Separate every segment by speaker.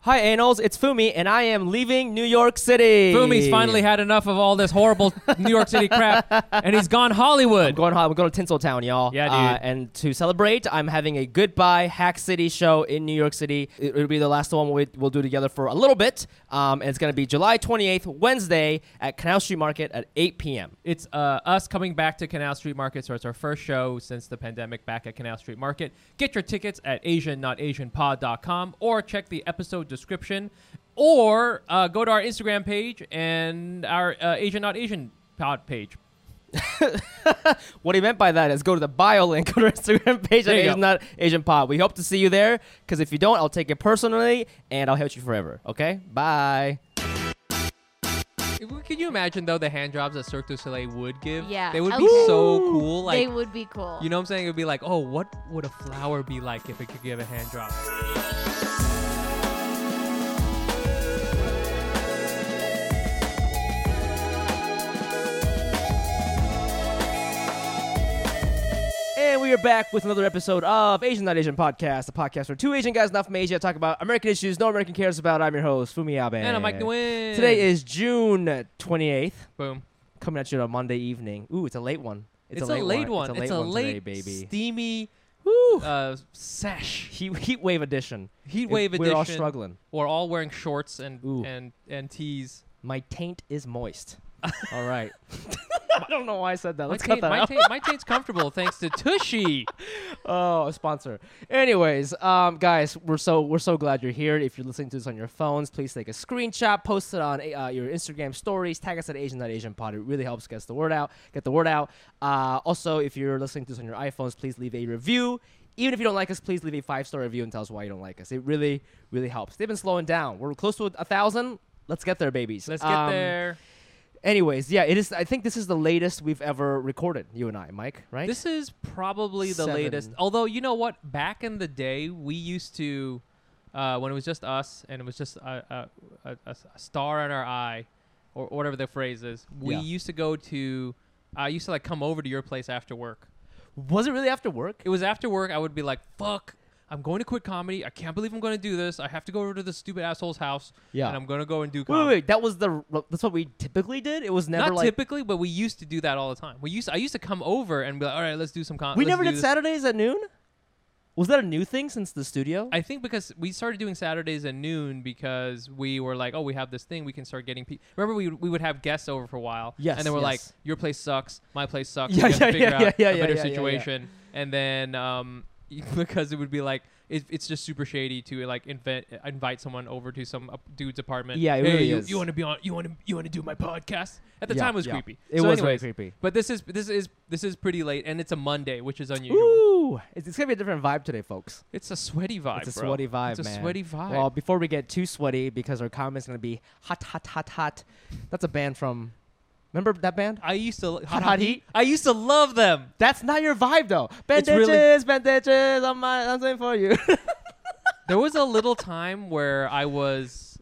Speaker 1: Hi, Annals. It's Fumi, and I am leaving New York City.
Speaker 2: Fumi's finally had enough of all this horrible New York City crap, and he's gone Hollywood.
Speaker 1: Going home, we're going to Tinseltown, y'all.
Speaker 2: Yeah, dude.
Speaker 1: Uh, and to celebrate, I'm having a goodbye Hack City show in New York City. It, will be the last one we, we'll do together for a little bit. Um, and it's going to be July 28th, Wednesday, at Canal Street Market at 8 p.m.
Speaker 2: It's uh, us coming back to Canal Street Market, so it's our first show since the pandemic back at Canal Street Market. Get your tickets at AsianNotAsianPod.com or check the episode description, or uh, go to our Instagram page and our uh, Asian Not Asian Pod page.
Speaker 1: What he meant by that is go to the bio link on our Instagram page at
Speaker 2: There you go.
Speaker 1: Asian, Not Asian Pod. We hope to see you there, because if you don't, I'll take it personally, and I'll hate you forever. Okay? Bye.
Speaker 2: Can you imagine though the hand jobs that Cirque du Soleil would give?
Speaker 3: Yeah,
Speaker 2: they would
Speaker 3: I
Speaker 2: be
Speaker 3: would-
Speaker 2: so cool. Like
Speaker 3: they would be cool.
Speaker 2: You know what I'm saying? It would be like, oh, what would a flower be like if it could give a hand drop?
Speaker 1: And we are back with another episode of Asian Not Asian Podcast, the podcast where two Asian guys not from Asia talk about American issues no American cares about. I'm your host, Fumi Abe.
Speaker 2: And I'm Mike Nguyen.
Speaker 1: Today is June 28th,
Speaker 2: boom.
Speaker 1: coming at you on Monday evening. Ooh, it's a late one.
Speaker 2: It's, a, late one.
Speaker 1: It's a late one today, baby.
Speaker 2: steamy
Speaker 1: Woo!
Speaker 2: uh, sesh.
Speaker 1: Heat, heat wave edition.
Speaker 2: Heat wave
Speaker 1: We're
Speaker 2: edition.
Speaker 1: all struggling.
Speaker 2: We're all wearing shorts and
Speaker 1: Ooh.
Speaker 2: and and tees.
Speaker 1: My taint is moist. all right. I don't know why I said that. Let's
Speaker 2: my,
Speaker 1: cut
Speaker 2: taint-
Speaker 1: that
Speaker 2: my,
Speaker 1: out.
Speaker 2: taint- my taint's comfortable thanks to Tushy.
Speaker 1: Oh, a sponsor. Anyways, um, guys, we're so we're so glad you're here. If you're listening to this on your phones, please take a screenshot, post it on uh, your Instagram stories, tag us at Asian Asian Pod. It really helps get the word out. Get the word out. Uh, also, if you're listening to this on your iPhones, please leave a review. Even if you don't like us, please leave a five star review and tell us why you don't like us. It really really helps. They've been slowing down. We're close to a thousand. Let's get there, babies.
Speaker 2: Let's get
Speaker 1: Um,
Speaker 2: there.
Speaker 1: Anyways, yeah, it is. I think this is the latest we've ever recorded. You and I, Mike, right?
Speaker 2: This is probably the
Speaker 1: Seven.
Speaker 2: latest. Although you know what, back in the day, we used to, uh, when it was just us and it was just a, a, a, a star in our eye, or whatever the phrase is, we
Speaker 1: Yeah.
Speaker 2: used to go to. I used to like come over to your place after work.
Speaker 1: was it really after work?
Speaker 2: It was after work. I would be like, "Fuck, I'm going to quit comedy. I can't believe I'm going to do this. I have to go over to the stupid asshole's house,
Speaker 1: Yeah.
Speaker 2: and I'm going to go and do
Speaker 1: Wait,
Speaker 2: comedy."
Speaker 1: wait, wait, that was the that's what we typically did. It was never
Speaker 2: Not
Speaker 1: like
Speaker 2: typically, but we used to do that all the time. We used I used to come over and be like, "All right, let's do some comedy."
Speaker 1: we never did Saturdays at noon. Was that a new thing since the studio?
Speaker 2: I think because we started doing Saturdays at noon because we were like, oh, we have this thing we can start getting people. Remember, we, we would have guests over for a while.
Speaker 1: Yes,
Speaker 2: And then we're like,
Speaker 1: yes.
Speaker 2: your place sucks, my place sucks.
Speaker 1: Yeah,
Speaker 2: we gotta
Speaker 1: yeah,
Speaker 2: figure
Speaker 1: yeah,
Speaker 2: out
Speaker 1: yeah, yeah,
Speaker 2: a better
Speaker 1: yeah, yeah, yeah.
Speaker 2: situation. And then um, because it would be like, it, it's just super shady to like invent, invite someone over to some up- dude's apartment.
Speaker 1: Yeah, it
Speaker 2: hey,
Speaker 1: really
Speaker 2: you,
Speaker 1: is.
Speaker 2: You want to be on? You want to? You want to do my podcast? At the
Speaker 1: Yeah,
Speaker 2: time, it was
Speaker 1: yeah.
Speaker 2: creepy.
Speaker 1: It
Speaker 2: So
Speaker 1: was very
Speaker 2: anyways,
Speaker 1: creepy.
Speaker 2: But this is this is this is pretty late, and it's a Monday, which is unusual.
Speaker 1: Ooh, it's, it's gonna be a different vibe today, folks.
Speaker 2: It's a sweaty vibe.
Speaker 1: It's a
Speaker 2: bro.
Speaker 1: sweaty vibe,
Speaker 2: It's a
Speaker 1: man.
Speaker 2: sweaty vibe.
Speaker 1: Well, before we get too sweaty, because our comment's gonna be hot, hot, hot, hot. That's a band from. Remember that band?
Speaker 2: I used to
Speaker 1: Hot Hot Heat?
Speaker 2: I used to love them.
Speaker 1: That's not your vibe though. Bandages, bandages on my, I'm saying for you.
Speaker 2: There was a little time where I was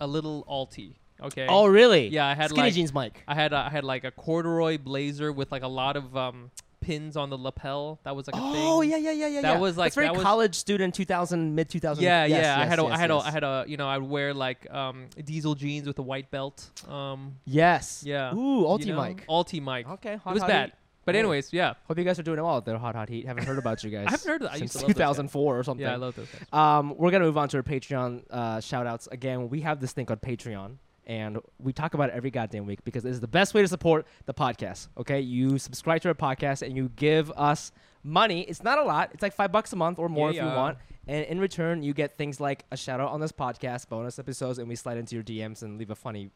Speaker 2: a little alty. Okay.
Speaker 1: oh really?
Speaker 2: Yeah, I had
Speaker 1: skinny
Speaker 2: like-
Speaker 1: jeans, Mike.
Speaker 2: I had a, I had like a corduroy blazer with like a lot of um, pins on the lapel. That was like a thing.
Speaker 1: Oh yeah, yeah, yeah, yeah.
Speaker 2: That
Speaker 1: yeah.
Speaker 2: was, like,
Speaker 1: That's very
Speaker 2: that was-
Speaker 1: college student, 2000, mid 2000.
Speaker 2: Yeah,
Speaker 1: yes,
Speaker 2: yeah. I
Speaker 1: yes,
Speaker 2: had a,
Speaker 1: yes,
Speaker 2: I had
Speaker 1: yes.
Speaker 2: a, I had a, you know, I'd wear like um, diesel jeans with a white belt. Um,
Speaker 1: Yes.
Speaker 2: yeah.
Speaker 1: Ooh,
Speaker 2: you
Speaker 1: Alti
Speaker 2: know?
Speaker 1: Mike.
Speaker 2: Alti Mike.
Speaker 1: Okay, hot,
Speaker 2: It was
Speaker 1: hot
Speaker 2: bad.
Speaker 1: heat.
Speaker 2: But
Speaker 1: Cool.
Speaker 2: anyways, yeah,
Speaker 1: Hope you guys are doing well out there, Hot Hot Heat. Haven't heard about you guys.
Speaker 2: I haven't heard of that. I
Speaker 1: since
Speaker 2: used to love those guys.
Speaker 1: 2004 or something.
Speaker 2: yeah. I love those guys.
Speaker 1: um, we're gonna move on to our Patreon uh, shout outs. Again, we have this thing called Patreon. And we talk about it every goddamn week because it is the best way to support the podcast. Okay, you subscribe to our podcast and you give us money. It's not a lot; it's like five bucks a month or more if
Speaker 2: Yeah.
Speaker 1: you want. And in return, you get things like a shout out on this podcast, bonus episodes, and we slide into your DMs and leave a funny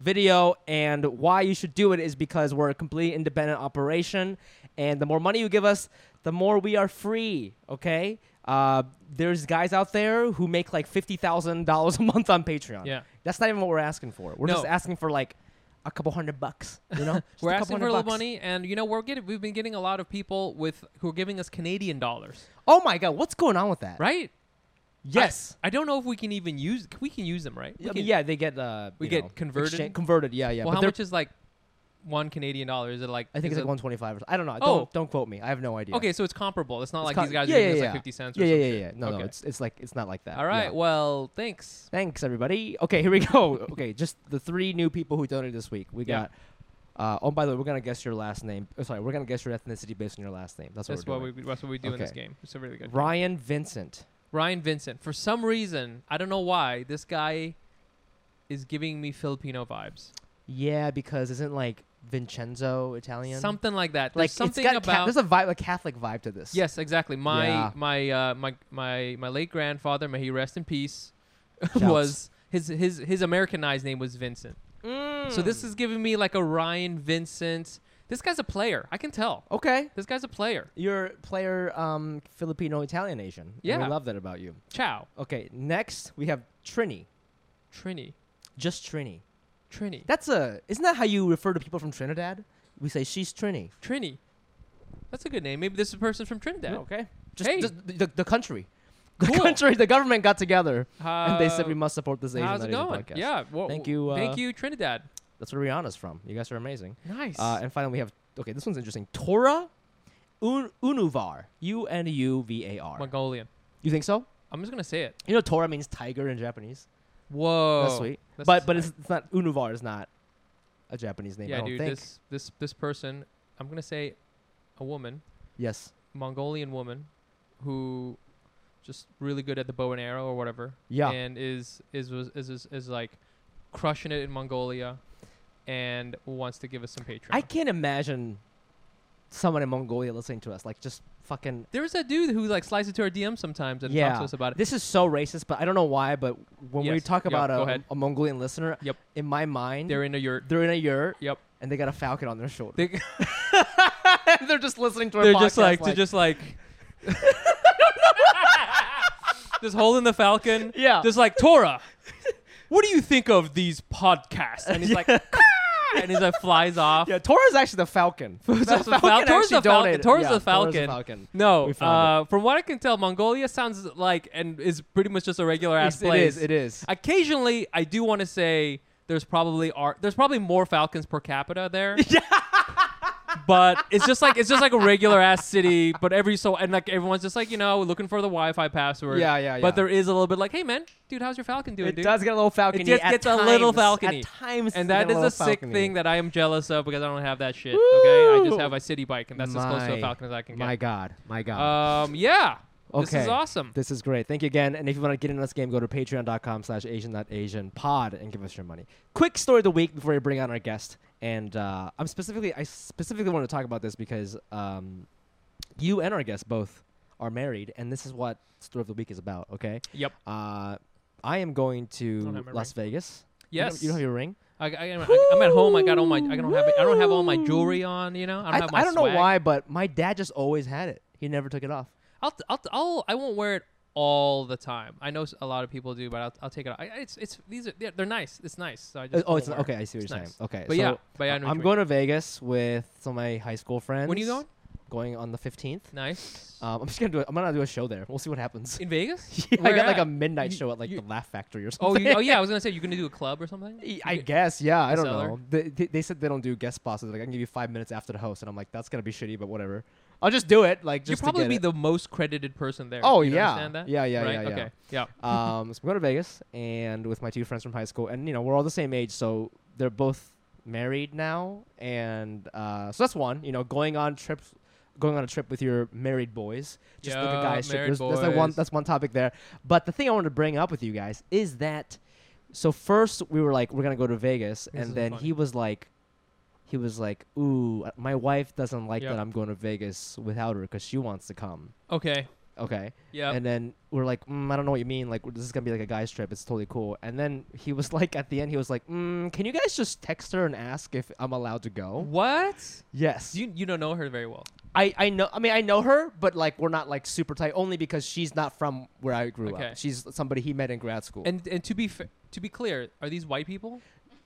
Speaker 1: video. And why you should do it is because we're a completely independent operation. And the more money you give us, the more we are free. Okay. Uh, there's guys out there who make like fifty thousand dollars a month on Patreon.
Speaker 2: Yeah.
Speaker 1: That's not even what we're asking for. We're
Speaker 2: No.
Speaker 1: just asking for like a couple hundred bucks. You know, Just
Speaker 2: We're
Speaker 1: a couple
Speaker 2: asking for
Speaker 1: hundred
Speaker 2: a little
Speaker 1: bucks.
Speaker 2: money, and you know we're getting we've been getting a lot of people with who are giving us Canadian dollars,
Speaker 1: Oh my god, what's going on with that?
Speaker 2: right?
Speaker 1: Yes.
Speaker 2: I, I don't know if we can even use we can use them, right? We
Speaker 1: I mean,
Speaker 2: can-
Speaker 1: yeah, they get uh,
Speaker 2: We
Speaker 1: you
Speaker 2: get
Speaker 1: know,
Speaker 2: converted?
Speaker 1: converted, yeah, yeah.
Speaker 2: Well,
Speaker 1: but
Speaker 2: how
Speaker 1: they're-
Speaker 2: much is like one Canadian dollar? Is it like
Speaker 1: I think
Speaker 2: is
Speaker 1: it's like
Speaker 2: it-
Speaker 1: 125 or I don't know.
Speaker 2: Oh.
Speaker 1: Don't don't quote me. I have no idea.
Speaker 2: Okay, so it's comparable. It's not
Speaker 1: It's
Speaker 2: like
Speaker 1: con-
Speaker 2: these guys
Speaker 1: yeah,
Speaker 2: are
Speaker 1: yeah,
Speaker 2: giving us
Speaker 1: yeah.
Speaker 2: like fifty cents.
Speaker 1: Yeah,
Speaker 2: or
Speaker 1: yeah,
Speaker 2: some
Speaker 1: yeah,
Speaker 2: shit.
Speaker 1: yeah. No,
Speaker 2: Okay.
Speaker 1: no, it's it's like it's not like that.
Speaker 2: all right.
Speaker 1: Yeah.
Speaker 2: Well, thanks.
Speaker 1: Thanks everybody. Okay, here we go. Okay, just the three new people who donated this week. We
Speaker 2: Yeah.
Speaker 1: got. Uh, oh, by the way, we're gonna guess your last name. oh, Sorry, we're gonna guess your ethnicity based on your last name. That's what
Speaker 2: That's
Speaker 1: we're
Speaker 2: what
Speaker 1: doing.
Speaker 2: we that's what we do in this
Speaker 1: Okay.
Speaker 2: game. It's a really good.
Speaker 1: Ryan Vincent.
Speaker 2: Ryan Vincent. For some reason, I don't know why this guy is giving me Filipino vibes.
Speaker 1: Yeah, because isn't like Vincenzo Italian?
Speaker 2: Something like
Speaker 1: like
Speaker 2: that. There's something
Speaker 1: it's got ca-
Speaker 2: about
Speaker 1: there's a vibe, a Catholic vibe to this.
Speaker 2: Yes, exactly. My
Speaker 1: Yeah.
Speaker 2: my uh, my my my late grandfather, may he rest in peace,
Speaker 1: Shouts.
Speaker 2: was his his his Americanized name was Vincent.
Speaker 1: Mm.
Speaker 2: So this
Speaker 1: Hmm.
Speaker 2: is giving me like a Ryan Vincent. This guy's a player. I can tell.
Speaker 1: okay.
Speaker 2: This guy's a player.
Speaker 1: You're player um, Filipino Italian Asian.
Speaker 2: Yeah.
Speaker 1: we love that about you.
Speaker 2: Ciao,
Speaker 1: Okay, next we have Trini.
Speaker 2: Trini.
Speaker 1: Just Trini.
Speaker 2: Trini.
Speaker 1: That's a isn't that how you refer to people from Trinidad? We say she's Trini.
Speaker 2: Trini. That's a good name. Maybe this is a person from Trinidad.
Speaker 1: Okay. Just
Speaker 2: Hey.
Speaker 1: just the, the, the country. The
Speaker 2: Cool.
Speaker 1: country, the government got together and they said
Speaker 2: Uh,
Speaker 1: we must support this Asian
Speaker 2: How's it
Speaker 1: Asian
Speaker 2: going?
Speaker 1: podcast.
Speaker 2: Yeah. well,
Speaker 1: Thank you,
Speaker 2: thank
Speaker 1: uh,
Speaker 2: you, Trinidad.
Speaker 1: That's where Rihanna's from. You guys are amazing.
Speaker 2: Nice.
Speaker 1: Uh, and finally we have okay, this one's interesting. Tora Un- Unuvar. U N U V A R.
Speaker 2: Mongolian.
Speaker 1: You think so?
Speaker 2: I'm just gonna say it.
Speaker 1: You know Tora means tiger in Japanese.
Speaker 2: Whoa.
Speaker 1: That's sweet.
Speaker 2: Oh, That's
Speaker 1: but but it's, it's not Unuvar is not a Japanese name, I
Speaker 2: yeah,
Speaker 1: don't
Speaker 2: dude.
Speaker 1: think.
Speaker 2: This this this person. I'm gonna say, a woman,
Speaker 1: yes.
Speaker 2: Mongolian woman, who, just really good at the bow and arrow or whatever.
Speaker 1: Yeah.
Speaker 2: And is is was is is, is like, crushing it in Mongolia, and wants to give us some Patreon.
Speaker 1: I can't imagine someone in Mongolia listening to us. Like, just fucking.
Speaker 2: There's a dude who like slides into our DM sometimes and talks
Speaker 1: Yeah.
Speaker 2: to us about it.
Speaker 1: This is so racist, but I don't know why. But when we
Speaker 2: Yes.
Speaker 1: talk
Speaker 2: Yeah,
Speaker 1: about a,
Speaker 2: go ahead.
Speaker 1: a Mongolian listener,
Speaker 2: Yep.
Speaker 1: in my mind,
Speaker 2: They're
Speaker 1: they're,
Speaker 2: in a yurt.
Speaker 1: in a yurt
Speaker 2: Yep.
Speaker 1: and they got a falcon on their shoulder.
Speaker 2: They,
Speaker 1: They, are just listening to our
Speaker 2: They're
Speaker 1: podcast.
Speaker 2: just like, just like just holding the falcon.
Speaker 1: Yeah.
Speaker 2: Just like Torah. What do you think of these podcasts? And he's like, "Caw!" and he's like flies off.
Speaker 1: yeah, Tora's actually the falcon.
Speaker 2: the fal- Tora's
Speaker 1: actually
Speaker 2: the falcon.
Speaker 1: donated.
Speaker 2: Tora's
Speaker 1: Yeah,
Speaker 2: the falcon. No,
Speaker 1: We found
Speaker 2: uh, from what I can tell, Mongolia sounds like and is pretty much just a regular
Speaker 1: It's-
Speaker 2: ass
Speaker 1: It
Speaker 2: place.
Speaker 1: is. It is.
Speaker 2: Occasionally, I do want to say there's probably are there's probably more falcons per capita there. but it's just like it's just like a regular ass city. But every so and like everyone's just like you know looking for the Wi-Fi password.
Speaker 1: Yeah, yeah, yeah.
Speaker 2: But there is a little bit like, hey man, dude, how's your falcon doing,
Speaker 1: It
Speaker 2: dude?
Speaker 1: does get a little falcon.
Speaker 2: just gets a little falcony.
Speaker 1: At times,
Speaker 2: and
Speaker 1: it's
Speaker 2: that
Speaker 1: got
Speaker 2: is a,
Speaker 1: little
Speaker 2: sick
Speaker 1: falcony.
Speaker 2: thing that I am jealous of because I don't have that shit. Okay, I just
Speaker 1: Woo!
Speaker 2: have a city bike, and that's as close to a
Speaker 1: My-
Speaker 2: falcon as I can
Speaker 1: My
Speaker 2: get.
Speaker 1: God. My God.
Speaker 2: Um, yeah. This is
Speaker 1: Okay.
Speaker 2: awesome.
Speaker 1: This is great. Thank you again. And if you want to get in this game, go to patreon.com slash asian.asianpod and give us your money. Quick story of the week before we bring on our guest. And uh, I'm specifically, I specifically want to talk about this because um, you and our guest both are married, and this is what story of the week is about. Okay.
Speaker 2: Yep.
Speaker 1: Uh, I am going
Speaker 2: don't
Speaker 1: to
Speaker 2: have my
Speaker 1: Las Vegas. You don't-
Speaker 2: Yes.
Speaker 1: You don't have your ring.
Speaker 2: I, I, I, am at home. I got all my. I don't have. I don't have all my jewelry on. You know. I don't
Speaker 1: I,
Speaker 2: have my.
Speaker 1: I don't
Speaker 2: swag.
Speaker 1: know why, but my dad just always had it. He never took it off.
Speaker 2: I'll, t- I'll, t- I'll, I won't wear it all the time. I know s- a lot of people do, but I'll, I'll take it. off. I, I- it's, it's, these are, they're, they're nice. It's nice. So I just
Speaker 1: oh,
Speaker 2: won't
Speaker 1: it's
Speaker 2: wear
Speaker 1: okay.
Speaker 2: it.
Speaker 1: I see what
Speaker 2: It's
Speaker 1: you're
Speaker 2: nice.
Speaker 1: saying. Okay.
Speaker 2: But
Speaker 1: so
Speaker 2: yeah, but yeah, I know what
Speaker 1: I'm
Speaker 2: you
Speaker 1: going to Vegas with some of my high school friends.
Speaker 2: mean. When are you going?
Speaker 1: Going on the 15th.
Speaker 2: Nice.
Speaker 1: Um, I'm just gonna do it. I'm gonna do a show there. We'll see what happens.
Speaker 2: In Vegas?
Speaker 1: Yeah, I
Speaker 2: Where
Speaker 1: got like
Speaker 2: at?
Speaker 1: a midnight
Speaker 2: You-
Speaker 1: show at like
Speaker 2: you-
Speaker 1: the Laugh Factory or
Speaker 2: Oh,
Speaker 1: something.
Speaker 2: you, oh yeah. I was gonna say you're gonna do a club or something. You
Speaker 1: I
Speaker 2: get-
Speaker 1: guess, yeah. I
Speaker 2: The
Speaker 1: don't
Speaker 2: cellar?
Speaker 1: know. They, they, they said they don't do guest bosses. Like I can give you five minutes after the host, and I'm like, that's gonna be shitty, but whatever. I'll just do it. Like
Speaker 2: You'll
Speaker 1: just to
Speaker 2: probably
Speaker 1: get
Speaker 2: be
Speaker 1: it.
Speaker 2: the most credited person there.
Speaker 1: Oh,
Speaker 2: You
Speaker 1: yeah.
Speaker 2: Understand that?
Speaker 1: Yeah, yeah,
Speaker 2: right?
Speaker 1: yeah, yeah.
Speaker 2: Okay. Yeah.
Speaker 1: um, so I'm going to Vegas and with my two friends from high school, and you know we're all the same age, so they're both married now, and uh, so that's one. You know, going on trips, going on a trip with your married boys, just like
Speaker 2: Yeah,
Speaker 1: a guy's trip.
Speaker 2: married
Speaker 1: There's, there's like one.
Speaker 2: boys.
Speaker 1: That's one topic there. But the thing I wanted to bring up with you guys is that. So first we were like, we're gonna go to Vegas,
Speaker 2: This is
Speaker 1: and then
Speaker 2: funny.
Speaker 1: he was like. He was like, "Ooh, uh, my wife doesn't like
Speaker 2: Yep.
Speaker 1: that I'm going to Vegas without her because she wants to come."
Speaker 2: Okay.
Speaker 1: Okay,
Speaker 2: Yeah.
Speaker 1: and then we're like, mm, I don't know what you mean. Like, this is gonna be like a guy's trip. It's totally cool. And then he was like, at the end, he was like, mm, Can you guys just text her and ask if I'm allowed to go?
Speaker 2: what?
Speaker 1: Yes.
Speaker 2: You you don't know her very well.
Speaker 1: I, I know. I mean, I know her, but like, we're not like super tight. Only because she's not from where I grew
Speaker 2: Okay.
Speaker 1: up. She's somebody he met in grad school.
Speaker 2: And and to be fa- to be clear, are these white people?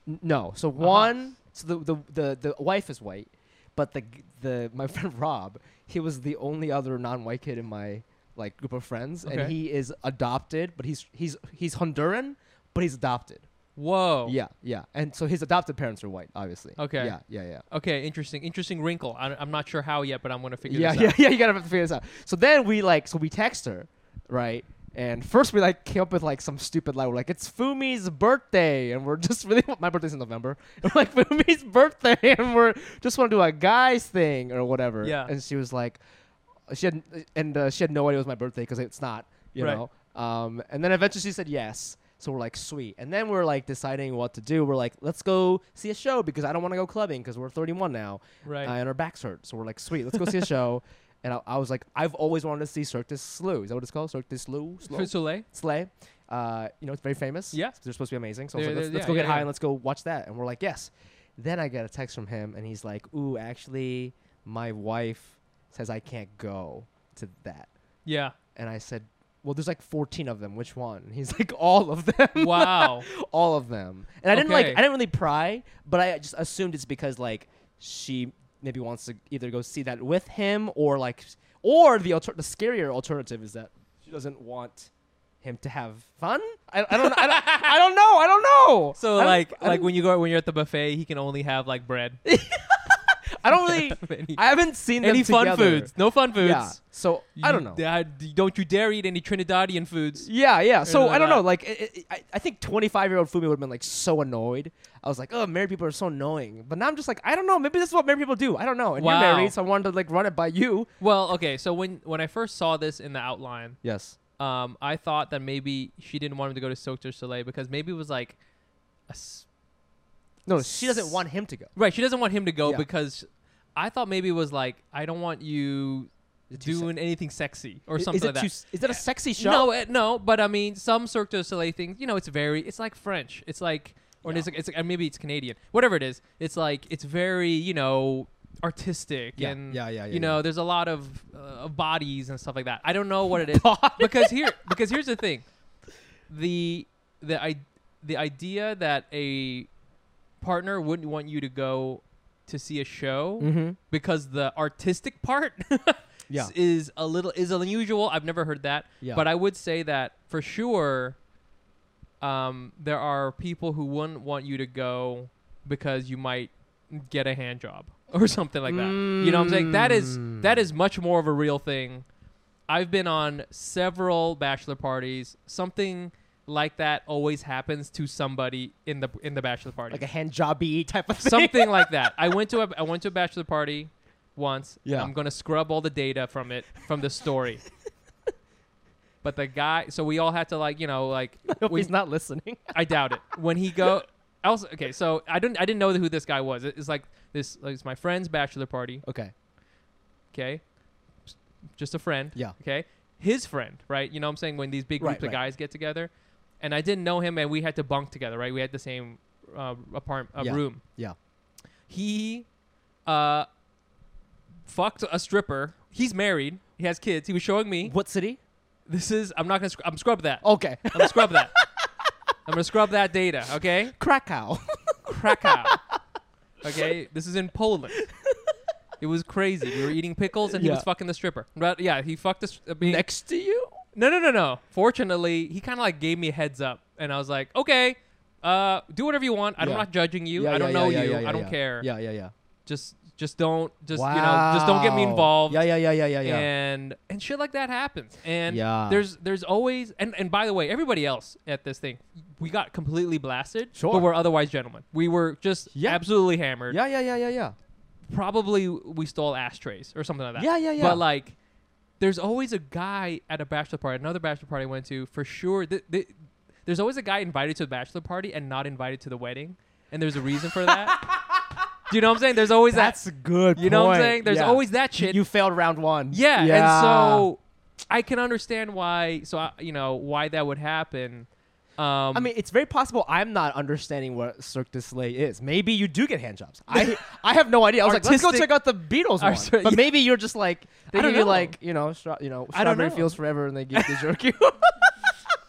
Speaker 1: N- no.
Speaker 2: Uh-huh.
Speaker 1: So one, so the, the the the wife is white, but the g- the my friend Rob, he was the only other non-white kid in my like group of friends,
Speaker 2: Okay.
Speaker 1: and he is adopted, but he's he's he's Honduran, but he's adopted.
Speaker 2: Whoa.
Speaker 1: Yeah, yeah. And so his adopted parents are white, obviously.
Speaker 2: Oh. Okay.
Speaker 1: Yeah, yeah, yeah.
Speaker 2: Okay. Interesting. Interesting wrinkle. I, I'm not sure how yet, but I'm gonna figure
Speaker 1: yeah,
Speaker 2: this
Speaker 1: yeah,
Speaker 2: out.
Speaker 1: yeah. You gotta have to figure this out. So then we like, so we text her, right? And first we like came up with like some stupid lie. We're like, it's Fumi's birthday, and we're just really my birthday's in November. And we're like Fumi's birthday, and we're just want to do a guys thing or whatever.
Speaker 2: Yeah.
Speaker 1: And she was like, she had and uh, she had no idea it was my birthday because it's not, you
Speaker 2: Right.
Speaker 1: know. Um, and then eventually she said yes. So we're like, sweet. And then we're like deciding what to do. We're like, let's go see a show because I don't want to go clubbing because we're 31 now
Speaker 2: Right.
Speaker 1: uh, and our backs hurt. So we're like, sweet, let's go see a show. And I, I was like, I've always wanted to see Cirque du Soleil. Is that what it's called? Cirque du Soleil?
Speaker 2: Feu
Speaker 1: Soleil?
Speaker 2: de Soleil?
Speaker 1: Slay. Uh, you know, it's very famous.
Speaker 2: Yeah.
Speaker 1: They're supposed to be amazing. So I was
Speaker 2: They're-
Speaker 1: like, let's,
Speaker 2: they're-
Speaker 1: let's go
Speaker 2: yeah,
Speaker 1: get
Speaker 2: yeah,
Speaker 1: high
Speaker 2: yeah.
Speaker 1: and let's go watch that. And we're like, yes. Then I get a text from him and he's like, ooh, actually, my wife says I can't go to that.
Speaker 2: Yeah.
Speaker 1: And I said, well, there's like 14 of them. Which one? And he's like, all of them.
Speaker 2: Wow.
Speaker 1: all of them. And I didn't like
Speaker 2: Okay.
Speaker 1: I didn't really pry, but I just assumed it's because like she maybe wants to either go see that with him or like or the alter- the scarier alternative is that she doesn't want him to have fun. I, I don't I don't, I don't know. I don't know.
Speaker 2: So
Speaker 1: I don't-
Speaker 2: like
Speaker 1: I
Speaker 2: like
Speaker 1: don't-
Speaker 2: when you go when you're at the buffet, he can only have like bread.
Speaker 1: I don't really
Speaker 2: any
Speaker 1: I haven't seen them
Speaker 2: any fun
Speaker 1: together.
Speaker 2: foods? No fun foods.
Speaker 1: Yeah. So I
Speaker 2: You-
Speaker 1: don't know.
Speaker 2: I- don't you dare eat any Trinidadian foods.
Speaker 1: Yeah, yeah. So
Speaker 2: Anything
Speaker 1: I don't
Speaker 2: like
Speaker 1: know. Like, i i I, I think 25 year old Fumi would have been like so annoyed. I was like, oh, married people are so annoying. But now I'm just like, I don't know. Maybe this is what married people do. I don't know. And
Speaker 2: Wow.
Speaker 1: you're married, so I wanted to like run it by you.
Speaker 2: Well, okay. So when when I first saw this in the outline,
Speaker 1: Yes.
Speaker 2: um, I thought that maybe she didn't want him to go to Cirque du Soleil because maybe it was like, a s-
Speaker 1: No, she doesn't want him to go.
Speaker 2: right? She doesn't want him to go
Speaker 1: Yeah.
Speaker 2: because I thought maybe it was like I don't want you
Speaker 1: Is it too
Speaker 2: doing anything sexy or
Speaker 1: I-
Speaker 2: something
Speaker 1: is it
Speaker 2: like
Speaker 1: too
Speaker 2: that.
Speaker 1: s- is that a sexy show?
Speaker 2: No, it, no, but I mean, some Cirque du Soleil things, you know, it's very, it's like French. It's like, or
Speaker 1: Yeah.
Speaker 2: it's, like, it's like, and maybe it's Canadian. Whatever it is, it's like, it's very, you know, artistic
Speaker 1: Yeah,
Speaker 2: and,
Speaker 1: yeah, yeah, yeah,
Speaker 2: you know, there's a lot of uh, of bodies and stuff like that. I don't know what it is because here, because here's the thing, the the i the idea that a partner wouldn't want you to go to see a show
Speaker 1: Mm-hmm.
Speaker 2: because the artistic part
Speaker 1: Yeah.
Speaker 2: is a little is unusual. I've never heard that.
Speaker 1: Yeah.
Speaker 2: But I would say that for sure um, there are people who wouldn't want you to go because you might get a hand job or something like that. You know what I'm saying? That is
Speaker 1: Mm.
Speaker 2: that is much more of a real thing. I've been on several bachelor parties. Something like that always happens to somebody in the in the bachelor party
Speaker 1: Like a hand jobby type of thing.
Speaker 2: something like that. I went to a I went to a bachelor party once. and
Speaker 1: Yeah.
Speaker 2: I'm gonna scrub all the data from it from the story. but the guy, so we all had to like you know like
Speaker 1: Hope
Speaker 2: when-
Speaker 1: he's not listening.
Speaker 2: I doubt it. When he go, I was okay. So I didn't I didn't know who this guy was. It- It's like this like, it's my friend's bachelor party.
Speaker 1: okay.
Speaker 2: Okay, S- just a friend.
Speaker 1: Yeah.
Speaker 2: Okay, his friend, right? You know what I'm saying when these big
Speaker 1: Right,
Speaker 2: groups of
Speaker 1: right.
Speaker 2: guys get together, and I didn't know him, and we had to bunk together, right? We had the same uh, apartment uh,
Speaker 1: Yeah.
Speaker 2: room
Speaker 1: Yeah.
Speaker 2: he uh fucked a stripper. He's married. He has kids. He was showing me.
Speaker 1: What city?
Speaker 2: This is I'm not gonna. Sc- I'm scrub that.
Speaker 1: Okay.
Speaker 2: I'm gonna scrub that. I'm gonna scrub that data. Okay,
Speaker 1: Krakow.
Speaker 2: Krakow. Okay, this is in Poland. It was crazy. We were eating pickles and he
Speaker 1: Yeah.
Speaker 2: was fucking the stripper. But yeah, he fucked the. str- I mean,
Speaker 1: Next to you?
Speaker 2: no, no, no, no. Fortunately, he kind of like gave me a heads up, and I was like, okay, uh, do whatever you want. I'm
Speaker 1: Yeah.
Speaker 2: not judging you.
Speaker 1: Yeah,
Speaker 2: I don't
Speaker 1: yeah,
Speaker 2: know
Speaker 1: yeah,
Speaker 2: you.
Speaker 1: yeah, yeah,
Speaker 2: I don't
Speaker 1: yeah.
Speaker 2: care.
Speaker 1: Yeah, yeah, yeah.
Speaker 2: just just don't just you know just don't get me
Speaker 1: Wow.
Speaker 2: involved
Speaker 1: Yeah, yeah, yeah, yeah, yeah, yeah.
Speaker 2: and and shit like that happens and
Speaker 1: Yeah.
Speaker 2: there's there's always and and by the way everybody else at this thing we got completely blasted
Speaker 1: Sure.
Speaker 2: but we're otherwise gentlemen we were just
Speaker 1: Yeah.
Speaker 2: absolutely hammered
Speaker 1: yeah, yeah, yeah, yeah, yeah.
Speaker 2: probably we stole ashtrays or something like that
Speaker 1: Yeah, yeah, yeah.
Speaker 2: but like there's always a guy at a bachelor party another bachelor party I went to for sure th- th- there's always a guy invited to the bachelor party and not invited to the wedding and there's a reason for that do you know what I'm saying there's always that
Speaker 1: That's a good.
Speaker 2: you know what I'm
Speaker 1: point.
Speaker 2: saying? There's
Speaker 1: Yeah.
Speaker 2: always that shit.
Speaker 1: You failed round one.
Speaker 2: yeah, and so I can understand why. So I, you know why that would happen. Um,
Speaker 1: I mean, it's very possible I'm not understanding what Cirque du Soleil is. Maybe you do get handjobs. I I have no idea. I was like, let's go
Speaker 2: Artistic-
Speaker 1: check out the Beatles one.
Speaker 2: Artistic-
Speaker 1: but maybe you're just like they
Speaker 2: I don't
Speaker 1: give you
Speaker 2: know.
Speaker 1: like you know stra- you know
Speaker 2: I don't
Speaker 1: strawberry
Speaker 2: know.
Speaker 1: feels forever and they give they jerk you.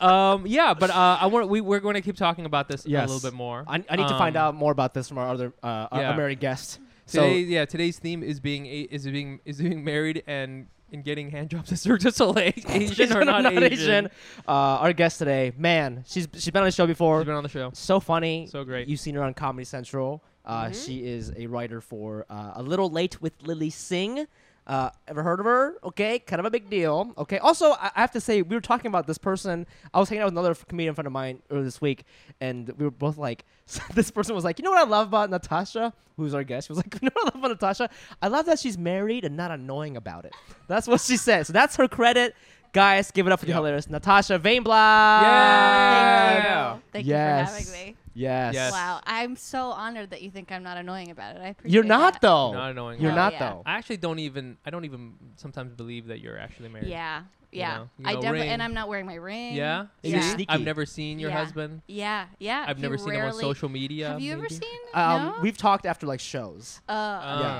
Speaker 2: um, yeah, but uh, I want we we're going to keep talking about this
Speaker 1: Yes.
Speaker 2: a little bit more.
Speaker 1: I, I need to find
Speaker 2: Um,
Speaker 1: out more about this from our other uh, our
Speaker 2: yeah.
Speaker 1: American guest. So
Speaker 2: Today, yeah, today's theme is being a, is being is being married and in getting hand jobs at Cirque du Soleil. Asian
Speaker 1: Asian
Speaker 2: or not, Asian.
Speaker 1: Uh, our guest today, man, she's she's been on the show before.
Speaker 2: She's been on the show.
Speaker 1: so funny.
Speaker 2: So great.
Speaker 1: You've seen her on Comedy Central. Uh, She is a writer for uh, A Little Late with Lily Singh. Uh, ever heard of her? Okay, kind of a big deal. Okay. Also, I I have to say, we were talking about this person. I was hanging out with another comedian friend of mine earlier this week, and we were both like, this person was like, you know what I love about Natasha, who's our guest? She was like, you know what I love about Natasha? I love that she's married and not annoying about it. That's what she said. So that's her credit. Guys, give it up for the
Speaker 2: Yeah.
Speaker 1: hilarious Natasha Vainblad.
Speaker 2: Yeah.
Speaker 3: Thank you. Thank you for having me.
Speaker 1: Yes.
Speaker 2: Yes.
Speaker 3: Wow, I'm so honored that you think I'm not annoying about it. I appreciate
Speaker 1: You're not
Speaker 3: that.
Speaker 1: though.
Speaker 2: Not annoying.
Speaker 1: You're
Speaker 3: Oh,
Speaker 1: not
Speaker 3: yeah.
Speaker 1: though.
Speaker 2: I actually don't even. I don't even sometimes believe that you're actually married.
Speaker 3: Yeah,
Speaker 2: You
Speaker 3: yeah.
Speaker 2: know, you
Speaker 3: I
Speaker 2: know,
Speaker 3: definitely
Speaker 2: ring.
Speaker 3: and I'm not wearing my ring.
Speaker 2: Yeah.
Speaker 1: You're
Speaker 3: yeah,
Speaker 1: sneaky.
Speaker 2: I've never seen your
Speaker 3: Yeah.
Speaker 2: husband.
Speaker 3: yeah. yeah.
Speaker 2: I've
Speaker 3: You
Speaker 2: never seen him on
Speaker 3: rarely-
Speaker 2: social media.
Speaker 3: Have you ever
Speaker 2: maybe.
Speaker 3: seen?
Speaker 1: Um,
Speaker 3: no?
Speaker 1: We've talked after like shows.
Speaker 3: Oh,
Speaker 2: Uh,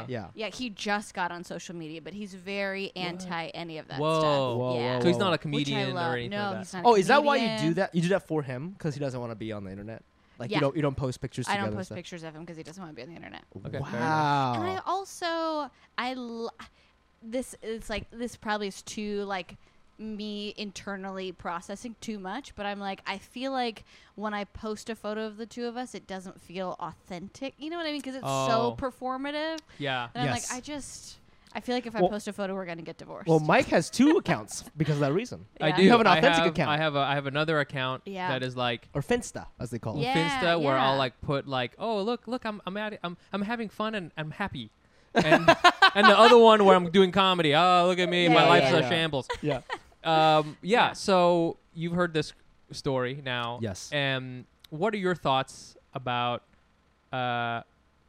Speaker 3: okay.
Speaker 1: Yeah, yeah.
Speaker 3: Yeah, he just got on social media, but he's very anti any of that
Speaker 2: Whoa.
Speaker 3: stuff.
Speaker 1: Whoa,
Speaker 3: yeah.
Speaker 1: whoa,
Speaker 2: So he's
Speaker 1: whoa.
Speaker 2: not a
Speaker 3: Which I
Speaker 2: comedian
Speaker 3: love.
Speaker 2: or anything
Speaker 3: No,
Speaker 2: like that.
Speaker 3: he's not. a
Speaker 1: Oh, is that why you do
Speaker 3: comedian.
Speaker 1: that? You do that for him because he doesn't want to be on the internet. Like you
Speaker 3: Yeah.
Speaker 1: don't you don't post pictures.
Speaker 3: I
Speaker 1: together
Speaker 3: don't
Speaker 1: and
Speaker 3: post
Speaker 1: stuff?
Speaker 3: pictures of him because he doesn't want to be on the internet.
Speaker 2: Okay, fair enough.
Speaker 3: And I
Speaker 1: wow.
Speaker 3: also I l- this it's like this probably is too like me internally processing too much, but I'm like I feel like when I post a photo of the two of us, it doesn't feel authentic. You know what I mean? Because it's
Speaker 2: Oh.
Speaker 3: so performative.
Speaker 2: Yeah.
Speaker 1: Yes.
Speaker 3: And I'm like I just I feel like if
Speaker 1: Well-
Speaker 3: I post a photo, we're gonna get divorced.
Speaker 1: Well, Mike has two accounts because of that reason.
Speaker 3: Yeah.
Speaker 2: I do.
Speaker 1: You have an
Speaker 2: I
Speaker 1: authentic
Speaker 2: have-
Speaker 1: account.
Speaker 2: I have. A, I have another account
Speaker 3: Yeah.
Speaker 2: that is like
Speaker 1: or Finsta, as they call
Speaker 3: Yeah,
Speaker 1: it.
Speaker 2: Finsta, where I'll
Speaker 3: yeah.
Speaker 2: like put like, oh look, look, I'm I'm at it. I'm I'm having fun and I'm happy. And, and the other one where I'm doing comedy. Oh, look at me, my
Speaker 3: Yeah,
Speaker 2: life's
Speaker 1: yeah,
Speaker 2: a
Speaker 1: yeah.
Speaker 2: shambles.
Speaker 1: Yeah.
Speaker 2: Um, yeah, So you've heard this story now.
Speaker 1: Yes.
Speaker 2: And what are your thoughts about uh,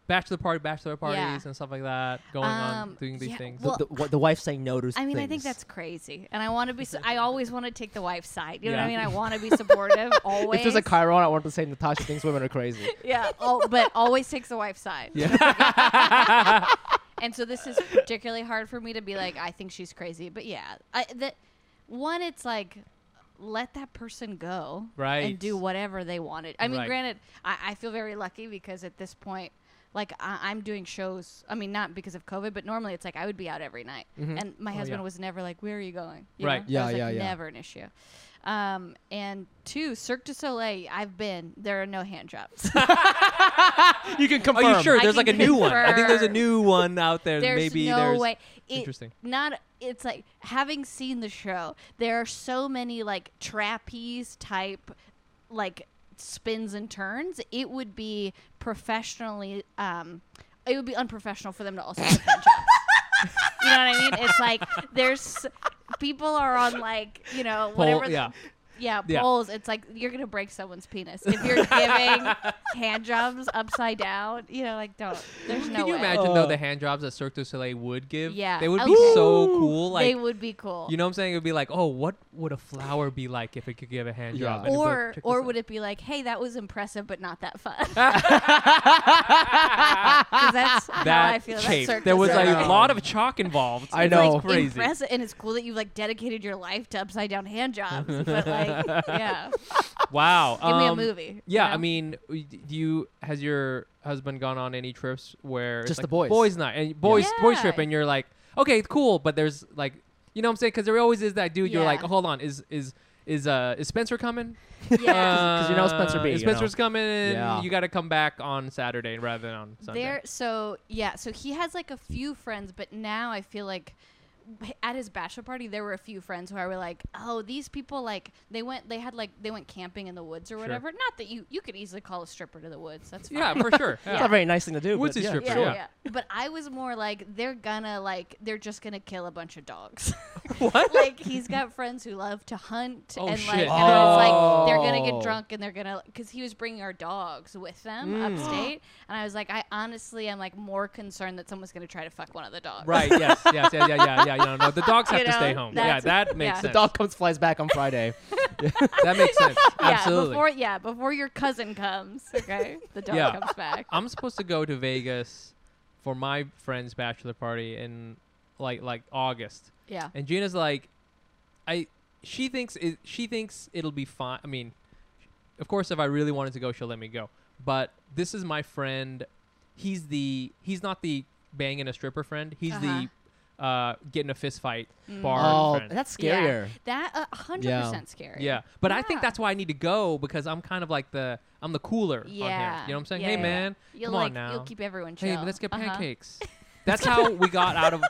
Speaker 2: bachelor party, bachelor parties, and stuff like that going on,
Speaker 3: Um,
Speaker 2: doing these
Speaker 3: yeah,
Speaker 2: things?
Speaker 3: well-
Speaker 1: the, the, what, the wife saying no to
Speaker 3: I mean, I
Speaker 1: things.
Speaker 3: think that's crazy, and I want to be. Su- I always want to take the wife's side. You know what I
Speaker 2: Yeah.
Speaker 3: mean? I want to be supportive always.
Speaker 1: If there's a Chiron, I want to say Natasha thinks women are crazy.
Speaker 3: yeah, al- but always takes the wife's side.
Speaker 2: yeah.
Speaker 3: and so this is particularly hard for me to be like i think she's crazy but yeah i that one it's like let that person go
Speaker 2: Right.
Speaker 3: and do whatever they wanted i mean
Speaker 2: Right.
Speaker 3: granted I, I feel very lucky because at this point like I, i'm doing shows i mean not because of covid but normally it's like i would be out every night and my
Speaker 2: Oh,
Speaker 3: husband
Speaker 2: yeah.
Speaker 3: was never like where are you going you
Speaker 2: Right.
Speaker 3: know?
Speaker 1: Yeah,
Speaker 3: I was
Speaker 1: yeah,
Speaker 3: like,
Speaker 1: yeah.
Speaker 3: never an issue um, and two cirque du soleil i've been there are no hand jobs
Speaker 1: you can
Speaker 2: Are
Speaker 1: confirm.
Speaker 2: you sure?
Speaker 3: I
Speaker 2: There's
Speaker 3: can
Speaker 2: like a new one. I think there's a
Speaker 3: confirm.
Speaker 2: new one out there.
Speaker 3: there's
Speaker 2: Maybe
Speaker 3: no
Speaker 2: there's
Speaker 3: way It-
Speaker 2: Interesting.
Speaker 3: not it's like having seen the show there are so many like trapeze type like spins and turns it would be professionally um it would be unprofessional for them to also put hand jobs. you know what i mean it's like there's people are on like you know whatever
Speaker 2: Pole-
Speaker 3: the-
Speaker 2: yeah.
Speaker 3: yeah,
Speaker 2: Yeah.
Speaker 3: poles. It's like you're gonna break someone's penis if you're giving hand jobs upside down. You know, like don't. There's no
Speaker 2: Can you
Speaker 3: way.
Speaker 2: imagine though
Speaker 1: Uh,
Speaker 2: the hand jobs that Cirque du Soleil would give?
Speaker 3: Yeah.
Speaker 2: they would
Speaker 3: I
Speaker 2: be
Speaker 3: would-
Speaker 2: so
Speaker 1: Ooh.
Speaker 2: cool. Like
Speaker 3: they would be cool.
Speaker 2: you know what I'm saying? It would be like, oh, what would a flower be like if it could give a hand
Speaker 1: Yeah.
Speaker 2: job?
Speaker 3: or or would it be like, hey, that was impressive, but not that fun? 'Cause that's how I
Speaker 2: that
Speaker 3: feel
Speaker 2: shape?
Speaker 3: about Cirque
Speaker 2: there
Speaker 3: du
Speaker 2: was a
Speaker 3: Soleil.
Speaker 1: Soleil.
Speaker 2: lot of chalk involved.
Speaker 1: I
Speaker 3: It's,
Speaker 1: know.
Speaker 3: like,
Speaker 2: Crazy.
Speaker 3: impressive, and it's cool that you like dedicated your life to upside down hand jobs. But like, yeah,
Speaker 2: Wow.
Speaker 3: give me a
Speaker 2: um,
Speaker 3: movie.
Speaker 2: Yeah,
Speaker 3: you know?
Speaker 2: I mean, w- d- do you has your husband gone on any trips where it's
Speaker 1: Just the boys.
Speaker 2: like boys night and boys
Speaker 3: Yeah.
Speaker 2: boys trip, and you're like, okay, cool, but there's like, you know what I'm saying? Because there always is that dude. You're
Speaker 3: Yeah.
Speaker 2: like, hold on, is is is uh is Spencer coming?
Speaker 3: yeah.
Speaker 1: 'cause you know Spencer
Speaker 2: Uh,
Speaker 1: B,
Speaker 2: If
Speaker 1: you know.
Speaker 2: Spencer's coming.
Speaker 1: Yeah.
Speaker 2: You got to come back on Saturday rather than on Sunday.
Speaker 3: There, so yeah, so he has like a few friends, but now I feel like w- at his bachelor party there were a few friends who I were like, oh, these people like they went, they had like they went camping in the woods or whatever. Not that you you could easily call a stripper to the woods. That's fine.
Speaker 2: yeah, for sure.
Speaker 1: It's
Speaker 2: Yeah.
Speaker 1: not a very nice thing to do.
Speaker 2: Woods
Speaker 1: but
Speaker 2: is
Speaker 1: yeah,
Speaker 2: stripper,
Speaker 3: Yeah,
Speaker 1: sure.
Speaker 3: yeah. But I was more like they're gonna like they're just gonna kill a bunch of dogs.
Speaker 2: What?
Speaker 3: like he's got friends who love to hunt
Speaker 2: Oh,
Speaker 3: and
Speaker 2: shit.
Speaker 3: like and I was like they're gonna
Speaker 1: Oh.
Speaker 3: get drunk and they're gonna because he was bringing our dogs with them
Speaker 2: Mm.
Speaker 3: upstate and I was like I honestly am like more concerned that someone's gonna try to fuck one of the dogs.
Speaker 2: Right. Yes. Yes. Yeah. Yeah. Yeah. Yeah. yeah. No. The dogs have
Speaker 3: You
Speaker 2: to stay
Speaker 3: know,
Speaker 2: home. Yeah.
Speaker 3: that's-
Speaker 2: That makes
Speaker 3: yeah.
Speaker 2: sense.
Speaker 1: Dog comes flies back on Friday.
Speaker 2: that makes sense.
Speaker 3: Yeah,
Speaker 2: Absolutely.
Speaker 3: before yeah, before your cousin comes, okay, the dog
Speaker 2: Yeah.
Speaker 3: comes back.
Speaker 2: I'm supposed to go to Vegas for my friend's bachelor party in like like August,
Speaker 3: Yeah,
Speaker 2: and Gina's like, I she thinks it, she thinks it'll be fine. I mean, of course, if I really wanted to go, she'll let me go. But this is my friend. He's the he's not the banging a stripper friend. He's
Speaker 3: Uh-huh. Mm.
Speaker 2: the uh, get in a fist fight bar
Speaker 1: Oh,
Speaker 2: friend.
Speaker 1: that's
Speaker 3: Yeah.
Speaker 1: scarier.
Speaker 3: That a hundred
Speaker 1: Yeah.
Speaker 3: percent scary.
Speaker 2: Yeah, but I think
Speaker 3: Yeah.
Speaker 2: that's why I need to go because I'm kind of like the I'm the cooler. on
Speaker 3: Yeah,
Speaker 2: him. you know what I'm saying?
Speaker 3: yeah,
Speaker 2: hey
Speaker 3: yeah.
Speaker 2: man,
Speaker 3: You'll
Speaker 2: come on
Speaker 3: like
Speaker 2: now.
Speaker 3: you'll keep everyone chill.
Speaker 2: hey, let's get
Speaker 3: Uh-huh.
Speaker 2: pancakes. That's how we got out of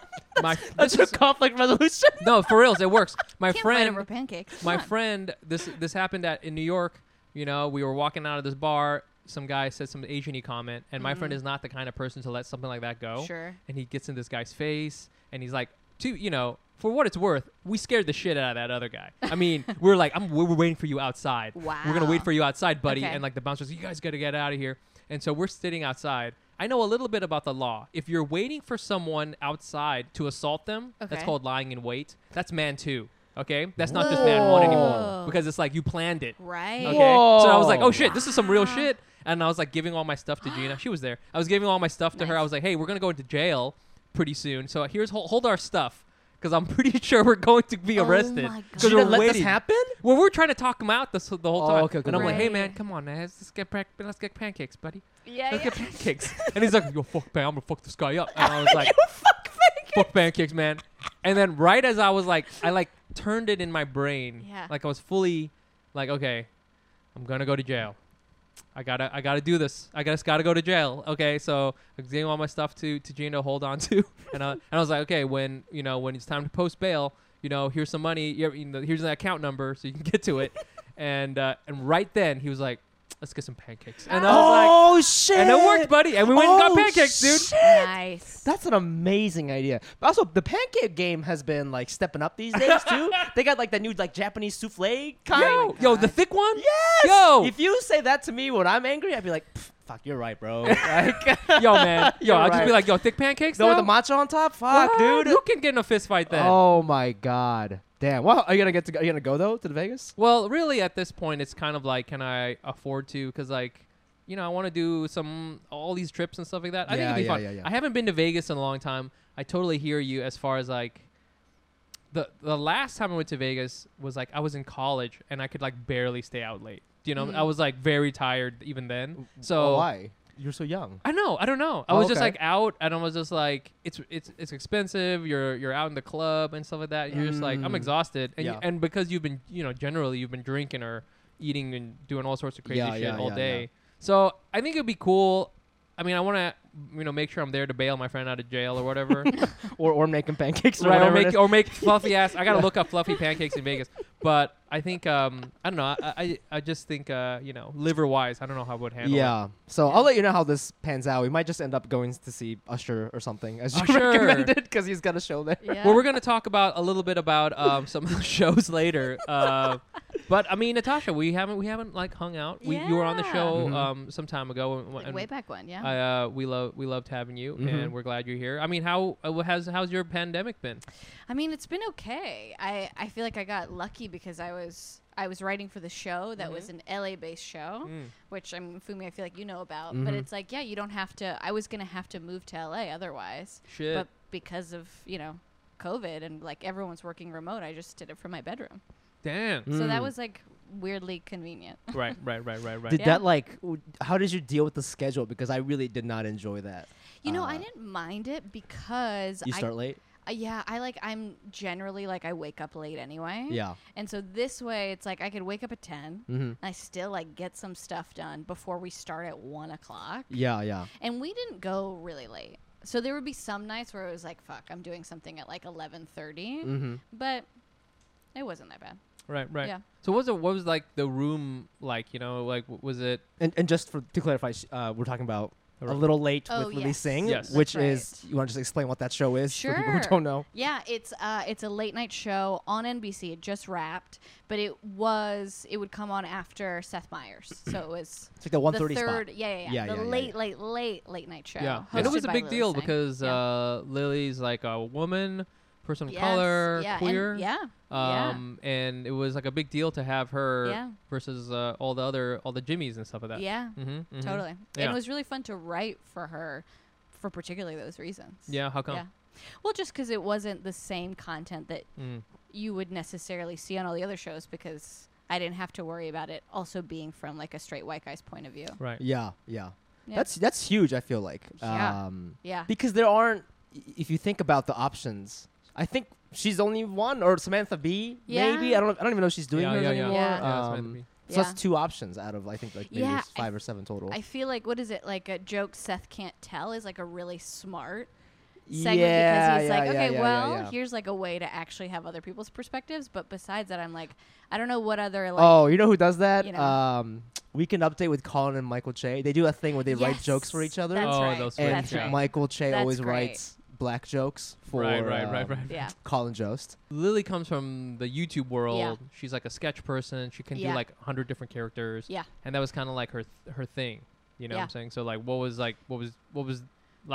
Speaker 2: my.
Speaker 1: That's
Speaker 2: This
Speaker 1: your
Speaker 2: is,
Speaker 1: conflict resolution.
Speaker 2: no, for reals, it works. My
Speaker 3: Can't fight
Speaker 2: friend,
Speaker 3: over pancakes. Come
Speaker 2: my
Speaker 3: on.
Speaker 2: friend, this this happened at in New York. You know, we were walking out of this bar. Some guy said some Asian-y comment, and my
Speaker 3: Mm-hmm.
Speaker 2: friend is not the kind of person to let something like that go.
Speaker 3: Sure.
Speaker 2: And he gets in this guy's face, and he's like, "To you know, for what it's worth, we scared the shit out of that other guy. I mean, we we're like, I'm, we we're waiting for you outside. We're gonna wait
Speaker 3: Wow.
Speaker 2: for you outside, buddy."
Speaker 3: Okay.
Speaker 2: And like the bouncer's, like, "You guys gotta get out of here." And so we're sitting outside. I know a little bit about the law. If you're waiting for someone outside to assault them, that's
Speaker 3: Okay.
Speaker 2: called lying in wait. That's man two. Okay, that's not just man one anymore
Speaker 3: Whoa.
Speaker 2: because it's like you planned it.
Speaker 3: Right.
Speaker 2: Okay, so I was like,
Speaker 1: Whoa.
Speaker 2: oh shit, this is some real
Speaker 3: Wow.
Speaker 2: shit, and I was like giving all my stuff to Gina. She was there. I was giving all my stuff to her.
Speaker 3: Nice.
Speaker 2: I was like, hey, we're gonna go into jail pretty soon, so here's hold, hold our stuff because I'm pretty sure we're going to be
Speaker 3: Oh
Speaker 2: arrested.
Speaker 3: my
Speaker 1: Did
Speaker 2: Because
Speaker 1: you
Speaker 2: we're
Speaker 1: not let this
Speaker 2: waiting.
Speaker 1: happen?
Speaker 2: Well, we're trying to talk him out this, the whole
Speaker 1: Oh,
Speaker 2: time,
Speaker 1: okay, okay,
Speaker 2: and I'm like, hey
Speaker 3: right.
Speaker 2: man, come on, man, let's get prac- let's get pancakes, buddy.
Speaker 3: Yeah.
Speaker 2: Let's
Speaker 3: yeah.
Speaker 2: get pancakes. and he's like, yo, fuck, man, I'm gonna fuck this guy up. And I was like,
Speaker 3: Fuck pancakes.
Speaker 2: fuck pancakes, man. And then right as I was like, I like turned it in my brain.
Speaker 3: Yeah.
Speaker 2: Like I was fully, like, okay, I'm gonna go to jail. I gotta, I gotta do this. I guess gotta go to jail. Okay, so I'm getting all my stuff to to Gina to hold on to, and I, and I was like, okay, when you know when it's time to post bail, you know, here's some money. You you know, here's an account number so you can get to it. and uh, and right then he was like, let's get some pancakes, and I was like,
Speaker 1: oh shit!
Speaker 2: and it worked, buddy. And we went and got
Speaker 1: Oh,
Speaker 2: pancakes, dude.
Speaker 1: shit.
Speaker 3: Nice.
Speaker 1: That's an amazing idea. But also, the pancake game has been like stepping up these days too. they got like that new like Japanese souffle kind.
Speaker 2: Yo, yo, the thick one.
Speaker 1: Yes.
Speaker 2: Yo.
Speaker 1: If you say that to me when I'm angry, I'd be like, "Pff, "Fuck, you're right, bro." Like,
Speaker 2: yo, man. Yo,
Speaker 1: You're
Speaker 2: I'll just be
Speaker 1: right.
Speaker 2: like, yo, thick pancakes.
Speaker 1: though with the
Speaker 2: now?
Speaker 1: matcha on top. Fuck,
Speaker 2: What?
Speaker 1: dude.
Speaker 2: You can get in a fist fight then.
Speaker 1: Oh my god. Damn. Well, are you gonna get to? Go, are you gonna go though to the Vegas?
Speaker 2: Well, really, at this point, it's kind of like, can I afford to? Because, like, you know, I want to do some, all these trips and stuff like that. I
Speaker 1: Yeah,
Speaker 2: think it'd be
Speaker 1: yeah,
Speaker 2: fun.
Speaker 1: yeah, yeah.
Speaker 2: I haven't been to Vegas in a long time. I totally hear you as far as, like, the, the last time I went to Vegas was like I was in college and I could like barely stay out late. You know, I
Speaker 1: Mm.
Speaker 2: was like very tired even then. So
Speaker 1: why? You're so young.
Speaker 2: I know. I don't know. I
Speaker 1: Oh,
Speaker 2: was just
Speaker 1: okay.
Speaker 2: like out, and I was just like, it's it's it's expensive. You're you're out in the club and stuff like that. You're just like, I'm
Speaker 1: Mm.
Speaker 2: exhausted, and y-
Speaker 1: Yeah.
Speaker 2: and because you've been you know generally you've been drinking or eating and doing all sorts of crazy
Speaker 1: Yeah,
Speaker 2: shit
Speaker 1: yeah,
Speaker 2: all
Speaker 1: yeah,
Speaker 2: day.
Speaker 1: yeah.
Speaker 2: So I think it'd be cool. I mean, I want to you know make sure I'm there to bail my friend out of jail or whatever.
Speaker 1: Or or making pancakes or
Speaker 2: right, or
Speaker 1: whatever. it
Speaker 2: make
Speaker 1: is.
Speaker 2: or make fluffy ass. I gotta look up fluffy pancakes in Vegas. But I think um I don't know. I I, I just think uh you know liver wise, I don't know how I would handle. it.
Speaker 1: Yeah. So I'll let you know how this pans out. We might just end up going to see Usher or something, as you
Speaker 2: Usher.
Speaker 1: recommended, because he's got a show there.
Speaker 3: Yeah.
Speaker 2: Well, we're going to talk about a little bit about um, some of the shows later. Uh, but I mean, Natasha, we haven't we haven't like hung out. We, You were on the
Speaker 3: Yeah.
Speaker 2: show
Speaker 1: Mhm.
Speaker 2: um, some time ago, and,
Speaker 3: Like
Speaker 2: and
Speaker 3: way back when, yeah.
Speaker 2: I, uh, we love we loved having you,
Speaker 1: Mhm.
Speaker 2: and we're glad you're here. I mean, how uh, has how's your pandemic been?
Speaker 3: I mean, it's been okay. I, I feel like I got lucky because I was I was writing for the show that was an LA based
Speaker 2: Mm-hmm.
Speaker 3: show,
Speaker 2: Mm,
Speaker 3: which I'm Fumi. I feel like you know about, but
Speaker 1: Mhm.
Speaker 3: it's like yeah, you don't have to. I was gonna have to move to LA otherwise,
Speaker 2: Shit.
Speaker 3: but because of you know COVID and like everyone's working remote, I just did it from my bedroom.
Speaker 2: Damn.
Speaker 3: So
Speaker 1: Mm.
Speaker 3: that was like weirdly convenient.
Speaker 2: Mm-hmm. right, right, right, right, right.
Speaker 1: Did
Speaker 3: Yeah.
Speaker 1: that like? w- How did you deal with the schedule? Because I really did not enjoy that.
Speaker 3: You know,
Speaker 1: Uh,
Speaker 3: I didn't mind it because
Speaker 1: You
Speaker 3: I
Speaker 1: start late.
Speaker 3: uh, yeah, I like I'm generally like I wake up late anyway.
Speaker 1: Yeah.
Speaker 3: And so this way, it's like I could wake up at 10
Speaker 1: Mm-hmm.
Speaker 3: I still like get some stuff done before we start at one o'clock.
Speaker 1: Yeah. Yeah.
Speaker 3: And we didn't go really late, so there would be some nights where it was like, "Fuck, I'm doing something at like eleven thirty,
Speaker 1: Mm-hmm.
Speaker 3: but it wasn't that bad.
Speaker 2: right, right.
Speaker 3: Yeah.
Speaker 2: So what was it, what was like the room like? You know, like w- was it?
Speaker 1: And and just for to clarify, sh- uh, we're talking about. A
Speaker 2: Alright.
Speaker 1: little late
Speaker 3: Oh,
Speaker 1: with
Speaker 3: yes.
Speaker 1: releasing,
Speaker 2: Yes. That's
Speaker 1: which
Speaker 3: right.
Speaker 1: is you want to just explain what that show is for people who
Speaker 3: Sure.
Speaker 1: don't know.
Speaker 3: Yeah, it's uh, it's a late night show on NBC. It just wrapped, but it was it would come on after Seth Meyers, so it was
Speaker 1: It's like the one thirty
Speaker 3: the
Speaker 1: spot.
Speaker 3: third, yeah, yeah,
Speaker 1: Yeah,
Speaker 3: yeah, the
Speaker 1: yeah, yeah,
Speaker 3: late,
Speaker 1: yeah.
Speaker 3: late, late, late night show.
Speaker 2: Yeah, and it
Speaker 3: hosted
Speaker 2: was a
Speaker 3: by
Speaker 2: big
Speaker 3: Lily
Speaker 2: deal
Speaker 3: Singh.
Speaker 2: because
Speaker 3: Yeah.
Speaker 2: uh, Lily's like a woman, person of
Speaker 3: Yes,
Speaker 2: color,
Speaker 3: yeah, and-
Speaker 2: queer.
Speaker 3: yeah, yeah.
Speaker 2: um and it was like a big deal to have her
Speaker 3: Yeah.
Speaker 2: versus uh, all the other all the jimmies and stuff like that
Speaker 3: Yeah,
Speaker 2: mm-hmm,
Speaker 3: totally. And
Speaker 2: Yeah.
Speaker 3: it was really fun to write for her for particularly those reasons.
Speaker 2: yeah how come
Speaker 3: Yeah. Well, just because it wasn't the same content that
Speaker 2: Mm.
Speaker 3: you would necessarily see on all the other shows because I didn't have to worry about it also being from like a straight white guy's point of view.
Speaker 2: right
Speaker 1: Yeah, yeah,
Speaker 3: Yeah.
Speaker 1: That's that's huge. I feel like,
Speaker 3: Yeah.
Speaker 1: um,
Speaker 3: yeah.
Speaker 1: because there aren't if you think about the options, I think she's only one or Samantha B. Maybe
Speaker 3: Yeah.
Speaker 1: I don't. know- I don't even know if she's doing
Speaker 2: yeah,
Speaker 1: hers
Speaker 2: yeah, yeah.
Speaker 1: anymore.
Speaker 3: Yeah.
Speaker 2: that's meant to
Speaker 1: Um,
Speaker 2: be.
Speaker 1: So
Speaker 3: Yeah.
Speaker 1: that's two options out of I think like maybe
Speaker 3: Yeah, I-
Speaker 1: five or seven total.
Speaker 3: I feel like what is it like a joke Seth can't tell is like a really smart segment
Speaker 1: yeah,
Speaker 3: because he's
Speaker 1: yeah,
Speaker 3: like,
Speaker 1: yeah,
Speaker 3: okay,
Speaker 1: yeah,
Speaker 3: well,
Speaker 1: yeah, yeah.
Speaker 3: here's like a way to actually have other people's perspectives. But besides that, I'm like, I don't know what other like.
Speaker 1: oh, you know who does that?
Speaker 3: you know.
Speaker 1: Um, Weekend Update with Colin and Michael Che. They do a thing where they write jokes for
Speaker 3: Yes,
Speaker 1: each other,
Speaker 3: That's
Speaker 2: Oh,
Speaker 3: right.
Speaker 2: those
Speaker 1: and
Speaker 2: That's right.
Speaker 1: Michael Che
Speaker 3: That's
Speaker 1: always
Speaker 3: great.
Speaker 1: writes black jokes for
Speaker 2: right, right, right,
Speaker 1: um,
Speaker 2: right.
Speaker 3: Yeah.
Speaker 1: Colin Jost.
Speaker 2: Lily comes from the YouTube world. She's like a sketch person. She can
Speaker 3: Yeah.
Speaker 2: do like 100 different characters.
Speaker 3: Yeah.
Speaker 2: And that was kind of like her th- her thing. You know what
Speaker 3: Yeah.
Speaker 2: I'm saying? So like what was like what was what was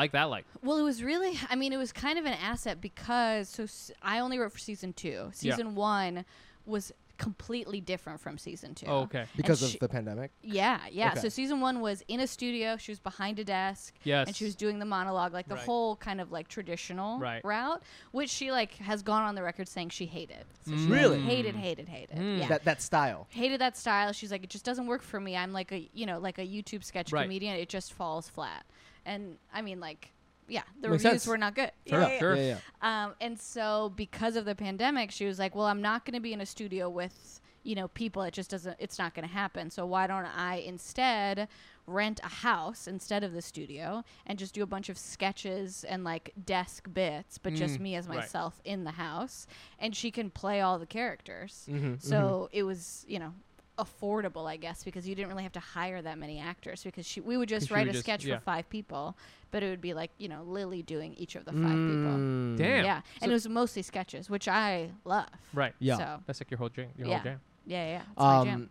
Speaker 2: like that like?
Speaker 3: Well, it was really, I mean, it was kind of an asset because so s- I only wrote for season two. Season one was completely different from season two.
Speaker 2: Oh, okay.
Speaker 1: Because of
Speaker 3: she-
Speaker 1: the pandemic.
Speaker 3: Yeah, yeah.
Speaker 1: Okay.
Speaker 3: So season one was in a studio. She was behind a desk.
Speaker 2: Yes.
Speaker 3: And she was doing the monologue, like the
Speaker 2: Right.
Speaker 3: whole kind of like traditional
Speaker 2: Right.
Speaker 3: route, which she like has gone on the record saying she hated. So she
Speaker 1: Really?
Speaker 3: hated, hated, hated.
Speaker 2: Mm.
Speaker 3: Yeah.
Speaker 1: That that style.
Speaker 3: hated that style. She's like, it just doesn't work for me. I'm like a you know like a YouTube sketch
Speaker 2: Right.
Speaker 3: comedian. It just falls flat. And I mean like. Yeah, the
Speaker 1: Makes
Speaker 3: reviews
Speaker 1: sense.
Speaker 3: were not good.
Speaker 2: Sure,
Speaker 3: Yeah, yeah,
Speaker 2: sure.
Speaker 1: Yeah, yeah.
Speaker 3: um, and so because of the pandemic, she was like, "Well, I'm not going to be in a studio with you know people. It just doesn't. It's not going to happen. So why don't I instead rent a house instead of the studio and just do a bunch of sketches and like desk bits, but just
Speaker 2: Mm,
Speaker 3: me as
Speaker 2: right.
Speaker 3: myself in the house, and she can play all the characters.
Speaker 2: Mm-hmm,
Speaker 1: Mhm,
Speaker 3: so it was you know affordable i guess because you didn't really have to hire that many actors because she, we would just
Speaker 2: she
Speaker 3: write
Speaker 2: would
Speaker 3: a
Speaker 2: just-
Speaker 3: sketch
Speaker 2: yeah.
Speaker 3: for five people but it would be like you know lily doing each of the five people
Speaker 1: Mm.
Speaker 2: Damn.
Speaker 3: yeah, and
Speaker 2: Mm, So-
Speaker 3: it was mostly sketches, which I love.
Speaker 2: Right.
Speaker 1: Yeah.
Speaker 3: So
Speaker 2: That's like your whole jam. Your
Speaker 3: Oh. Yeah.
Speaker 2: whole jam.
Speaker 3: yeah, yeah, it's my jam.
Speaker 1: Um,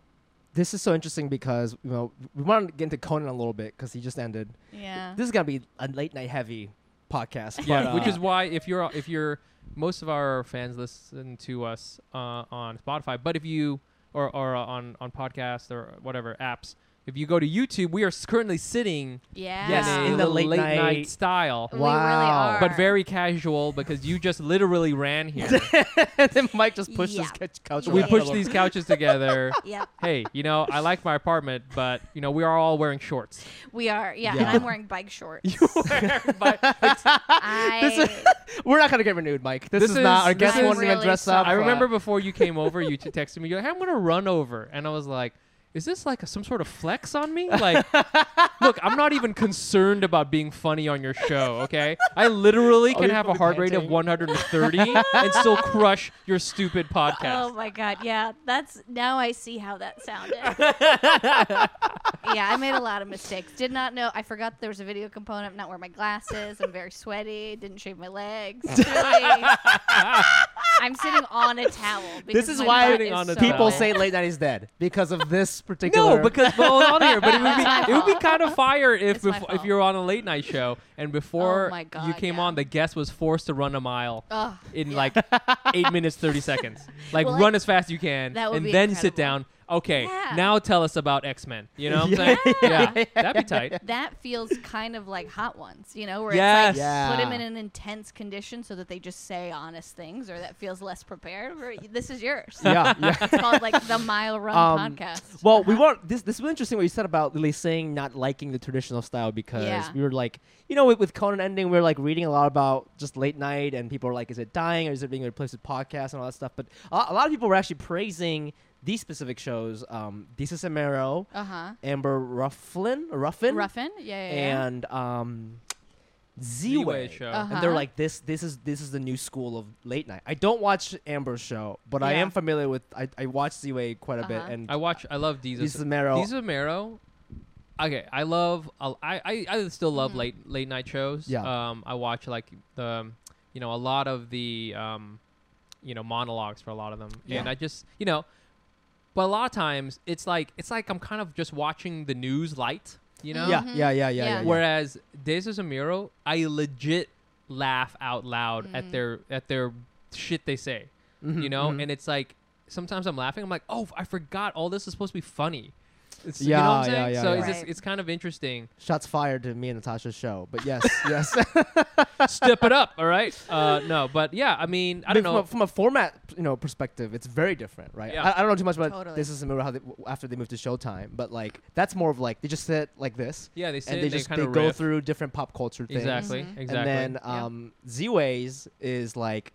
Speaker 1: this is so interesting because you know we want to get into Conan a little bit because he just ended.
Speaker 3: Yeah.
Speaker 1: This is gonna be a late night heavy podcast.
Speaker 2: Yeah,
Speaker 1: but,
Speaker 2: which
Speaker 1: uh,
Speaker 2: is why if you're if you're most of our fans listen to us uh, on Spotify, but if you or or uh, on on podcast or whatever apps, if you go to YouTube, we are s- currently sitting
Speaker 3: yeah.
Speaker 1: Yes,
Speaker 2: in, a
Speaker 1: in the
Speaker 2: late,
Speaker 1: late
Speaker 2: night,
Speaker 1: night-
Speaker 2: style,
Speaker 3: we really
Speaker 1: Wow.
Speaker 3: are.
Speaker 2: but very casual because you just literally ran here.
Speaker 1: and then Mike just pushed
Speaker 3: Yeah.
Speaker 1: this couch. couch
Speaker 2: we
Speaker 1: around.
Speaker 2: pushed these couches together.
Speaker 3: Yeah,
Speaker 2: hey, you know, I like my apartment, but you know, we are all wearing shorts.
Speaker 3: we are. Yeah, and
Speaker 1: Yeah.
Speaker 3: I'm wearing bike shorts.
Speaker 2: But it's-
Speaker 3: I
Speaker 1: We're not gonna get renewed, Mike. This,
Speaker 2: This
Speaker 1: is, not. Our
Speaker 2: is-
Speaker 1: guest
Speaker 3: I'm
Speaker 1: won't even
Speaker 3: really
Speaker 1: dress up.
Speaker 2: I
Speaker 1: uh,
Speaker 2: remember before you came over, you t- texted me, you're like, I'm going to run over. And I was like, is this like a, some sort of flex on me? Like, look, I'm not even concerned about being funny on your show, okay? I literally
Speaker 1: Oh,
Speaker 2: can
Speaker 1: you're
Speaker 2: have a
Speaker 1: probably
Speaker 2: heart rate of
Speaker 1: panting.
Speaker 2: 130 and still crush your stupid
Speaker 3: oh
Speaker 2: podcast.
Speaker 3: my god, yeah. That's now I see how that sounded. yeah, I made a lot of mistakes. Did not know. I forgot there was a video component. Not wearing my glasses. I'm very sweaty. Didn't shave my legs. Really, I'm sitting on a towel. Because
Speaker 1: is
Speaker 3: my
Speaker 1: why
Speaker 3: butt
Speaker 2: Sitting
Speaker 3: is
Speaker 2: on a
Speaker 3: so
Speaker 2: towel.
Speaker 1: people
Speaker 3: wet.
Speaker 1: say late night is dead because of this particular.
Speaker 2: No, because well, hold on here, but it would
Speaker 3: It's my
Speaker 2: be it would be
Speaker 3: fault.
Speaker 2: kind of fire if
Speaker 3: It's my
Speaker 2: befo- if
Speaker 3: fault. Oh
Speaker 2: you're on a late night show and before
Speaker 3: my
Speaker 2: you
Speaker 3: God,
Speaker 2: came
Speaker 3: yeah.
Speaker 2: on, the guest was forced to run a mile.
Speaker 3: Ugh.
Speaker 2: in like eight minutes thirty seconds. Like
Speaker 3: Well,
Speaker 2: run
Speaker 3: I-
Speaker 2: as fast as you can,
Speaker 3: That would
Speaker 2: and
Speaker 3: be
Speaker 2: then sit
Speaker 3: incredible.
Speaker 2: down. Okay,
Speaker 3: Yeah.
Speaker 2: now tell us about X Men. You know
Speaker 1: Yeah.
Speaker 2: what I'm saying? Yeah, that'd be tight.
Speaker 3: that feels kind of like hot ones, you know, where
Speaker 2: Yes.
Speaker 3: it's like put them
Speaker 1: Yeah.
Speaker 3: in an intense condition so that they just say honest things, or that feels less prepared. Or, this is yours.
Speaker 1: yeah, yeah.
Speaker 3: it's called like the Mile Run
Speaker 1: Um,
Speaker 3: podcast.
Speaker 1: Well, we want this. This was interesting what you said about Lily Singh not liking the traditional style because
Speaker 3: Yeah.
Speaker 1: we were like, you know, with, with Conan ending, we were like reading a lot about just late night and people are like, is it dying or is it being replaced with podcasts and all that stuff. But a, a lot of people were actually praising these specific shows. Um, Disa Samero,
Speaker 3: Uh huh.
Speaker 1: Amber Rufflin, Ruffin,
Speaker 3: Ruffin. Yeah. Yeah. yeah.
Speaker 1: and um,
Speaker 2: Z-Way
Speaker 1: Z-Way.
Speaker 2: show.
Speaker 1: And they're
Speaker 3: Uh-huh.
Speaker 1: like, this, this is this is the new school of late night. I don't watch Amber's show, but I
Speaker 3: Yeah.
Speaker 1: am familiar with. I, I watch Z-Way quite a bit,
Speaker 3: Uh-huh.
Speaker 1: and
Speaker 2: I watch. I love
Speaker 1: Disa
Speaker 2: Deezus.
Speaker 1: Samero.
Speaker 2: Deezus Mero. Okay, I love. I'll- I I, I still love
Speaker 3: Mm-hmm.
Speaker 2: late late night shows.
Speaker 1: Yeah.
Speaker 2: Um, I watch like the, you know, a lot of the, um, you know, monologues for a lot of them,
Speaker 1: Yeah.
Speaker 2: and I just you know, but a lot of times it's like it's like I'm kind of just watching the news light. You know.
Speaker 1: Yeah, yeah,
Speaker 3: Mhm.
Speaker 1: yeah, yeah, yeah.
Speaker 3: Yeah.
Speaker 1: yeah.
Speaker 2: Whereas Days of Zamiro, I legit laugh out loud
Speaker 3: Mm.
Speaker 2: at their at their shit they say.
Speaker 1: Mhm,
Speaker 2: You know,
Speaker 1: mhm.
Speaker 2: and it's like sometimes I'm laughing. I'm like, oh, I forgot all this is supposed to be funny. It's, you know what I'm
Speaker 1: Yeah, yeah,
Speaker 2: saying?
Speaker 1: yeah,
Speaker 2: so
Speaker 1: yeah.
Speaker 2: It's, just,
Speaker 3: Right.
Speaker 2: it's kind of interesting.
Speaker 1: Shots fired to me and Natasha's show. But yes, yes.
Speaker 2: Step it up, all right? Uh, no, but yeah, I mean, I don't
Speaker 1: from
Speaker 2: know.
Speaker 1: A, from a format, you know, perspective, it's very different, right?
Speaker 2: Yeah.
Speaker 1: I, I don't know too much about
Speaker 3: Totally.
Speaker 1: this is how they, w- after they moved to Showtime, but like that's more of like they just sit like this,
Speaker 2: yeah, they sit
Speaker 1: and they just
Speaker 2: kind
Speaker 1: they
Speaker 2: of
Speaker 1: go through different pop culture things.
Speaker 2: Exactly,
Speaker 3: Mhm.
Speaker 2: exactly.
Speaker 1: And then
Speaker 3: Yeah.
Speaker 1: um, Z-Ways is like,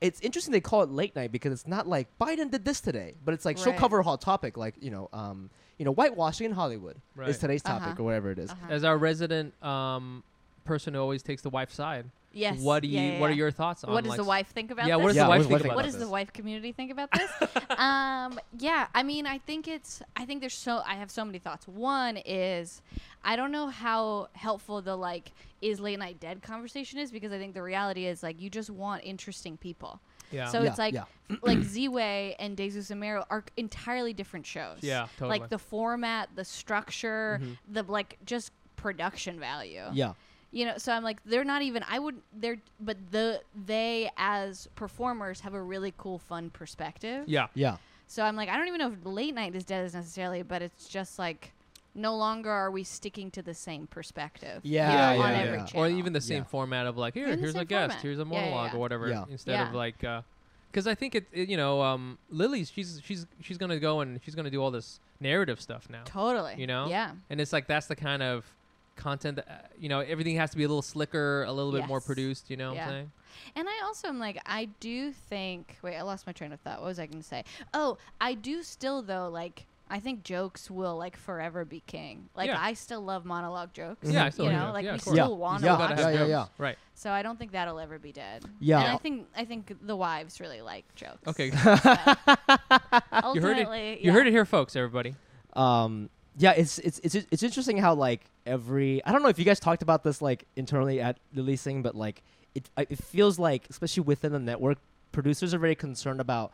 Speaker 1: it's interesting they call it late night because it's not like Biden did this today, but it's like she'll
Speaker 3: Right.
Speaker 1: cover a hot topic like you know, um, you know, whitewashing in Hollywood
Speaker 2: Right.
Speaker 1: is today's topic
Speaker 3: Uh-huh.
Speaker 1: or whatever it is.
Speaker 3: Uh-huh.
Speaker 2: as our resident um, person who always takes the wife's side,
Speaker 3: Yes.
Speaker 2: what do you?
Speaker 3: yeah, yeah,
Speaker 2: What are
Speaker 3: yeah.
Speaker 2: your thoughts on?
Speaker 3: What does
Speaker 2: like,
Speaker 3: the wife think about
Speaker 2: Yeah,
Speaker 3: this?
Speaker 2: what does
Speaker 1: Yeah,
Speaker 2: the
Speaker 1: what
Speaker 2: wife
Speaker 1: does
Speaker 2: think
Speaker 1: the
Speaker 2: about
Speaker 1: wife
Speaker 3: what
Speaker 2: this?
Speaker 3: does the wife community think about this? um, yeah, I mean, I think it's. I think there's so. I have so many thoughts. One is, I don't know how helpful the like is late night dead conversation is because I think the reality is like you just want interesting people.
Speaker 2: yeah.
Speaker 3: So
Speaker 1: Yeah,
Speaker 3: it's like
Speaker 1: yeah.
Speaker 3: like Z Way and Jesus Amaro are entirely different shows.
Speaker 2: Yeah, totally. Mm-hmm.
Speaker 3: Like the format, the structure, the like just production value
Speaker 1: Yeah,
Speaker 3: you know so i'm like they're not even i would they're but the they as performers have a really cool fun perspective
Speaker 2: yeah.
Speaker 1: yeah.
Speaker 3: so i'm like i don't even know if late night is dead as necessarily but it's just like no longer are we sticking to the same perspective
Speaker 1: Yeah,
Speaker 3: you know,
Speaker 1: yeah,
Speaker 3: on
Speaker 1: yeah.
Speaker 3: every
Speaker 2: Or
Speaker 3: channel.
Speaker 2: even the same
Speaker 1: Yeah.
Speaker 2: format of like, here,
Speaker 3: Even the
Speaker 2: here's a
Speaker 3: same
Speaker 2: guest,
Speaker 3: format.
Speaker 2: here's a
Speaker 3: Yeah, yeah,
Speaker 2: monologue
Speaker 3: yeah.
Speaker 2: or whatever,
Speaker 1: Yeah.
Speaker 2: instead of
Speaker 3: Yeah.
Speaker 2: like, uh 'cause I think it, it- you know, um, Lily's she's she's she's gonna go and she's gonna do all this narrative stuff now,
Speaker 3: totally
Speaker 2: You know?
Speaker 3: yeah
Speaker 2: and it's like that's the kind of content that uh, you know everything has to be a little slicker, a little bit more
Speaker 3: Yes.
Speaker 2: produced. You know what
Speaker 3: Yeah.
Speaker 2: I'm
Speaker 1: Uh,
Speaker 2: saying?
Speaker 3: And I also am like, I do think. Wait, I lost my train of thought. What was I going to say? Oh, I do still though. Like, I think jokes will like forever be king. Like,
Speaker 2: Yeah.
Speaker 3: I still love monologue jokes.
Speaker 2: Yeah, I still
Speaker 3: you
Speaker 2: like
Speaker 3: know,
Speaker 2: jokes.
Speaker 3: like
Speaker 2: Yeah,
Speaker 3: we
Speaker 2: of course.
Speaker 3: still want to
Speaker 1: Yeah,
Speaker 2: You gotta
Speaker 3: watch.
Speaker 2: have
Speaker 1: yeah, yeah,
Speaker 2: jokes.
Speaker 1: yeah.
Speaker 2: Right.
Speaker 3: So I don't think that'll ever be dead.
Speaker 1: Yeah.
Speaker 3: And I think I think the wives really like jokes.
Speaker 2: Okay.
Speaker 3: Ultimately,
Speaker 2: You heard it.
Speaker 3: yeah.
Speaker 2: You heard it here, folks. Everybody.
Speaker 1: um yeah it's it's it's it's interesting how like every i don't know if you guys talked about this like internally at releasing but like it I- it feels like especially within the network producers are very concerned about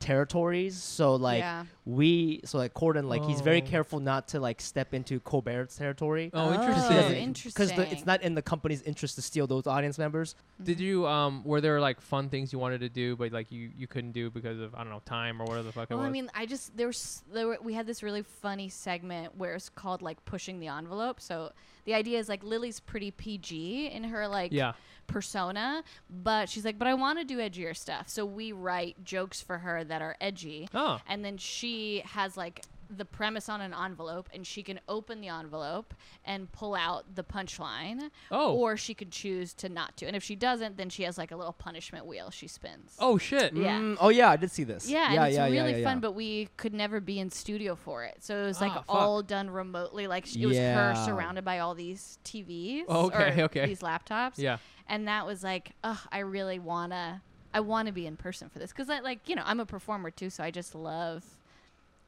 Speaker 1: territories so like
Speaker 3: Yeah.
Speaker 1: we so like Corden like he's very
Speaker 2: Oh.
Speaker 1: careful not to like step into Colbert's territory
Speaker 2: Oh,
Speaker 1: He doesn't-
Speaker 2: interesting.
Speaker 1: because the- it's not in the company's interest to steal those audience members
Speaker 2: Did
Speaker 3: Mm-hmm.
Speaker 2: you um were there like fun things you wanted to do but like you you couldn't do because of I don't know time or whatever the fuck
Speaker 3: Well,
Speaker 2: it was?
Speaker 3: I mean, I just there was there were, we had this really funny segment where it's called like pushing the envelope. So the idea is like Lily's pretty PG in her like
Speaker 2: yeah,
Speaker 3: persona, but she's like, but I want to do edgier stuff. So we write jokes for her that are edgy,
Speaker 2: Oh.
Speaker 3: and then she has like the premise on an envelope, and she can open the envelope and pull out the punchline.
Speaker 2: Oh.
Speaker 3: or she could choose to not to, and if she doesn't, then she has like a little punishment wheel she spins.
Speaker 2: Oh shit.
Speaker 3: Yeah.
Speaker 1: Mm, oh yeah i did see this
Speaker 3: Yeah,
Speaker 1: yeah
Speaker 3: and it's
Speaker 1: yeah, yeah,
Speaker 3: really
Speaker 1: yeah,
Speaker 3: fun,
Speaker 1: yeah.
Speaker 3: but we could never be in studio for it. So it was like
Speaker 2: Ah, fuck.
Speaker 3: all done remotely. Like sh- it was her
Speaker 1: Yeah.
Speaker 3: surrounded by all these TVs,
Speaker 2: Oh, okay,
Speaker 3: or
Speaker 2: okay.
Speaker 3: these laptops.
Speaker 2: Yeah.
Speaker 3: and that was like, ugh, I really wanna, I wanna be in person for this because I like, you know, I'm a performer too, so I just love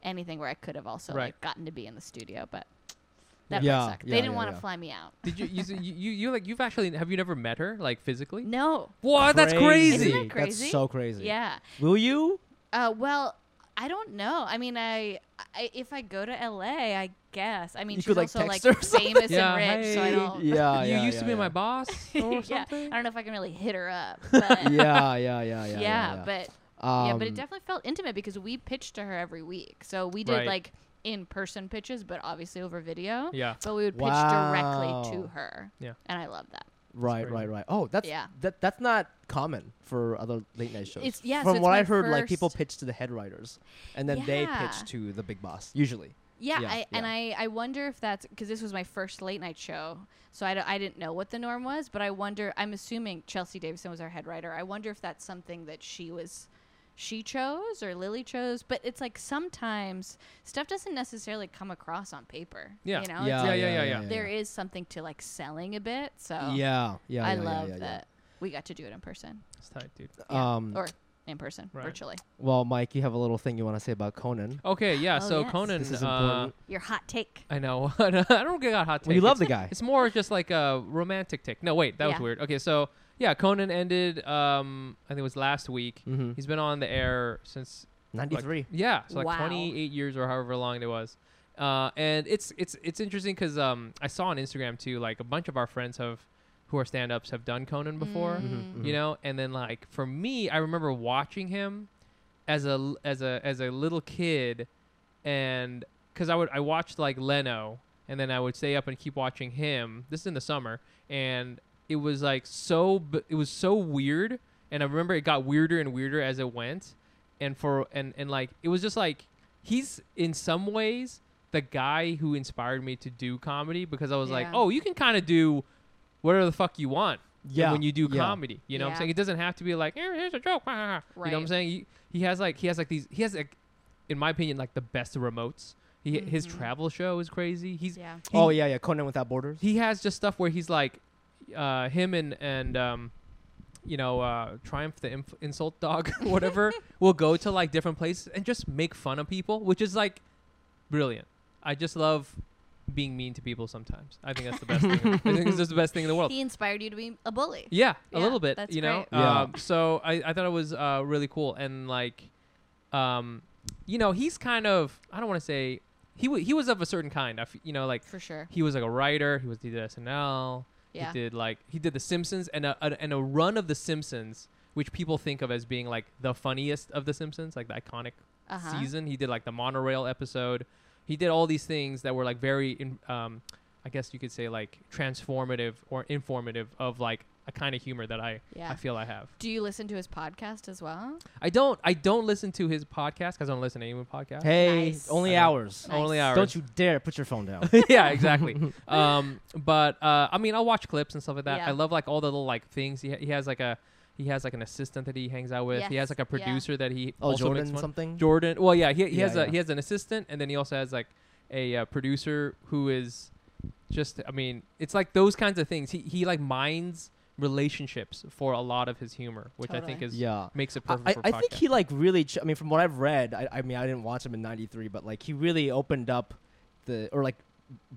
Speaker 3: anything where I could have also
Speaker 2: Right.
Speaker 3: like gotten to be in the studio, but that
Speaker 1: Yeah,
Speaker 3: really sucked.
Speaker 1: yeah,
Speaker 3: they didn't
Speaker 1: yeah,
Speaker 3: want to
Speaker 1: yeah.
Speaker 3: fly me out.
Speaker 2: Did you you, s- you you you like you've actually have you never met her like physically?
Speaker 3: No.
Speaker 2: Wow, that's
Speaker 3: Isn't
Speaker 2: crazy.
Speaker 3: that
Speaker 1: that's
Speaker 3: crazy?
Speaker 1: so crazy
Speaker 3: Yeah.
Speaker 1: will you
Speaker 3: Uh, well, I don't know. I mean, I, I if I go to LA, I guess. I mean,
Speaker 1: You
Speaker 3: she's
Speaker 1: could, like,
Speaker 3: also like
Speaker 1: text her or something.
Speaker 3: famous
Speaker 2: Yeah,
Speaker 3: and rich, so I
Speaker 2: hey.
Speaker 3: don't.
Speaker 1: yeah
Speaker 2: you
Speaker 1: yeah,
Speaker 2: used to
Speaker 1: yeah,
Speaker 2: be
Speaker 1: yeah.
Speaker 2: my boss or
Speaker 3: yeah,
Speaker 2: something.
Speaker 3: I don't know if I can really hit her up. But yeah,
Speaker 1: yeah, yeah, yeah, yeah, yeah, yeah.
Speaker 3: but
Speaker 1: um,
Speaker 3: yeah, but it definitely felt intimate because we pitched to her every week. So we did
Speaker 2: Right.
Speaker 3: like in-person pitches, but obviously over video.
Speaker 2: Yeah.
Speaker 3: But we would pitch directly
Speaker 1: Wow.
Speaker 3: to her.
Speaker 2: Yeah.
Speaker 3: And I love that.
Speaker 1: right,
Speaker 2: crazy.
Speaker 1: right, right. Oh, that's
Speaker 3: Yeah.
Speaker 1: that that's not common for other late night shows.
Speaker 3: It's- yeah, so
Speaker 1: From
Speaker 3: it's
Speaker 1: what
Speaker 3: my
Speaker 1: I heard, like people
Speaker 3: first-
Speaker 1: pitch to the head writers, and then they
Speaker 3: Yeah.
Speaker 1: pitch to the big boss usually.
Speaker 3: Yeah,
Speaker 1: Yeah,
Speaker 3: I, and
Speaker 1: yeah.
Speaker 3: I, I wonder if that's because this was my first late night show, so I, d- I didn't know what the norm was, but I wonder. I'm assuming Chelsea Davison was our head writer. I wonder if that's something that she was, she chose or Lily chose. But it's like sometimes stuff doesn't necessarily come across on paper.
Speaker 2: Yeah.
Speaker 3: you
Speaker 1: yeah,
Speaker 3: know, It's
Speaker 2: yeah,
Speaker 3: like
Speaker 2: yeah, yeah,
Speaker 1: yeah.
Speaker 2: yeah.
Speaker 3: there is something to like selling a bit. So
Speaker 1: yeah, yeah. yeah,
Speaker 3: I
Speaker 1: yeah,
Speaker 3: love
Speaker 1: yeah, yeah.
Speaker 3: that we got to do it in person
Speaker 2: It's tight, dude.
Speaker 3: yeah.
Speaker 1: Um,
Speaker 3: or in person
Speaker 2: Right.
Speaker 3: virtually.
Speaker 1: well, Mike, you have a little thing you want to say about Conan.
Speaker 2: Okay, yeah.
Speaker 3: Oh,
Speaker 2: so
Speaker 3: yes.
Speaker 2: Conan
Speaker 1: This is
Speaker 2: uh,
Speaker 1: important.
Speaker 3: Your hot take.
Speaker 2: I know. I don't get hot take.
Speaker 1: well, you love
Speaker 2: It's-
Speaker 1: the guy.
Speaker 2: It's more just like a romantic take. No, wait, that was
Speaker 3: Yeah.
Speaker 2: weird. Okay, so yeah, Conan ended um I think it was last week.
Speaker 1: Mhm.
Speaker 2: He's been on the air since like-
Speaker 1: Ninety-three.
Speaker 2: yeah, so like
Speaker 3: Wow.
Speaker 2: 28 years or however long it was. Uh, and it's it's it's interesting because um, I saw on Instagram too, like a bunch of our friends have who are stand ups have done Conan before,
Speaker 1: Mhm,
Speaker 2: you
Speaker 1: mhm.
Speaker 2: know. And then like for me, I remember watching him as a l- as a as a little kid, and because I would I watched like Leno, and then I would stay up and keep watching him. This is in the summer, and it was like so b- it was so weird, and I remember it got weirder and weirder as it went, and for and and like it was just like he's in some ways the guy who inspired me to do comedy because I was like,
Speaker 3: Yeah.
Speaker 2: oh, you can kind of do whatever the fuck you want
Speaker 1: Yeah,
Speaker 2: when you do
Speaker 1: yeah.
Speaker 2: comedy. You know what I'm
Speaker 3: Yeah.
Speaker 2: saying? It doesn't have to be like, "Here- here's a joke. ha, ha, ha." You know what I'm
Speaker 3: Right.
Speaker 2: saying? He, he has like he has like these he has like in my opinion like the best remotes. He his travel show is crazy. He's
Speaker 3: Mm-hmm. Yeah.
Speaker 2: he,
Speaker 1: oh yeah, yeah. Conan without borders.
Speaker 2: he has just stuff where he's like uh him and and um you know uh triumph the inf- insult dog whatever will go to like different places and just make fun of people which is like brilliant i just love being mean to people sometimes i think that's the best thing i think it's just the best thing in the world
Speaker 3: He inspired you to be a bully.
Speaker 2: yeah, a
Speaker 3: Yeah,
Speaker 2: little bit.
Speaker 3: that's
Speaker 2: you know.
Speaker 3: great.
Speaker 1: Yeah.
Speaker 2: Um, so I, I thought it was uh, really cool and like, um, you know, he's kind of I don't want to say he wa he was of a certain kind. I f- you know like
Speaker 3: For sure.
Speaker 2: he was like a writer. He was he did SNL.
Speaker 3: Yeah.
Speaker 2: He did like he did The Simpsons and a, a and a run of The Simpsons, which people think of as being like the funniest of The Simpsons, like the iconic
Speaker 3: Uh-huh.
Speaker 2: season. He did like the monorail episode. He did all these things that were like very, in, um, I guess you could say like transformative or informative of like a kind of humor that I
Speaker 3: Yeah.
Speaker 2: I feel I have.
Speaker 3: Do you listen to his podcast as well?
Speaker 2: I don't I don't listen to his podcast because I don't listen to anyone podcast.
Speaker 1: Hey,
Speaker 3: Nice.
Speaker 1: only
Speaker 2: I know.
Speaker 1: hours.
Speaker 3: Nice.
Speaker 2: Only hours.
Speaker 1: Don't you dare put your phone down.
Speaker 2: yeah, exactly. um, but uh, I mean, I'll watch clips and stuff like that.
Speaker 3: Yeah.
Speaker 2: I love like all the little like things. He, ha- he has like a he has like an assistant that he hangs out with. He has
Speaker 3: Yes,
Speaker 2: like a
Speaker 3: yeah.
Speaker 2: producer that he
Speaker 1: Oh,
Speaker 2: also makes
Speaker 1: Jordan
Speaker 2: fun.
Speaker 1: something.
Speaker 2: Jordan. Well, yeah, he, he
Speaker 1: Yeah,
Speaker 2: has a
Speaker 1: yeah.
Speaker 2: he has an assistant, and then he also has like a uh, producer who is just. I mean, it's like those kinds of things. He he like minds relationships for a lot of his humor, which I think
Speaker 3: Totally.
Speaker 2: is
Speaker 1: Yeah.
Speaker 2: makes it perfect.
Speaker 1: I,
Speaker 2: for
Speaker 1: I think
Speaker 2: podcast.
Speaker 1: he like really. Ch- I mean, from what I've read, I, I mean, I didn't watch him in '93, but like he really opened up the or like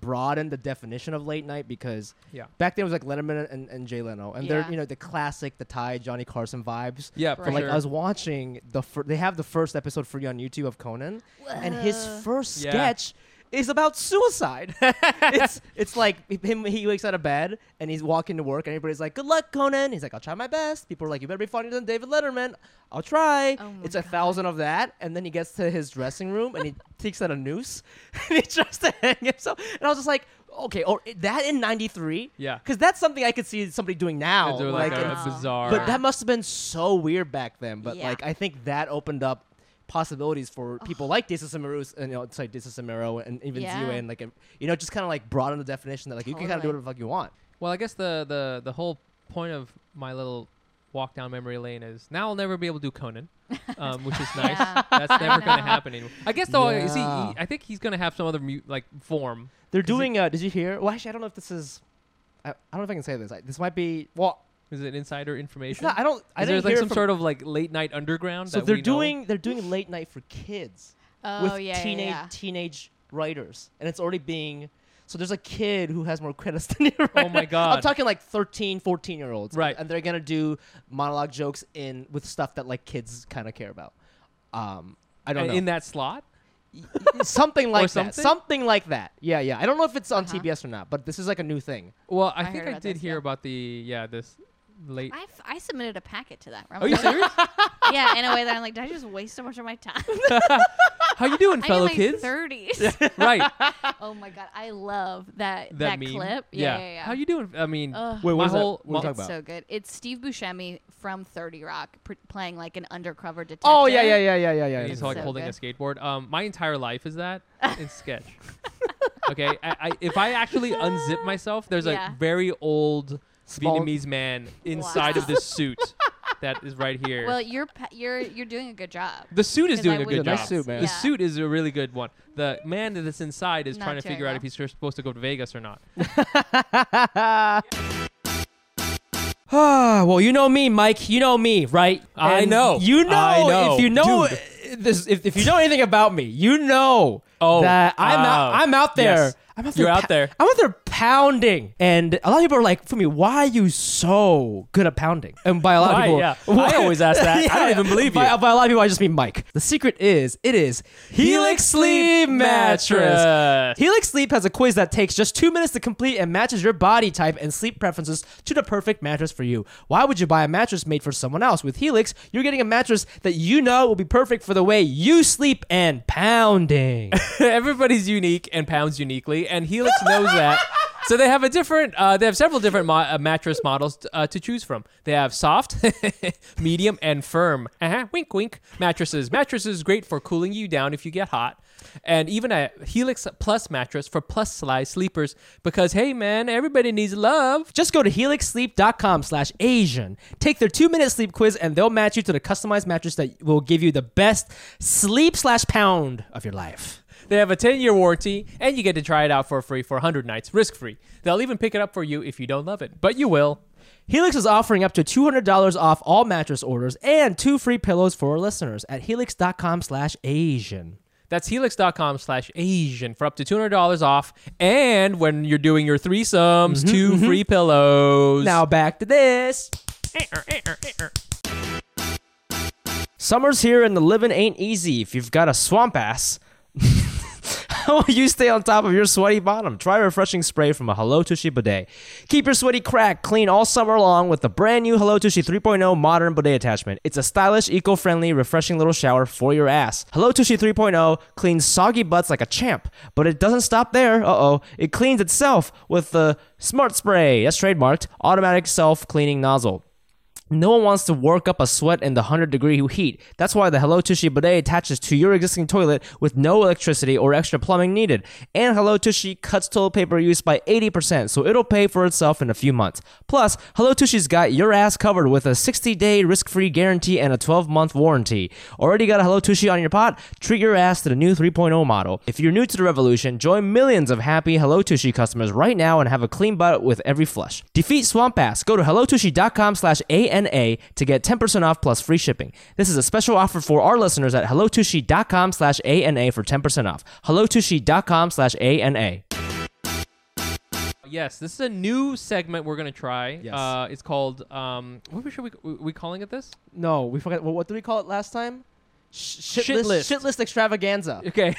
Speaker 1: broadened the definition of late night because
Speaker 2: Yeah.
Speaker 1: back then it was like Letterman and, and Jay Leno, and
Speaker 3: Yeah.
Speaker 1: they're you know the classic, the Thai Johnny Carson vibes.
Speaker 2: Yeah,
Speaker 1: But
Speaker 2: for
Speaker 1: like
Speaker 2: sure.
Speaker 1: I was watching the fir- they have the first episode free on YouTube of Conan, and his
Speaker 3: Whoa.
Speaker 1: first
Speaker 2: Yeah.
Speaker 1: sketch is about suicide. it's it's like him. He wakes out of bed and he's walking to work, and everybody's like, "Good luck, Conan." He's like, "I'll try my best." People are like, "You better be funnier than David Letterman." I'll try.
Speaker 3: Oh my
Speaker 1: it's a
Speaker 3: God.
Speaker 1: thousand of that, and then he gets to his dressing room and he takes out a noose and he tries to hang himself. And I was just like, "Okay, or that in '93."
Speaker 2: Yeah.
Speaker 1: because that's something I could see somebody doing now.
Speaker 2: They're like,
Speaker 1: Like,
Speaker 2: a-
Speaker 1: it's-
Speaker 2: a bizarre.
Speaker 1: but that must have been so weird back then. But
Speaker 3: Yeah.
Speaker 1: like, I think that opened up possibilities for people like Desa Samiro and you know, sorry, Desa Samiro and even
Speaker 3: Yeah.
Speaker 1: Zue and like, ev- you know, just kind of like broaden the definition that like you can kind of do
Speaker 3: Totally.
Speaker 1: whatever the fuck you want.
Speaker 2: Well, I guess the, the the whole point of my little walk down memory lane is now I'll never be able to do Conan, um, which is nice.
Speaker 3: Yeah.
Speaker 2: That's never gonna
Speaker 3: know.
Speaker 2: happen anymore. I guess though, is he,
Speaker 1: Yeah.
Speaker 2: he- I think he's gonna have some other mu- like form.
Speaker 1: They're
Speaker 2: Is
Speaker 1: doing. uh, did you hear? Well, actually, I don't know if this is. I, I don't know if I can say this. I, this might be. Well,
Speaker 2: Is it insider information?
Speaker 1: it's not. I don't. I
Speaker 2: is there
Speaker 1: didn't
Speaker 2: like
Speaker 1: hear
Speaker 2: some
Speaker 1: from-
Speaker 2: sort of like late night underground?
Speaker 1: So
Speaker 2: that
Speaker 1: they're
Speaker 2: we know?
Speaker 1: doing. They're doing late night for kids.
Speaker 3: Oh
Speaker 1: with
Speaker 3: yeah,
Speaker 1: teenage
Speaker 3: yeah, yeah.
Speaker 1: teenage writers, and it's already being. So there's a kid who has more credits than you. right
Speaker 2: Oh my
Speaker 1: now.
Speaker 2: God.
Speaker 1: I'm talking like 13, 14 year olds,
Speaker 2: Right.
Speaker 1: And they're gonna do monologue jokes in with stuff that like kids kind of care about. Um, I don't
Speaker 2: And
Speaker 1: know
Speaker 2: in that slot.
Speaker 1: something like that,
Speaker 2: something?
Speaker 1: something like that. Yeah, yeah. I don't know if it's on
Speaker 3: Uh-huh.
Speaker 1: TBS or not, but this is like a new thing.
Speaker 2: Well, I,
Speaker 3: I
Speaker 2: think
Speaker 3: heard
Speaker 2: I
Speaker 3: about
Speaker 2: did
Speaker 3: this,
Speaker 2: hear
Speaker 3: yeah.
Speaker 2: about the yeah this late.
Speaker 3: I, f- I submitted a packet to that.
Speaker 2: Are you serious?
Speaker 3: yeah, in a way that I'm like, did I just waste so much of my time?
Speaker 2: How you doing,
Speaker 3: I'm in
Speaker 2: fellow
Speaker 3: my
Speaker 2: kids?
Speaker 3: 30s.
Speaker 2: right.
Speaker 3: oh my god, I love that
Speaker 2: That,
Speaker 3: that,
Speaker 2: meme.
Speaker 3: clip. Yeah, yeah, yeah.
Speaker 2: How you doing? I mean,
Speaker 3: Ugh.
Speaker 1: Wait, what
Speaker 2: my
Speaker 1: is that?
Speaker 2: whole
Speaker 1: What are you talking
Speaker 2: my-
Speaker 3: It's
Speaker 1: about?
Speaker 3: so good. It's Steve Buscemi from 30 Rock pr- playing like an undercover detective.
Speaker 1: Oh yeah, yeah, yeah, yeah, yeah, yeah.
Speaker 2: And
Speaker 1: yeah.
Speaker 2: he's like
Speaker 3: so
Speaker 2: holding a
Speaker 3: good.
Speaker 2: skateboard. Um, my entire life is that in sketch. okay, I, I, if I actually unzip myself, there's
Speaker 3: Yeah.
Speaker 2: a very old
Speaker 1: Small-
Speaker 2: Vietnamese man inside of
Speaker 3: Wow.
Speaker 2: this suit that is right here.
Speaker 3: Well, you're pa- you're you're doing a good job.
Speaker 2: the suit is
Speaker 3: 'cause
Speaker 2: doing
Speaker 3: I
Speaker 2: a good
Speaker 3: would
Speaker 2: job.
Speaker 1: Nice suit, man.
Speaker 2: The
Speaker 3: Yeah.
Speaker 2: suit is a really good one. The man that's inside is
Speaker 3: Not
Speaker 2: trying to
Speaker 3: doing
Speaker 2: figure out
Speaker 3: well.
Speaker 2: if he's supposed to go to Vegas or not.
Speaker 1: Ah, well, you know me, Mike. You know me, right?
Speaker 2: I know.
Speaker 1: You know,
Speaker 2: I know.
Speaker 1: If you know
Speaker 2: Dude.
Speaker 1: uh, this, if, if you know anything about me, you know
Speaker 2: Oh,
Speaker 1: that I'm out.
Speaker 2: wow.
Speaker 1: I'm out there.
Speaker 2: Yes.
Speaker 1: I'm out
Speaker 2: You're out
Speaker 1: pa-
Speaker 2: there.
Speaker 1: I'm out there pounding. And a lot of people are like, "For me, why are you so good at pounding?" And by a lot
Speaker 2: Why?
Speaker 1: of
Speaker 2: Yeah.
Speaker 1: people,
Speaker 2: I always ask that. I don't even believe
Speaker 1: By,
Speaker 2: you.
Speaker 1: by a lot of people, I just mean Mike. The secret is it is Helix Sleep Mattress. Helix Sleep has a quiz that takes just two minutes to complete and matches your body type and sleep preferences to the perfect mattress for you. Why would you buy a mattress made for someone else? With Helix, you're getting a mattress that you know will be perfect for the way you sleep and pounding.
Speaker 2: Everybody's unique and pounds uniquely, and Helix knows that. So they have a different. Uh, they have several different mo- uh, mattress models uh, to choose from. They have soft, medium, and firm. Uh-huh, wink, wink. Mattresses. Mattresses great for cooling you down if you get hot, and even a Helix Plus mattress for plus size sleepers. Because hey, man, everybody needs love.
Speaker 1: Just go to helixsleep.com slash Asian. Take their two-minute sleep quiz and they'll match you to the customized mattress that will give you the best sleep slash pound of your life.
Speaker 2: They have a 10 year warranty, and you get to try it out for free for 100 nights, risk free. They'll even pick it up for you if you don't love it, but you will.
Speaker 1: Helix is offering up to $200 off all mattress orders and two free pillows for our listeners at helix.com slash Asian.
Speaker 2: That's helix.com slash Asian for up to $200 off. And when you're doing your threesomes, 2 free pillows.
Speaker 1: Mm-hmm, Now back to this. Summer's here and the living ain't easy if you've got a swamp ass. How will you stay on top of your sweaty bottom? Try refreshing spray from a Hello Tushy bidet. Keep your sweaty crack clean all summer long with the brand new Hello Tushy 3.0 modern bidet attachment. It's a stylish, eco-friendly, refreshing little shower for your ass. Hello Tushy 3.0 cleans soggy butts like a champ, but it doesn't stop there. Uh-oh, it cleans itself with the Smart Spray. That's trademarked. Automatic self-cleaning nozzle. No one wants to work up a sweat in the 100 degree heat. That's why the Hello Tushy bidet attaches to your existing toilet with no electricity or extra plumbing needed. And Hello Tushy cuts toilet paper use by 80%, so it'll pay for itself in a few months. Plus, Hello Tushy's got your ass covered with a 60 day risk free guarantee and a 12 month warranty. Already got a Hello Tushy on your pot? Treat your ass to the new 3.0 model. If you're new to the revolution, join millions of happy Hello Tushy customers right now and have a clean butt with every flush. Defeat Swamp Ass. Go to hellotushy.com slash ANA to get 10% off plus free shipping. This is a special offer for our listeners at hellotushy.com slash ANA for 10% off. hellotushy.com slash ANA.
Speaker 2: Yes, this is a new segment we're going to try.
Speaker 1: Yes.
Speaker 2: Uh, it's called, um, what should we, we, we calling it this?
Speaker 1: No, we forgot. What, what did we call it last time? Sh-
Speaker 2: Shit list.
Speaker 1: list extravaganza.
Speaker 2: Okay.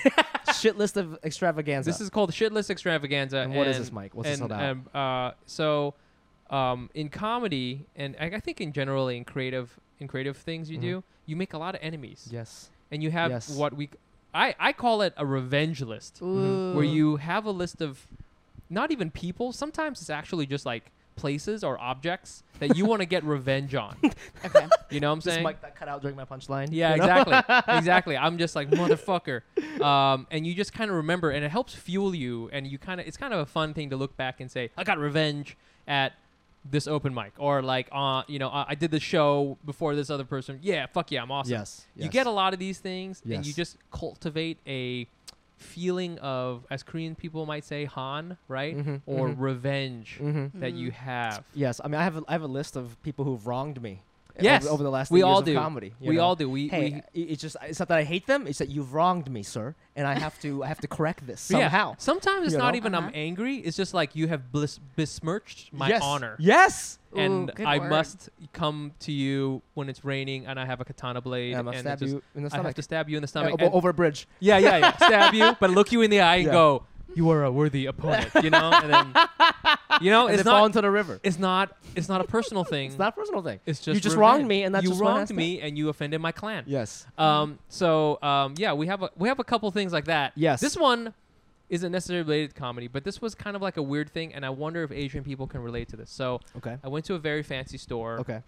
Speaker 1: shit list of extravaganza.
Speaker 2: This is called Shitless Extravaganza.
Speaker 1: And what is this, Mike? What's this
Speaker 2: and-
Speaker 1: about?
Speaker 2: and, uh, so, um, in comedy, and I, I think in generally in creative in creative things you
Speaker 1: Mhm.
Speaker 2: do, you make a lot of enemies,
Speaker 1: yes.
Speaker 2: and you have
Speaker 1: Yes.
Speaker 2: what we, c- I I call it a revenge list,
Speaker 1: Mhm.
Speaker 2: where you have a list of, not even people. Sometimes it's actually just like places or objects that you want to get revenge on.
Speaker 3: Okay.
Speaker 2: You know what I'm
Speaker 1: This
Speaker 2: saying?
Speaker 1: mic that cut out during my punchline.
Speaker 2: Yeah,
Speaker 1: you know?
Speaker 2: exactly. exactly. I'm just like motherfucker. Um, and you just kind of remember and it helps fuel you and you kind of it's kind of a fun thing to look back and say, I got revenge at this open mic or like uh, you know, I, I did the show before this other person. Yeah, fuck yeah, I'm awesome.
Speaker 1: Yes,
Speaker 2: You get a lot of these things and you
Speaker 1: Yes.
Speaker 2: just cultivate a feeling of as Korean people might say han, right?
Speaker 1: Mhm,
Speaker 2: or
Speaker 1: mhm.
Speaker 2: revenge
Speaker 1: Mm-hmm.
Speaker 2: that you have.
Speaker 1: Yes, I mean I have a, I have a list of people who've wronged me. o-
Speaker 2: Yes,
Speaker 1: over, the last
Speaker 2: we
Speaker 1: years
Speaker 2: all
Speaker 1: of
Speaker 2: do.
Speaker 1: comedy. you
Speaker 2: we
Speaker 1: know?
Speaker 2: all do. We,
Speaker 1: Hey,
Speaker 3: uh,
Speaker 2: we
Speaker 1: i- it's just it's not that I hate them. It's that you've wronged me, sir, and I have to I have to correct this somehow.
Speaker 2: Yeah. Sometimes it's
Speaker 1: You
Speaker 2: not
Speaker 1: know?
Speaker 2: even I'm
Speaker 3: Uh-huh.
Speaker 2: angry. It's just like you have blis- besmirched my
Speaker 1: yes.
Speaker 2: honor.
Speaker 1: Yes.
Speaker 2: And
Speaker 3: Ooh, good
Speaker 2: I
Speaker 3: word.
Speaker 2: must come to you when it's raining and I have a katana blade.
Speaker 1: And I'm gonna
Speaker 2: and
Speaker 1: stab
Speaker 2: it just-
Speaker 1: you in the
Speaker 2: I have
Speaker 1: stomach.
Speaker 2: to stab you in the
Speaker 1: Yeah,
Speaker 2: stomach.
Speaker 1: o-
Speaker 2: and-
Speaker 1: over a bridge.
Speaker 2: yeah, yeah, yeah. stab you, but look you in the eye and
Speaker 1: Yeah.
Speaker 2: go, you are a worthy opponent, you know? And then, you know,
Speaker 1: And
Speaker 2: it's
Speaker 1: they fall
Speaker 2: not,
Speaker 1: into the river.
Speaker 2: it's not, it's not a personal thing.
Speaker 1: It's not a personal thing.
Speaker 2: It's just
Speaker 1: you just
Speaker 2: revenge.
Speaker 1: wronged me, and that's
Speaker 2: you
Speaker 1: just one
Speaker 2: wronged
Speaker 1: aspect.
Speaker 2: me, and you offended my clan.
Speaker 1: Yes.
Speaker 2: Um, so um, yeah, we have a we have a couple things like that.
Speaker 1: Yes.
Speaker 2: This one isn't necessarily related to comedy, but this was kind of like a weird thing, and I wonder if Asian people can relate to this. So
Speaker 1: Okay.
Speaker 2: I went to a very fancy store,
Speaker 1: Okay.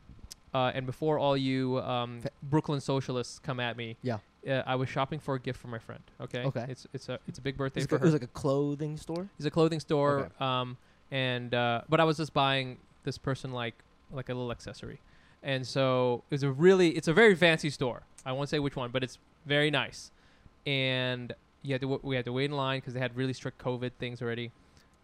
Speaker 2: uh, and before all you um,
Speaker 1: Fa-
Speaker 2: Brooklyn socialists come at me,
Speaker 1: Yeah.
Speaker 2: uh, I was shopping for a gift for my friend. Okay.
Speaker 1: Okay.
Speaker 2: It's it's a it's a big birthday
Speaker 1: It's
Speaker 2: for
Speaker 1: go- It
Speaker 2: her.
Speaker 1: was like a clothing store.
Speaker 2: It's a clothing store,
Speaker 1: Okay.
Speaker 2: um, and uh, but I was just buying this person like like a little accessory, and so it's a really it's a very fancy store. I won't say which one, but it's very nice, and you had to w- we had to wait in line because they had really strict COVID things already,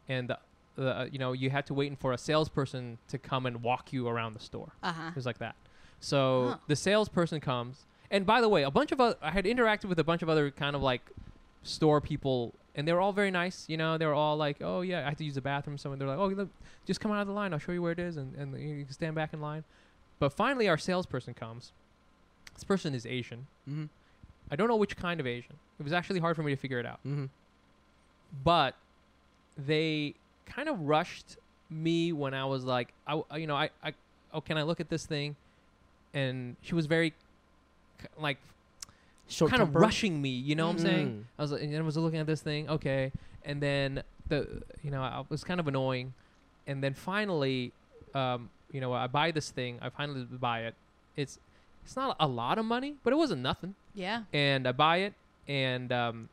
Speaker 2: and the, the uh, you know you had to wait for a salesperson to come and walk you around the store.
Speaker 3: Uh huh.
Speaker 2: It was like that. So
Speaker 3: Huh.
Speaker 2: the salesperson comes, and by the way, a bunch of oth- I had interacted with a bunch of other kind of like store people and they were all very nice. You know, they were all like, "Oh yeah, I have to use the bathroom." Someone they're like, "Oh, look, just come out of the line. I'll show you where it is, and and you can stand back in line." But finally, our salesperson comes. This person is Asian.
Speaker 1: Mm-hmm.
Speaker 2: I don't know which kind of Asian. It was actually hard for me to figure it out.
Speaker 1: Mm-hmm.
Speaker 2: But they kind of rushed me when I was like, I w- you know, I, I oh, can I look at this thing? And she was very k- like
Speaker 1: Short
Speaker 2: kind of
Speaker 1: temper.
Speaker 2: rushing me. You know what I'm saying?
Speaker 1: Mm.
Speaker 2: I was like, and I was looking at this thing, okay, and then the you know I was kind of annoying, and then finally, um, you know, I buy this thing. I finally buy it. It's it's not a lot of money, but it wasn't nothing.
Speaker 3: Yeah.
Speaker 2: And I buy it, and um,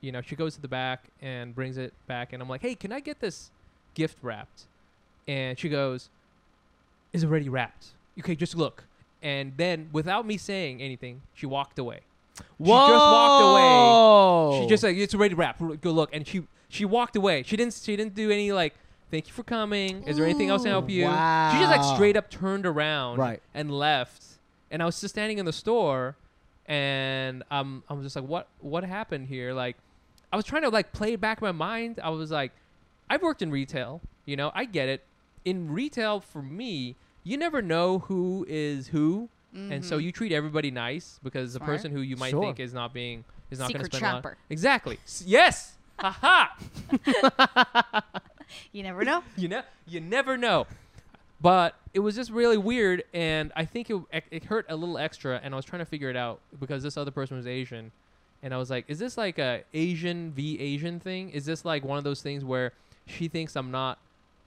Speaker 2: you know, she goes to the back and brings it back, and I'm like, hey, can I get this gift wrapped? And she goes, is already wrapped. Okay, just look. And then, without me saying anything, she walked away.
Speaker 1: Whoa!
Speaker 2: just walked away. She just like it's already wrapped. R- Go look. And she she walked away. She didn't she didn't do any like thank you for coming. Is there anything else to help you? She just
Speaker 1: Wow.
Speaker 2: like straight up turned around
Speaker 1: Right.
Speaker 2: and left. And I was just standing in the store, and um I was just like what what happened here? Like I was trying to like play it back in my mind. I was like I've worked in retail. You know I get it. In retail for me. You never know who is who and so you treat everybody nice because the
Speaker 3: Smart.
Speaker 2: person who you might
Speaker 1: Sure.
Speaker 2: think is not being is not going to
Speaker 3: Secret
Speaker 2: spend a lot-
Speaker 3: shopper.
Speaker 2: exactly S- yes haha
Speaker 3: You never know.
Speaker 2: you know you never know but it was just really weird and i think it, it hurt a little extra and i was trying to figure it out because this other person was asian and i was like is this like a asian v asian thing is this like one of those things where she thinks i'm not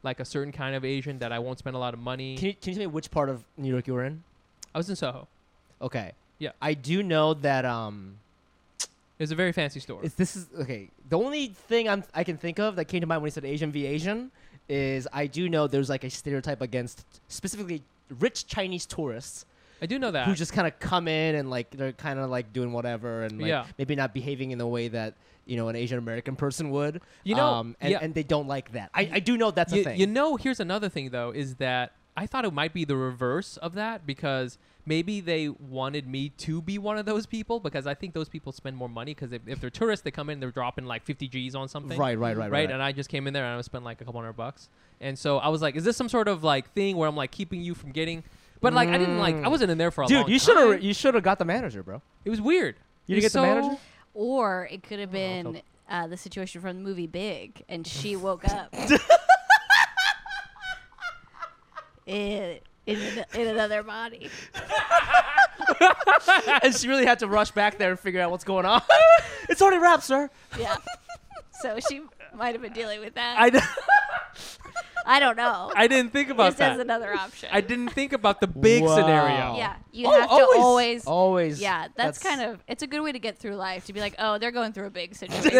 Speaker 2: like a certain kind of asian that i won't spend a lot of money
Speaker 1: Can you, can you tell me which part of New York you were in?
Speaker 2: i was in soho
Speaker 1: Okay.
Speaker 2: Yeah.
Speaker 1: I do know that um
Speaker 2: it was a very fancy store
Speaker 1: It's, this is okay. The only thing I'm I can think of that came to mind when he said Asian v Asian is I do know there's like a stereotype against specifically rich Chinese tourists
Speaker 2: i do know that
Speaker 1: who just kind of come in and like they're kind of like doing whatever and like
Speaker 2: Yeah.
Speaker 1: maybe not behaving in the way that you know an Asian American person would.
Speaker 2: You know,
Speaker 1: um, and,
Speaker 2: yeah.
Speaker 1: and they don't like that. I, I do know that's
Speaker 2: you,
Speaker 1: a thing.
Speaker 2: you know, here's another thing though is that I thought it might be the reverse of that because maybe they wanted me to be one of those people because I think those people spend more money because if, if they're tourists, they come in, they're dropping like 50 G's on something.
Speaker 1: right, right, right,
Speaker 2: Right,
Speaker 1: right.
Speaker 2: and I just came in there and I spent like a couple hundred bucks, and so I was like, "Is this some sort of like thing where I'm like keeping you from getting?" But like I didn't like I
Speaker 1: Mm.
Speaker 2: wasn't in there for a long
Speaker 1: Dude, you should
Speaker 2: time.
Speaker 1: have you should have got the manager, bro.
Speaker 2: It was weird.
Speaker 1: You
Speaker 2: It was
Speaker 1: didn't get the
Speaker 2: so-
Speaker 1: manager?
Speaker 3: Or it could have
Speaker 2: I
Speaker 3: been
Speaker 2: felt-
Speaker 3: uh, the situation from the movie Big, and she woke up in, in, an- in another body.
Speaker 1: and she really had to rush back there and figure out what's going on. it's already wrapped, sir.
Speaker 3: Yeah. So she might have been dealing with that.
Speaker 1: I
Speaker 3: I, don't know.
Speaker 2: I didn't think about
Speaker 3: this is
Speaker 2: that.
Speaker 3: another option.
Speaker 2: I didn't think about the big
Speaker 1: Wow.
Speaker 2: scenario.
Speaker 3: yeah. You
Speaker 1: Oh,
Speaker 3: have to always.
Speaker 1: always.
Speaker 3: yeah, that's, kind of it's a good way to get through life to be like, oh, they're going through a big situation.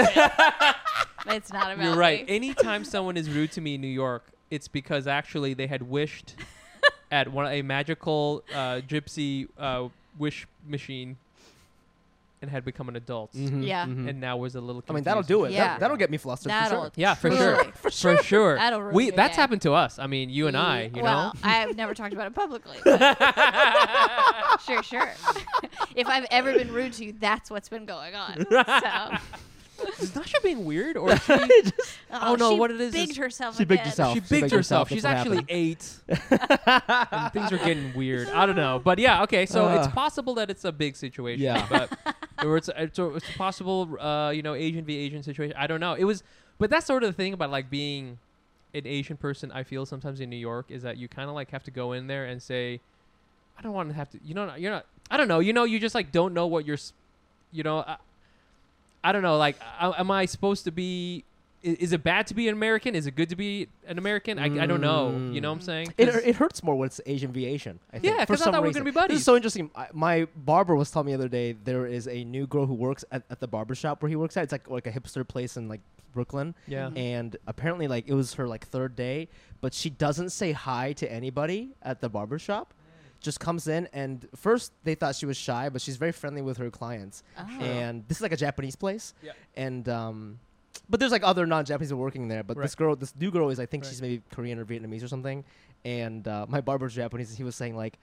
Speaker 3: it's not about
Speaker 2: You're right.
Speaker 3: me.
Speaker 2: Anytime someone is rude to me in New York, it's because actually they had wished at one a magical uh, gypsy uh, wish machine and had become an adult,
Speaker 3: Yeah.
Speaker 2: and now was a little.
Speaker 1: Mm-hmm. I mean, that'll do it.
Speaker 2: confused.
Speaker 3: Yeah.
Speaker 1: That, that'll get me flustered.
Speaker 3: That'll
Speaker 1: For
Speaker 2: Yeah, for
Speaker 3: Totally.
Speaker 2: sure. for sure.
Speaker 3: That'll ruin
Speaker 2: We
Speaker 3: your
Speaker 2: that's
Speaker 3: day.
Speaker 2: happened to us. I mean, you and I. You know.
Speaker 3: well, I've never talked about it publicly. but- sure, sure. if I've ever been rude to you, that's what's been going on. So,
Speaker 2: Is Nasha being weird or is she,
Speaker 3: oh,
Speaker 2: no,
Speaker 3: she
Speaker 2: what it is
Speaker 3: Bigged
Speaker 2: is-
Speaker 3: herself.
Speaker 1: She bigged
Speaker 3: again.
Speaker 1: herself.
Speaker 2: she
Speaker 1: She
Speaker 2: bigged
Speaker 1: bigged herself.
Speaker 2: herself? She's
Speaker 1: That's what
Speaker 2: actually eight. and things are getting weird. I don't know, but yeah, okay. So it's
Speaker 1: Ugh.
Speaker 2: possible that it's a big situation.
Speaker 1: Yeah.
Speaker 2: but or it's it's a, it's a possible uh, you know Asian v Asian situation. I don't know. It was, but that's sort of the thing about like being an Asian person. I feel sometimes in New York is that you kind of like have to go in there and say, I don't want to have to. You know, you're not. I don't know. You know, you just like don't know what you're. s- You know, I, I don't know. Like, I, am I supposed to be? i- Is it bad to be an American? Is it good to be an American? I, I don't know. You know what I'm saying?
Speaker 1: It,
Speaker 2: 'Cause-
Speaker 1: it hurts more when it's Asian v Asian. I think,
Speaker 2: Yeah,
Speaker 1: for
Speaker 2: 'cause I
Speaker 1: some
Speaker 2: thought we were
Speaker 1: reason.
Speaker 2: gonna be buddies.
Speaker 1: This is so interesting. I, my barber was telling me the other day there is a new girl who works at, at the barber shop where he works at. It's like like a hipster place in like Brooklyn.
Speaker 2: Yeah.
Speaker 1: And apparently, like it was her like third day, but she doesn't say hi to anybody at the barber shop. Just comes in and first they thought she was shy, but she's very friendly with her clients.
Speaker 3: Oh.
Speaker 1: And this is like a Japanese place.
Speaker 2: Yeah.
Speaker 1: And um, but there's like other non-Japanese people working there. But this
Speaker 2: Right.
Speaker 1: girl, this new girl, is I think
Speaker 2: Right.
Speaker 1: she's maybe Korean or Vietnamese or something. And uh, my barber's Japanese, and he was saying like,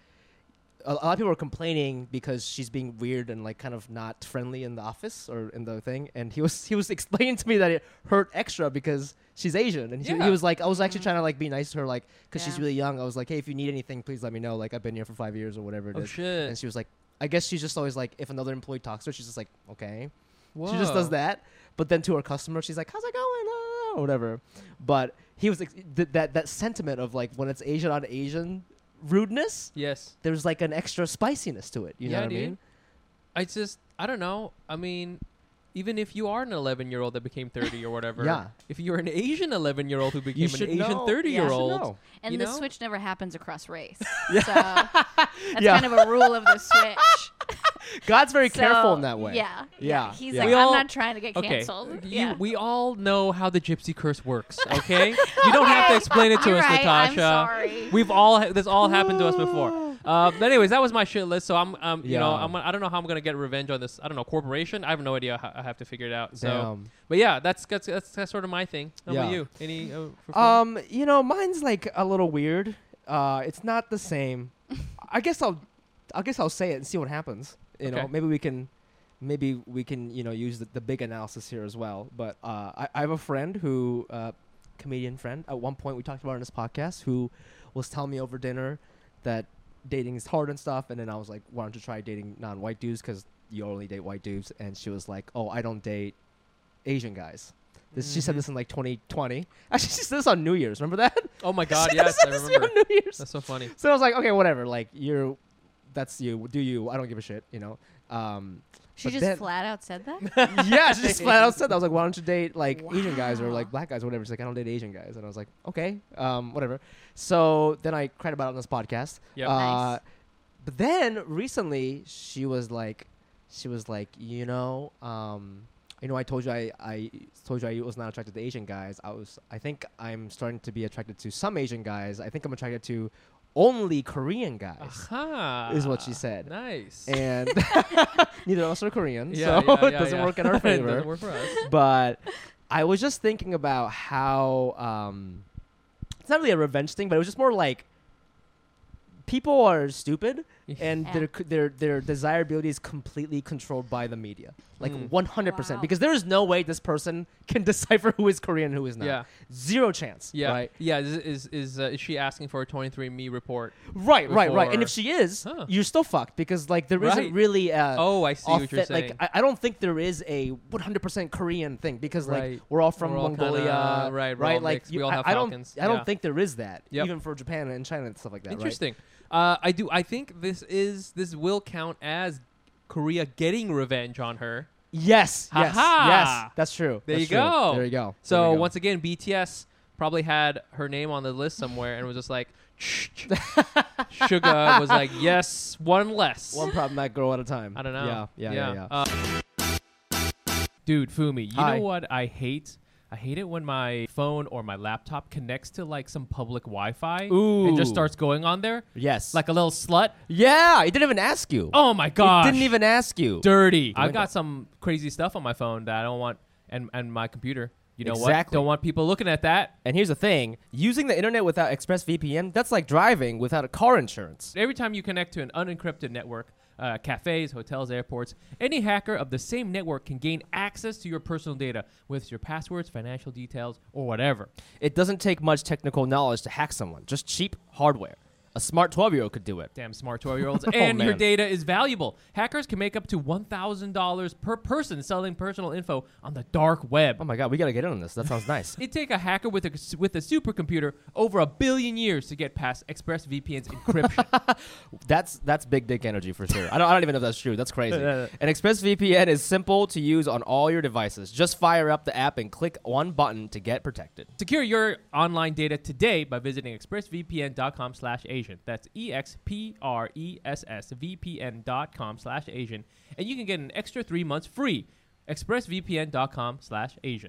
Speaker 1: a, a lot of people are complaining because she's being weird and like kind of not friendly in the office or in the thing. And he was he was explaining to me that it hurt extra because she's Asian. And he, he
Speaker 4: Yeah.
Speaker 1: was like, I was actually trying to like be nice to her, like because she's
Speaker 3: Yeah.
Speaker 1: really young. I was like, hey, if you need anything, please let me know. Like I've been here for five years or whatever it is.
Speaker 4: Oh
Speaker 1: And
Speaker 4: shit.
Speaker 1: she was like, I guess she's just always like, if another employee talks to her, she's just like, okay. She just does that. But then to her customer, she's like, "How's it going?" Uh, or whatever. But he was ex- th- that that sentiment of like when it's Asian on Asian rudeness,
Speaker 4: Yes.
Speaker 1: there's like an extra spiciness to it. You
Speaker 4: Yeah,
Speaker 1: know what I
Speaker 4: dude.
Speaker 1: mean?
Speaker 4: I just I don't know. I mean, even if you are an 11 year old that became 30 or whatever,
Speaker 1: Yeah.
Speaker 4: If you're an Asian 11 year old who became
Speaker 1: You
Speaker 4: an
Speaker 1: should
Speaker 4: Asian
Speaker 1: know.
Speaker 4: 30
Speaker 1: You
Speaker 4: year
Speaker 1: should
Speaker 4: old,
Speaker 1: know.
Speaker 3: And
Speaker 4: You
Speaker 3: the
Speaker 4: know?
Speaker 3: switch never happens across race. So that's
Speaker 1: Yeah.
Speaker 3: kind of a rule of the switch.
Speaker 1: God's very careful
Speaker 3: So,
Speaker 1: in that way.
Speaker 3: Yeah.
Speaker 1: Yeah,
Speaker 3: He's
Speaker 1: yeah.
Speaker 3: like,
Speaker 4: We all-
Speaker 3: I'm not trying to get
Speaker 4: okay,
Speaker 3: canceled.
Speaker 4: you,
Speaker 3: yeah.
Speaker 4: we all know how the gypsy curse works. Okay, you don't have to explain it to
Speaker 3: You're
Speaker 4: us,
Speaker 3: right, I'm
Speaker 4: Natasha.
Speaker 3: sorry.
Speaker 4: We've all ha- this all happened to us before. Uh, but anyways, that was my shit list. So I'm, um, you know,
Speaker 1: Yeah.
Speaker 4: I'm, I don't know how I'm gonna get revenge on this. I don't know corporation. I have no idea. How, I have to figure it out. So,
Speaker 1: Damn.
Speaker 4: but yeah, that's that's that's, that's sort of my thing. How about
Speaker 1: Yeah.
Speaker 4: you? Any? Uh, for fun?
Speaker 1: Um, you know, mine's like a little weird. Uh, it's not the same. I guess I'll, I guess I'll say it and see what happens. You know,
Speaker 4: Okay.
Speaker 1: maybe we can, maybe we can, you know, use the, the big analysis here as well. But uh, I, I have a friend who, uh, comedian friend. At one point, we talked about it on this podcast who was telling me over dinner that dating is hard and stuff. And then I was like, why don't you try dating non-white dudes? Because you only date white dudes. And she was like, oh, I don't date Asian guys. This, She said
Speaker 4: Mhm.
Speaker 1: this in like 2020. Actually, she said this on New Year's. Remember that?
Speaker 4: oh my god,
Speaker 1: she
Speaker 4: yes,
Speaker 1: said
Speaker 4: I
Speaker 1: this to me
Speaker 4: remember.
Speaker 1: on New Year's.
Speaker 4: That's so funny.
Speaker 1: So I was like, okay, whatever. Like you're, that's you. Do you? I don't give a shit. You know. Um,
Speaker 3: she
Speaker 1: but
Speaker 3: just
Speaker 1: then-
Speaker 3: flat out said that?
Speaker 1: yeah, she just flat out said that. I was like, why don't you date like Asian guys or like
Speaker 3: Wow.
Speaker 1: black guys or whatever? She's like, I don't date Asian guys. And I was like, okay, um, whatever. So then I cried about it on this podcast.
Speaker 4: Yep.
Speaker 3: Nice.
Speaker 1: Uh, But then recently she was like, she was like, you know, um, you know, I told you I, I told you I was not attracted to Asian guys. I was, I think I'm starting to be attracted to some Asian guys. I think I'm attracted to only Korean
Speaker 4: Ah.
Speaker 1: guys.
Speaker 4: Aha.
Speaker 1: is what she said.
Speaker 4: Nice.
Speaker 1: And neither of us are Korean,
Speaker 4: Yeah,
Speaker 1: so
Speaker 4: yeah,
Speaker 1: it
Speaker 4: yeah,
Speaker 1: doesn't
Speaker 4: yeah.
Speaker 1: work in our
Speaker 4: It
Speaker 1: favor
Speaker 4: doesn't work for us.
Speaker 1: but I was just thinking about how um, it's not really a revenge thing, but it was just more like people are stupid and
Speaker 3: Yeah.
Speaker 1: their their their desirability is completely controlled by the media, like
Speaker 4: Mm.
Speaker 1: one hundred percent.
Speaker 3: Wow.
Speaker 1: Because there is no way this person can decipher who is Korean and who is not.
Speaker 4: Yeah.
Speaker 1: Zero chance.
Speaker 4: Yeah.
Speaker 1: Right.
Speaker 4: Yeah. Is is is, uh, is she asking for a 23andMe report?
Speaker 1: Right. Right. Right. And if
Speaker 4: Before-
Speaker 1: she is,
Speaker 4: Huh.
Speaker 1: you're still fucked because like there not
Speaker 4: Right.
Speaker 1: really. Uh,
Speaker 4: Oh, I see what you're
Speaker 1: authe-
Speaker 4: saying.
Speaker 1: Like I, I don't think there is a 100% Korean thing because like
Speaker 4: Right.
Speaker 1: we're all from
Speaker 4: We're all
Speaker 1: Mongolia,
Speaker 4: kinda- right, we're all
Speaker 1: Right, like
Speaker 4: mixed. We
Speaker 1: you-
Speaker 4: all
Speaker 1: I-
Speaker 4: have
Speaker 1: I, don't,
Speaker 4: falcons.
Speaker 1: I don't
Speaker 4: Yeah.
Speaker 1: think there is that
Speaker 4: Yep.
Speaker 1: even for Japan and China and stuff like that. right?
Speaker 4: Interesting. Uh, I do. I think this is this will count as Korea getting revenge on her.
Speaker 1: Yes, yes, yes.
Speaker 4: Ha-ha.
Speaker 1: That's true.
Speaker 4: There
Speaker 1: that's
Speaker 4: you
Speaker 1: true.
Speaker 4: go.
Speaker 1: There you go.
Speaker 4: So
Speaker 1: There you go.
Speaker 4: once again, BTS probably had her name on the list somewhere and was just like, Suga was like, yes, one less.
Speaker 1: one problematic girl at a time.
Speaker 4: I don't know.
Speaker 1: Yeah, yeah, yeah. yeah.
Speaker 2: Uh, Dude, Fumi, you
Speaker 1: Hi.
Speaker 2: know what I hate? I hate it when my phone or my laptop connects to like some public Wi-Fi and
Speaker 1: Ooh.
Speaker 2: just starts going on there
Speaker 1: yes.
Speaker 2: like a little slut.
Speaker 1: yeah, it didn't even ask you.
Speaker 2: Oh my
Speaker 1: it
Speaker 2: god!
Speaker 1: didn't even ask you.
Speaker 2: dirty. I've
Speaker 1: window.
Speaker 2: got some crazy stuff on my phone that I don't want, and and my computer. You know
Speaker 1: Exactly.
Speaker 2: what? Don't want people looking at that.
Speaker 1: And here's the thing: using the internet without ExpressVPN, that's like driving without a car insurance.
Speaker 2: Every time you connect to an unencrypted network, uh, cafes, hotels, airports, any hacker of the same network can gain access to your personal data with your passwords, financial details, or whatever.
Speaker 1: It doesn't take much technical knowledge to hack someone, just cheap hardware. A smart 12 year old could do it.
Speaker 2: Damn smart 12 year olds. and your
Speaker 1: man.
Speaker 2: data is valuable. Hackers can make up to $1,000 per person selling personal info on the dark web.
Speaker 1: Oh my God, we gotta get in on this. That sounds nice.
Speaker 2: It'd take a hacker with a, with a supercomputer over a billion years to get past ExpressVPN's encryption.
Speaker 1: that's that's big dick energy for sure. I don't, I don't even know if that's true. That's crazy. An ExpressVPN is simple to use on all your devices. Just fire up the app and click one button to get protected.
Speaker 2: Secure your online data today by visiting expressvpn.com slash Asian. That's
Speaker 4: E
Speaker 2: E-X-P-R-E-S-S-V-P-N dot com slash Asian. And you can get an extra three months free. expressvpn.com slash Asian.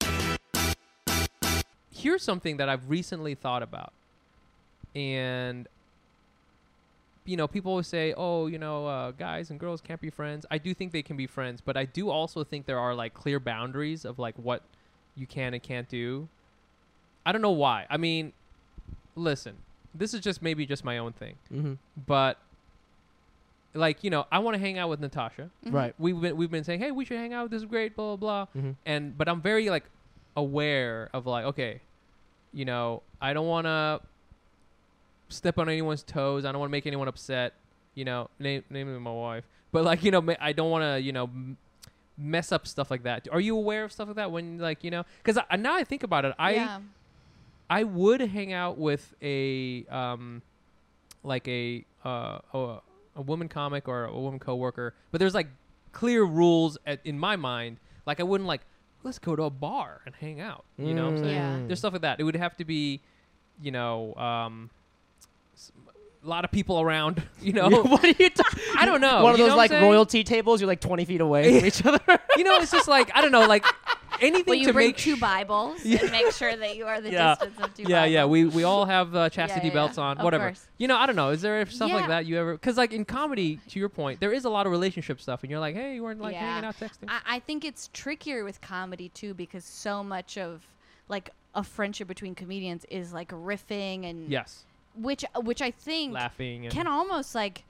Speaker 4: here's something that I've recently thought about. And you know, people always say, "Oh, you know, uh, guys and girls can't be friends." I do think they can be friends, but I do also think there are like clear boundaries of like what you can and can't do. I don't know why. I mean, listen, this is just maybe just my own thing,
Speaker 1: Mm-hmm.
Speaker 4: but
Speaker 2: like you know, I want to hang out with Natasha.
Speaker 1: Right.
Speaker 2: We've been we've been saying, hey, we should hang out. This is great. Blah blah blah.
Speaker 1: Mhm.
Speaker 2: And but I'm very like aware of like okay, you know, I don't want to step on anyone's toes. I don't want to make anyone upset. You know, name namely my wife. But like you know, ma- I don't want to you know. M- mess up stuff like that are you aware of stuff like that when like you know because I, now i think about it i
Speaker 3: yeah.
Speaker 2: I would hang out with a um, like a uh, a, a woman comic or a woman coworker, but there's like clear rules at, in my mind. Like I wouldn't like let's go to a bar and hang out. You know, what I'm saying?
Speaker 3: Yeah.
Speaker 2: there's stuff like that. It would have to be, you know, um, s- a lot of people around. You know,
Speaker 1: what are you talking?
Speaker 2: I don't know.
Speaker 1: One of
Speaker 2: you know
Speaker 1: those
Speaker 2: what I'm
Speaker 1: like
Speaker 2: saying?
Speaker 1: royalty tables. You're like 20 feet away from each other.
Speaker 2: You know, it's just like I don't know, like anything
Speaker 3: Will you
Speaker 2: to
Speaker 3: bring
Speaker 2: make
Speaker 3: two Bibles and make sure that you are the
Speaker 2: Yeah.
Speaker 3: distance of two
Speaker 2: yeah,
Speaker 3: Bibles?
Speaker 2: yeah. We we all have uh, chastity
Speaker 3: yeah,
Speaker 2: belts
Speaker 3: yeah.
Speaker 2: on,
Speaker 3: Of
Speaker 2: whatever.
Speaker 3: course.
Speaker 2: You know, I don't know. Is there stuff like
Speaker 3: Yeah.
Speaker 2: that you ever? Because like in comedy, to your point, there is a lot of relationship stuff, and you're like, hey, you weren't like
Speaker 3: Yeah.
Speaker 2: hanging out texting.
Speaker 3: I, I think it's trickier with comedy too because so much of like a friendship between comedians is like riffing and
Speaker 2: yes,
Speaker 3: which which I think
Speaker 2: laughing. And,
Speaker 3: can almost like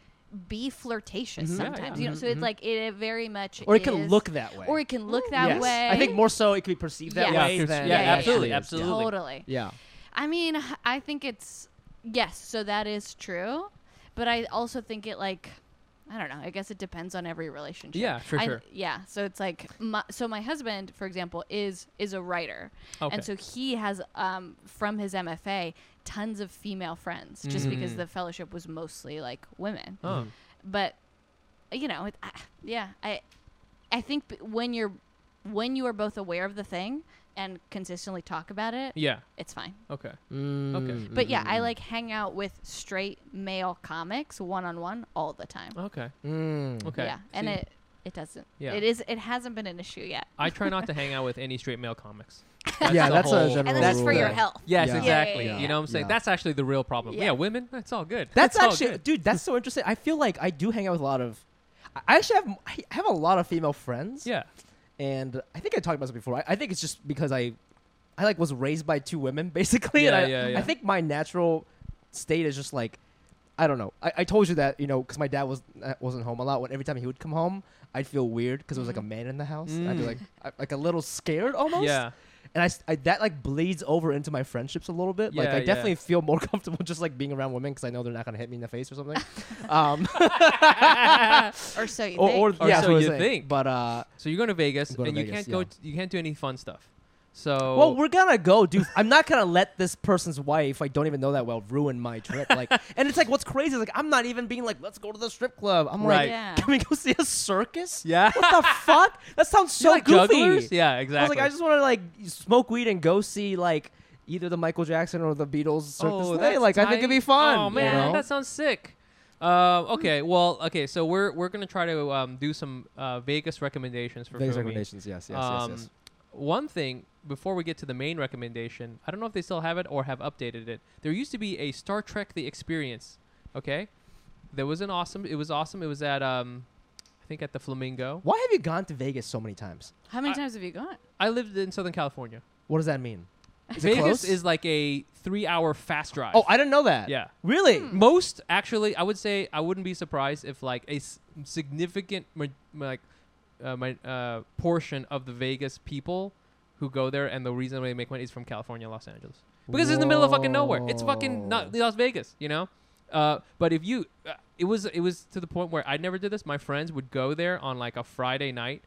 Speaker 3: be flirtatious
Speaker 2: Yeah,
Speaker 3: sometimes.
Speaker 2: yeah.
Speaker 3: You know, so it's like it very much
Speaker 1: or it can
Speaker 3: is-
Speaker 1: look that way.
Speaker 3: or it can look that
Speaker 1: Yes.
Speaker 3: way.
Speaker 1: I think more so it can be perceived that
Speaker 3: Yes.
Speaker 1: way.
Speaker 2: Yeah,
Speaker 1: than
Speaker 2: yeah,
Speaker 1: it
Speaker 2: absolutely,
Speaker 1: actually is.
Speaker 4: absolutely.
Speaker 3: Totally.
Speaker 1: Yeah.
Speaker 3: I mean, I think it's yes, so that is true, but I also think it like I don't know. I guess it depends on every relationship.
Speaker 2: Yeah, for
Speaker 3: I-
Speaker 2: sure.
Speaker 3: Yeah, so it's like my, so my husband, for example, is is a writer,
Speaker 2: Okay.
Speaker 3: and so he has um, from his MFA tons of female friends, just because the fellowship was mostly like women.
Speaker 2: Mm-hmm. Oh.
Speaker 3: But you know, it, I, yeah, I I think b- when you're when you are both aware of the thing and consistently talk about it,
Speaker 2: Yeah.
Speaker 3: it's fine.
Speaker 2: Okay.
Speaker 1: Mm,
Speaker 3: But yeah,
Speaker 2: Mm-hmm.
Speaker 3: I like hang out with straight male comics one on one all the time.
Speaker 2: Okay.
Speaker 1: mm.
Speaker 2: Oh, Okay.
Speaker 3: Yeah, and
Speaker 2: See,
Speaker 3: it it doesn't.
Speaker 2: Yeah.
Speaker 3: It is. It hasn't been an issue yet.
Speaker 2: I try not to hang out with any straight male comics.
Speaker 1: yeah,
Speaker 2: the
Speaker 1: that's
Speaker 2: whole-
Speaker 1: a general
Speaker 3: And then that's for
Speaker 1: rule.
Speaker 3: your
Speaker 1: Yeah.
Speaker 3: health.
Speaker 2: Yes,
Speaker 1: Yeah. Yeah,
Speaker 2: exactly.
Speaker 1: yeah, yeah,
Speaker 2: You know what I'm saying?
Speaker 1: yeah.
Speaker 2: That's actually the real problem. Yeah,
Speaker 3: Yeah.
Speaker 2: women, that's all good.
Speaker 1: That's,
Speaker 2: all
Speaker 1: actually,
Speaker 2: good.
Speaker 1: dude, that's so interesting. I feel like I do hang out with a lot of. I- I actually have I have a lot of female friends,
Speaker 2: Yeah.
Speaker 1: and I think I talked about this before. I, I think it's just because I, I like was raised by two women basically, and
Speaker 2: Yeah,
Speaker 1: I,
Speaker 2: yeah, yeah.
Speaker 1: I think my natural state is just like, I don't know. I, I told you that you know because my dad was uh, wasn't home a lot. When every time he would come home, I'd feel weird because there was like a man in the house. and I'd be
Speaker 2: Mm.
Speaker 1: like I, like a little scared almost.
Speaker 2: Yeah.
Speaker 1: and I, s- I- that like bleeds over into my friendships a little bit. like
Speaker 2: Yeah,
Speaker 1: I
Speaker 2: yeah.
Speaker 1: definitely feel more comfortable just like being around women because I know they're not gonna hit me in the face or something. um,
Speaker 3: Or so you
Speaker 1: or,
Speaker 3: think.
Speaker 1: or,
Speaker 2: Or
Speaker 1: yeah,
Speaker 2: so
Speaker 1: so
Speaker 2: you
Speaker 1: you
Speaker 2: think.
Speaker 1: think. But uh,
Speaker 2: So you're going to Vegas,
Speaker 1: Go to
Speaker 2: and you
Speaker 1: Vegas,
Speaker 2: can't go.
Speaker 1: yeah.
Speaker 2: T- you can't do any fun stuff. So.
Speaker 1: well, we're gonna go, dude. I'm not gonna let this person's wife, I don't even know that well, ruin my trip. Like, and it's like what's crazy is like I'm not even being like, let's go to the strip club. I'm
Speaker 2: Right.
Speaker 1: like,
Speaker 3: Yeah.
Speaker 1: can we go see a circus?
Speaker 2: Yeah.
Speaker 1: What the fuck? That sounds so
Speaker 2: like
Speaker 1: goofy.
Speaker 2: jugglers? Yeah. Exactly.
Speaker 1: I was like, I just want to like smoke weed and go see like either the Michael Jackson or the Beatles circus.
Speaker 2: Oh,
Speaker 1: Oh,
Speaker 2: that's
Speaker 1: like I think it'd be
Speaker 2: tight.
Speaker 1: fun.
Speaker 2: Oh
Speaker 1: you
Speaker 2: man,
Speaker 1: know?
Speaker 2: that sounds sick. Uh, okay, well, okay, so we're we're gonna try to um, do some uh, Vegas recommendations for
Speaker 1: Vegas
Speaker 2: Fumi.
Speaker 1: recommendations, yes, yes,
Speaker 2: Um,
Speaker 1: yes, yes.
Speaker 2: One thing before we get to the main recommendation, I don't know if they still have it or have updated it. There used to be a Star Trek: The Experience. Okay, there was an awesome. It was awesome. It was at um, I think at the Flamingo.
Speaker 1: Why have you gone to Vegas so many times?
Speaker 3: How many
Speaker 2: I-
Speaker 3: times have you gone?
Speaker 2: I lived in Southern California.
Speaker 1: What does that mean? Is it
Speaker 2: Vegas
Speaker 1: close?
Speaker 2: is like a three-hour fast drive.
Speaker 1: Oh, I Hmm. didn't know that.
Speaker 2: Yeah. Hmm.
Speaker 1: Really?
Speaker 2: most actually i would say i wouldn't be surprised if like a s- significant ma- ma- like uh, my uh, portion of the vegas people who go there and the reason why they make money is from california los angeles because it's in the middle of fucking nowhere it's fucking not
Speaker 1: Whoa.
Speaker 2: las vegas you know uh, but if you uh, it was it was to the point where i never did this my friends would go there on like a friday night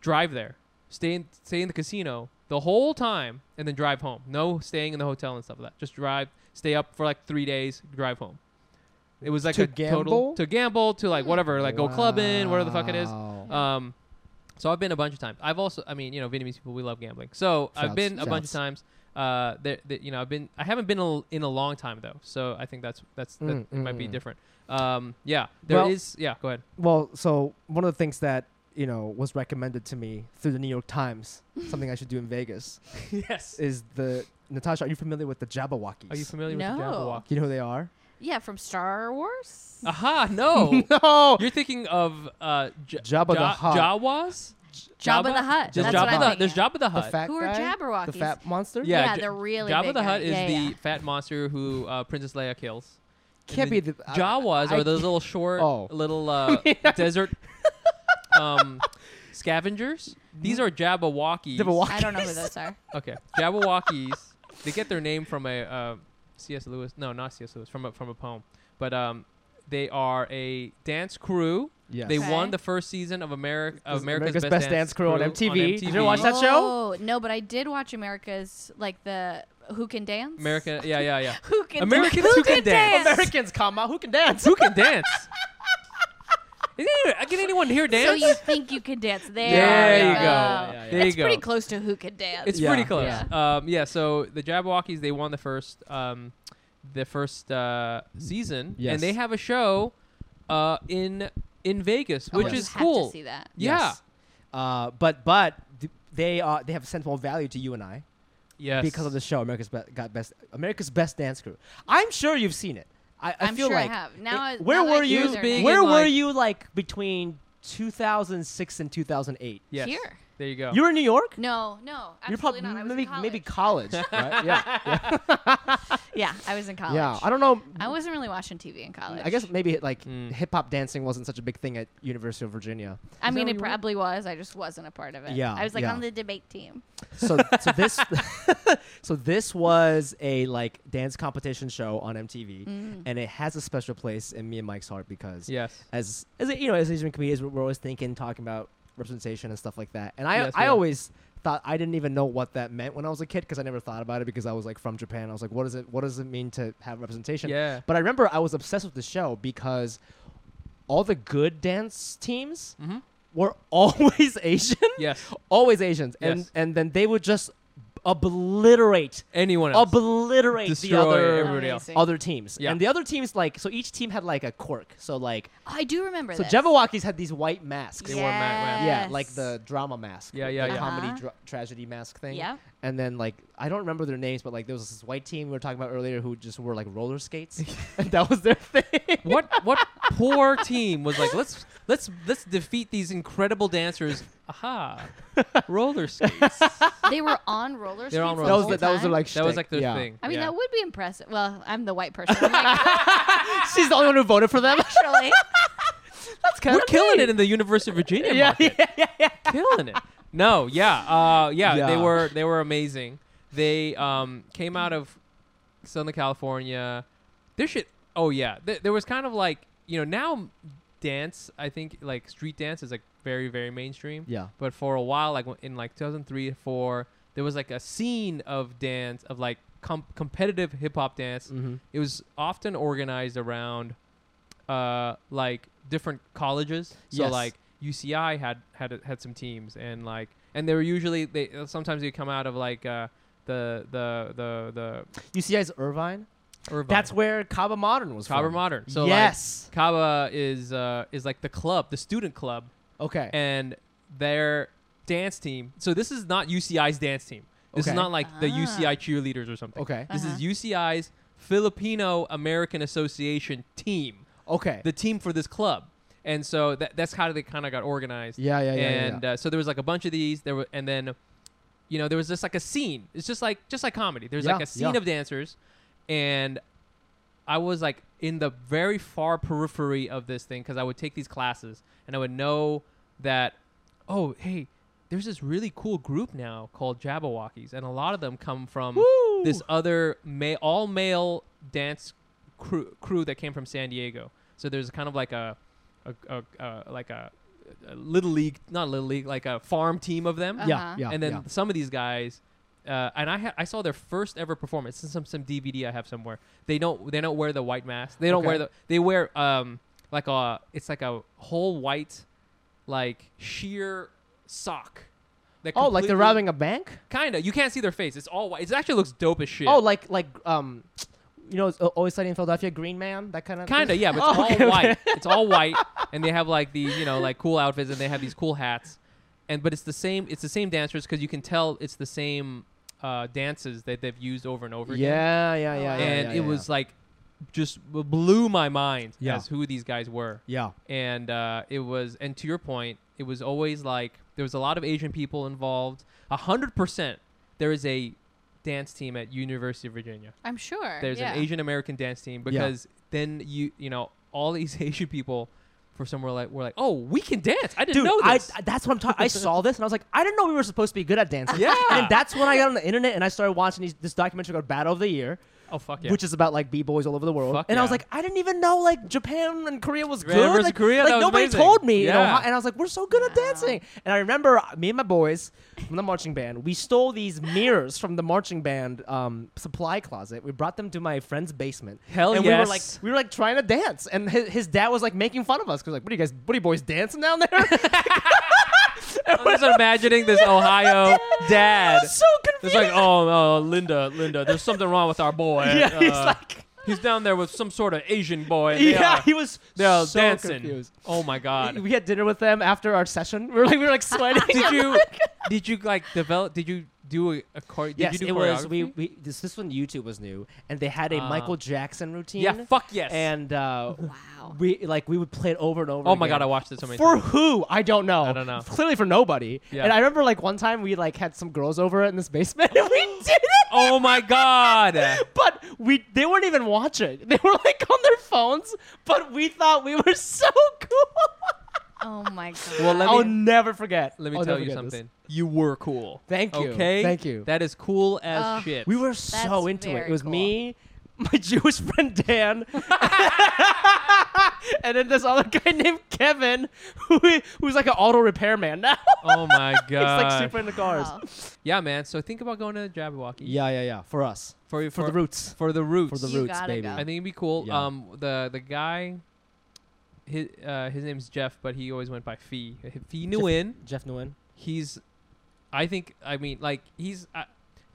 Speaker 2: drive there stay in stay in the casino the whole time and then drive home no staying in the hotel and stuff like that just drive stay up for like three days drive home it was like
Speaker 1: To
Speaker 2: a total
Speaker 1: gamble?
Speaker 2: to gamble to like whatever like go clubbing whatever the fuck it is
Speaker 1: Wow.
Speaker 2: um so i've been a bunch of times i've also i mean you know vietnamese people we love gambling so i've
Speaker 1: Shouts,
Speaker 2: been a bunch of
Speaker 1: shouts.
Speaker 2: times uh there there- you know i've been i haven't been a, in a long time though so i think that's that's that,
Speaker 1: Mm,
Speaker 2: it might
Speaker 1: mm,
Speaker 2: be
Speaker 1: mm.
Speaker 2: different um yeah there is
Speaker 1: Well-
Speaker 2: yeah go ahead
Speaker 1: Well, so one of the things that you know was recommended to me through the New York Times, something I should do in Vegas,
Speaker 2: yes
Speaker 1: is the Natasha. Are you familiar with the Jabberwockies?
Speaker 2: are you familiar with the
Speaker 3: No.
Speaker 2: Jabberwock?
Speaker 1: You know who they are?
Speaker 3: Yeah, from Star Wars.
Speaker 2: Aha, no.
Speaker 1: no.
Speaker 2: You're thinking of uh, J-
Speaker 1: Jabba the Hutt.
Speaker 2: Jawas?
Speaker 3: Jabba the Hutt.
Speaker 2: Just
Speaker 1: That's
Speaker 2: Jabba
Speaker 1: what I
Speaker 2: the,
Speaker 3: think
Speaker 2: There's
Speaker 3: of.
Speaker 2: Jabba the
Speaker 1: The
Speaker 2: Hutt.
Speaker 1: fat
Speaker 3: Who are
Speaker 1: guy?
Speaker 3: Jabberwockies?
Speaker 1: The fat monster.
Speaker 3: Yeah, they're really
Speaker 2: Jabba
Speaker 3: big
Speaker 2: the
Speaker 3: guy.
Speaker 2: Hutt is
Speaker 3: Yeah,
Speaker 2: the
Speaker 3: yeah.
Speaker 2: fat monster who uh, Princess Leia kills.
Speaker 1: Can't be
Speaker 2: the
Speaker 1: the I-
Speaker 2: Jawas
Speaker 1: I-
Speaker 2: are those little short,
Speaker 1: Oh.
Speaker 2: little uh, desert um, scavengers. These are Jabberwockies.
Speaker 1: Jabberwock-
Speaker 3: I don't know who those are.
Speaker 2: Okay, Jabberwockies. they get their name from a uh, C.S. Lewis. No, not C.S. Lewis. From a from a poem. But um, they are a dance crew.
Speaker 1: Yes.
Speaker 2: They
Speaker 3: Okay.
Speaker 2: won the first season of America
Speaker 1: This
Speaker 2: of
Speaker 1: is
Speaker 2: America's,
Speaker 1: America's Best Dance Crew on MTV. Did you ever watch Is that show?
Speaker 3: Oh no, but I did watch America's like the Who Can Dance.
Speaker 2: America, yeah, yeah, yeah.
Speaker 3: Who can
Speaker 2: Americans Who Can Dance.
Speaker 1: Americans, comma who can dance?
Speaker 2: Who can dance? Is anyone, can anyone here dance?
Speaker 3: So you think you can dance? There,
Speaker 2: There
Speaker 1: you
Speaker 3: we
Speaker 1: go.
Speaker 2: Yeah, yeah, yeah. There you
Speaker 3: It's
Speaker 2: go.
Speaker 3: pretty close to Who Can Dance.
Speaker 2: It's
Speaker 1: Yeah.
Speaker 2: pretty close.
Speaker 3: Yeah.
Speaker 2: Yeah. Um, yeah. So the Jabberwockies they won the first um, the first uh, season,
Speaker 1: Yes.
Speaker 2: and they have a show uh, in in Vegas,
Speaker 3: Oh,
Speaker 2: which
Speaker 3: you
Speaker 2: is
Speaker 3: have
Speaker 2: cool.
Speaker 3: To see that.
Speaker 2: Yeah.
Speaker 1: Yes. Uh, but but th- they are they have sentimental value to you and I
Speaker 2: Yes.
Speaker 1: because of the show America's Be- got best America's Best Dance Crew. I'm sure you've seen it. I, I
Speaker 3: I'm
Speaker 1: feel
Speaker 3: sure
Speaker 1: like
Speaker 3: I have. Now, I-
Speaker 1: where
Speaker 3: now
Speaker 1: were
Speaker 3: that
Speaker 1: you?
Speaker 3: I see their
Speaker 2: Being
Speaker 3: name-
Speaker 1: Where
Speaker 2: in,
Speaker 1: were
Speaker 2: like-
Speaker 1: you like between 2006 and 2008?
Speaker 2: Yes.
Speaker 3: Here.
Speaker 2: There you go.
Speaker 1: You were in New York.
Speaker 3: No, no, absolutely
Speaker 1: You're probably
Speaker 3: not. I was
Speaker 1: maybe
Speaker 3: in college.
Speaker 1: maybe college, right? Yeah,
Speaker 3: Yeah, I was in college.
Speaker 1: yeah. I don't know.
Speaker 3: I wasn't really watching TV in college.
Speaker 1: I guess maybe like
Speaker 2: Mm.
Speaker 1: hip hop dancing wasn't such a big thing at University of Virginia.
Speaker 3: I mean,
Speaker 2: where
Speaker 3: it
Speaker 2: you were?
Speaker 3: probably was. I just wasn't a part of it.
Speaker 1: Yeah,
Speaker 3: I was like
Speaker 1: yeah.
Speaker 3: on the debate team.
Speaker 1: So so this so this was a like dance competition show on MTV,
Speaker 3: Mm. Mm-hmm.
Speaker 1: and it has a special place in me and Mike's heart because
Speaker 2: yes.
Speaker 1: as as a- you know as Asian comedians we're we're always thinking talking about representation and stuff like that, and I
Speaker 2: Yes,
Speaker 1: I
Speaker 2: yeah.
Speaker 1: always thought I didn't even know what that meant when I was a kid because I never thought about it because I was like from Japan. I was like, what does it what does it mean to have representation?
Speaker 2: Yeah.
Speaker 1: But I remember I was obsessed with the show because all the good dance teams
Speaker 2: Mhm.
Speaker 1: were always Asian.
Speaker 2: Yes.
Speaker 1: always Asians. And
Speaker 2: Yes.
Speaker 1: and then they would just obliterate
Speaker 2: Anyone else?
Speaker 1: obliterate
Speaker 2: Destroy
Speaker 1: the other
Speaker 2: everybody else.
Speaker 3: Amazing.
Speaker 1: other teams.
Speaker 2: Yeah.
Speaker 1: And the other teams like so each team had like a quirk. So like
Speaker 3: Oh, I do remember
Speaker 1: so
Speaker 3: this.
Speaker 1: Jabberwockies had these white masks.
Speaker 2: They wore ma- ma-
Speaker 1: Yeah, like
Speaker 3: Yes.
Speaker 1: the drama mask.
Speaker 2: Yeah, yeah,
Speaker 1: the
Speaker 2: yeah.
Speaker 1: Comedy
Speaker 3: Uh-huh.
Speaker 1: dra- tragedy mask thing.
Speaker 3: Yep.
Speaker 1: And then like I don't remember their names, but like there was this white team we were talking about earlier who just wore like roller skates, and that was their thing.
Speaker 2: what what poor team was like? Let's let's let's defeat these incredible dancers. Aha! Roller skates.
Speaker 3: they were on roller skates.
Speaker 2: They're on
Speaker 3: the
Speaker 2: roller
Speaker 1: that was
Speaker 3: whole
Speaker 1: the, that was their
Speaker 3: time?
Speaker 1: like
Speaker 2: that was
Speaker 1: shtick,
Speaker 2: like their
Speaker 1: yeah.
Speaker 2: thing.
Speaker 3: I mean,
Speaker 2: yeah.
Speaker 3: that would be impressive. Well, I'm the white person. I'm like,
Speaker 1: She's the only one who voted for them.
Speaker 3: actually,
Speaker 1: That's kind
Speaker 2: We're killing it in the University of Virginia.
Speaker 1: Yeah,
Speaker 2: market. killing it. No, yeah, uh, yeah,
Speaker 1: Yeah.
Speaker 2: they were they were amazing. They um, came out of Southern California. There should oh yeah, th- there was kind of like you know now dance. I think like street dance is like very very mainstream.
Speaker 1: Yeah.
Speaker 2: But for a while, like w- in like 2003 4, there was like a scene of dance of like com- competitive hip hop dance.
Speaker 1: Mhm.
Speaker 2: It was often organized around uh, like different colleges. So
Speaker 1: Yes.
Speaker 2: like UCI had had a- had some teams, and like and they were usually they uh, sometimes they come out of like uh, the the the
Speaker 1: UCI's Irvine.
Speaker 2: the Irvine.
Speaker 1: That's where Cabo Modern was
Speaker 2: Cabo
Speaker 1: from.
Speaker 2: Modern. So
Speaker 1: yes.
Speaker 2: like, Cabo is uh, is like the club, the student club,
Speaker 1: okay.
Speaker 2: and their dance team. So this is not UCI's dance team. This
Speaker 1: Okay.
Speaker 2: is not like the
Speaker 3: Ah.
Speaker 2: UCI cheerleaders or something.
Speaker 1: okay.
Speaker 2: This
Speaker 3: Uh-huh.
Speaker 2: is UCI's Filipino American Association team,
Speaker 1: Okay.
Speaker 2: the team for this club. And so that, that's how they kind of got organized.
Speaker 1: yeah, yeah, yeah. yeah,
Speaker 2: and Uh, so there was like a bunch of these. There were, and then, you know, there was just like a scene. It's just like just like comedy. There's
Speaker 1: Yeah,
Speaker 2: like a scene
Speaker 1: yeah.
Speaker 2: of dancers, and I was like in the very far periphery of this thing because I would take these classes and I would know that, oh hey, there's this really cool group now called Jabberwockies, and a lot of them come from this other ma- all male dance crew, crew that came from San Diego. So there's kind of like a, a, a, a like a, a little league, not little league, like a farm team of them.
Speaker 1: yeah, yeah,
Speaker 3: Uh-huh.
Speaker 1: yeah.
Speaker 2: and then
Speaker 1: yeah.
Speaker 2: some of these guys, uh, and I ha- I saw their first ever performance. It's in some some DVD I have somewhere. They don't they don't wear the white mask. They don't wear
Speaker 1: Okay.
Speaker 2: the they wear um like a it's like a whole white, like sheer sock. that
Speaker 1: oh, like they're
Speaker 2: completely-
Speaker 1: robbing a bank.
Speaker 2: Kinda. You can't see their face. It's all white. It actually looks dope as shit.
Speaker 1: Oh, like like um, you know, it's al- always sunny in Philadelphia, Green Man, that Oh, kind of.
Speaker 2: Kind of, yeah, but it's all white. It's all white, and they have like these, you know, like cool outfits, and they have these cool hats, and but it's the same. It's the same dancers because you can tell it's the same uh, dances that they've used over and over again.
Speaker 1: Yeah, yeah, yeah, yeah.
Speaker 2: and
Speaker 1: yeah,
Speaker 2: it
Speaker 1: yeah.
Speaker 2: was like just b- blew my mind
Speaker 1: Yeah.
Speaker 2: as who these guys were,
Speaker 1: Yeah.
Speaker 2: and uh, it was. And to your point, it was always like there was a lot of Asian people involved. A hundred percent, there is a
Speaker 5: dance team at University of Virginia.
Speaker 3: I'm sure.
Speaker 5: There's
Speaker 3: yeah.
Speaker 5: an Asian American dance team because then you you know all these Asian people for some were like were like oh we can dance I didn't
Speaker 1: Dude,
Speaker 5: know
Speaker 1: I,
Speaker 5: this.
Speaker 1: I- that's what I'm talking. I saw this and I was like, I didn't know we were supposed to be good at dancing.
Speaker 5: Yeah.
Speaker 1: and that's when I got on the internet and I started watching these, this documentary called Battle of the Year,
Speaker 5: oh fuck yeah.
Speaker 1: which is about like b boys all over the world.
Speaker 5: Fuck
Speaker 1: and I was
Speaker 5: yeah.
Speaker 1: like, I didn't even know like Japan and Korea was
Speaker 5: Yeah,
Speaker 1: good.
Speaker 5: versus
Speaker 1: like,
Speaker 5: Korea,
Speaker 1: like,
Speaker 5: that was
Speaker 1: nobody
Speaker 5: amazing.
Speaker 1: told me. You know,
Speaker 5: Yeah.
Speaker 1: how- and I was like, we're so good at
Speaker 3: Wow.
Speaker 1: dancing. And I remember uh, me and my boys from the marching band, we stole these mirrors from the marching band um, supply closet. We brought them to my friend's basement.
Speaker 5: Hell
Speaker 1: and we were like
Speaker 5: yes.
Speaker 1: we were like trying to dance, and his, his dad was like making fun of us because like, what are you guys, what are you boys dancing down there?
Speaker 2: I'm just imagining this Ohio
Speaker 1: I
Speaker 2: dad.
Speaker 1: was so
Speaker 2: It's
Speaker 1: confused.
Speaker 2: like, oh, uh, Linda, Linda, there's something wrong with our boy.
Speaker 1: yeah, he's
Speaker 2: Uh,
Speaker 1: like,
Speaker 2: he's down there with some sort of Asian boy. and they
Speaker 1: yeah,
Speaker 2: are-
Speaker 1: he was
Speaker 2: they are
Speaker 1: so
Speaker 2: dancing.
Speaker 1: confused.
Speaker 2: Oh my god.
Speaker 1: We had dinner with them after our session. We were like, we were like sweating.
Speaker 2: did you did you like develop did you do a, a chore- did
Speaker 1: yes,
Speaker 2: you do
Speaker 1: it was. We,
Speaker 2: choreography?
Speaker 1: we this this one YouTube was new, and they had a
Speaker 2: Ah.
Speaker 1: Michael Jackson routine.
Speaker 2: Yeah, fuck yes.
Speaker 1: and uh,
Speaker 3: wow.
Speaker 1: we like we would play it over and over.
Speaker 2: oh my god, I
Speaker 1: again.
Speaker 2: watched this so many
Speaker 1: For
Speaker 2: times.
Speaker 1: who? I don't know.
Speaker 2: I don't know.
Speaker 1: Clearly for nobody.
Speaker 2: Yeah.
Speaker 1: And I remember like one time we like had some girls over in this basement and we did it.
Speaker 2: Oh my god.
Speaker 1: But we they weren't even watching. They were like on their phones, but we thought we were so cool.
Speaker 3: Oh my god.
Speaker 2: Well, let me-
Speaker 1: I'll never forget.
Speaker 2: Let me
Speaker 1: I'll
Speaker 2: tell
Speaker 1: never
Speaker 2: you
Speaker 1: forget this.
Speaker 2: something. You were cool.
Speaker 1: Thank you.
Speaker 2: Okay?
Speaker 1: Thank you.
Speaker 2: That is cool as
Speaker 3: Uh,
Speaker 2: shit.
Speaker 1: We were so
Speaker 3: That's
Speaker 1: into it. It
Speaker 3: very
Speaker 1: was
Speaker 3: cool.
Speaker 1: me, my Jewish friend Dan, and then this other guy named Kevin, who who's like an auto repairman now.
Speaker 2: Oh my
Speaker 1: He's like
Speaker 2: god.
Speaker 1: super into
Speaker 2: Oh,
Speaker 1: cars.
Speaker 3: Wow.
Speaker 2: yeah, man. So think about going to Jabberwocky.
Speaker 1: Yeah, yeah, yeah. For us,
Speaker 2: For, for,
Speaker 1: for, the roots,
Speaker 2: For the roots.
Speaker 1: for the
Speaker 3: You
Speaker 1: roots,
Speaker 3: gotta
Speaker 1: baby.
Speaker 3: go.
Speaker 2: I think it'd be cool.
Speaker 1: Yeah.
Speaker 2: Um, the the guy, his uh, his name's Jeff, but he always went by Fee. Uh, Fee Nguyen.
Speaker 1: Jeff Nguyen.
Speaker 2: He's, I think, I mean, like he's uh,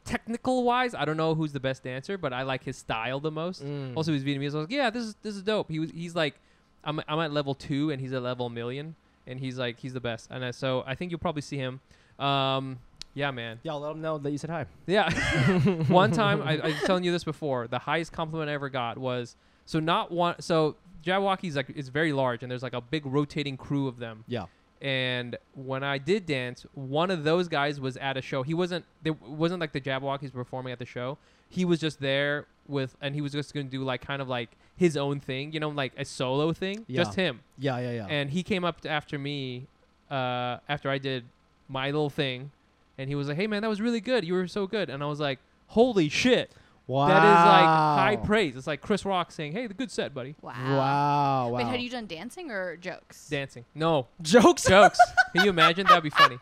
Speaker 2: technical wise. I don't know who's the best dancer, but I like his style the most.
Speaker 1: Mm.
Speaker 2: Also, he's Vietnamese. I was like, yeah, this is this is dope. He was he's like, I'm I'm at level two and he's at level million, and he's like he's the best. And I, so I think you'll probably see him. Um, yeah, man.
Speaker 1: Yeah, I'll let him know that you said hi.
Speaker 2: Yeah. one time, I, I was telling you this before. The highest compliment I ever got was so not one. So Jabberwocky's like is very large, and there's like a big rotating crew of them.
Speaker 1: Yeah.
Speaker 2: And when I did dance, one of those guys was at a show. He wasn't. There wasn't like the Jabberwockies performing at the show. He was just there with, and he was just gonna do like kind of like his own thing, you know, like a solo thing,
Speaker 1: Yeah.
Speaker 2: just him.
Speaker 1: Yeah, yeah, yeah.
Speaker 2: And he came up to after me, uh, after I did my little thing, and he was like, "Hey man, that was really good. You were so good." And I was like, "Holy shit!
Speaker 1: wow.
Speaker 2: That is like high praise. It's like Chris Rock saying, "Hey, the good set, buddy."
Speaker 3: wow.
Speaker 1: Wow. Wow.
Speaker 3: Wait, had you done dancing or jokes?
Speaker 2: Dancing. No
Speaker 1: jokes?
Speaker 2: jokes. Can you imagine? That'd be funny.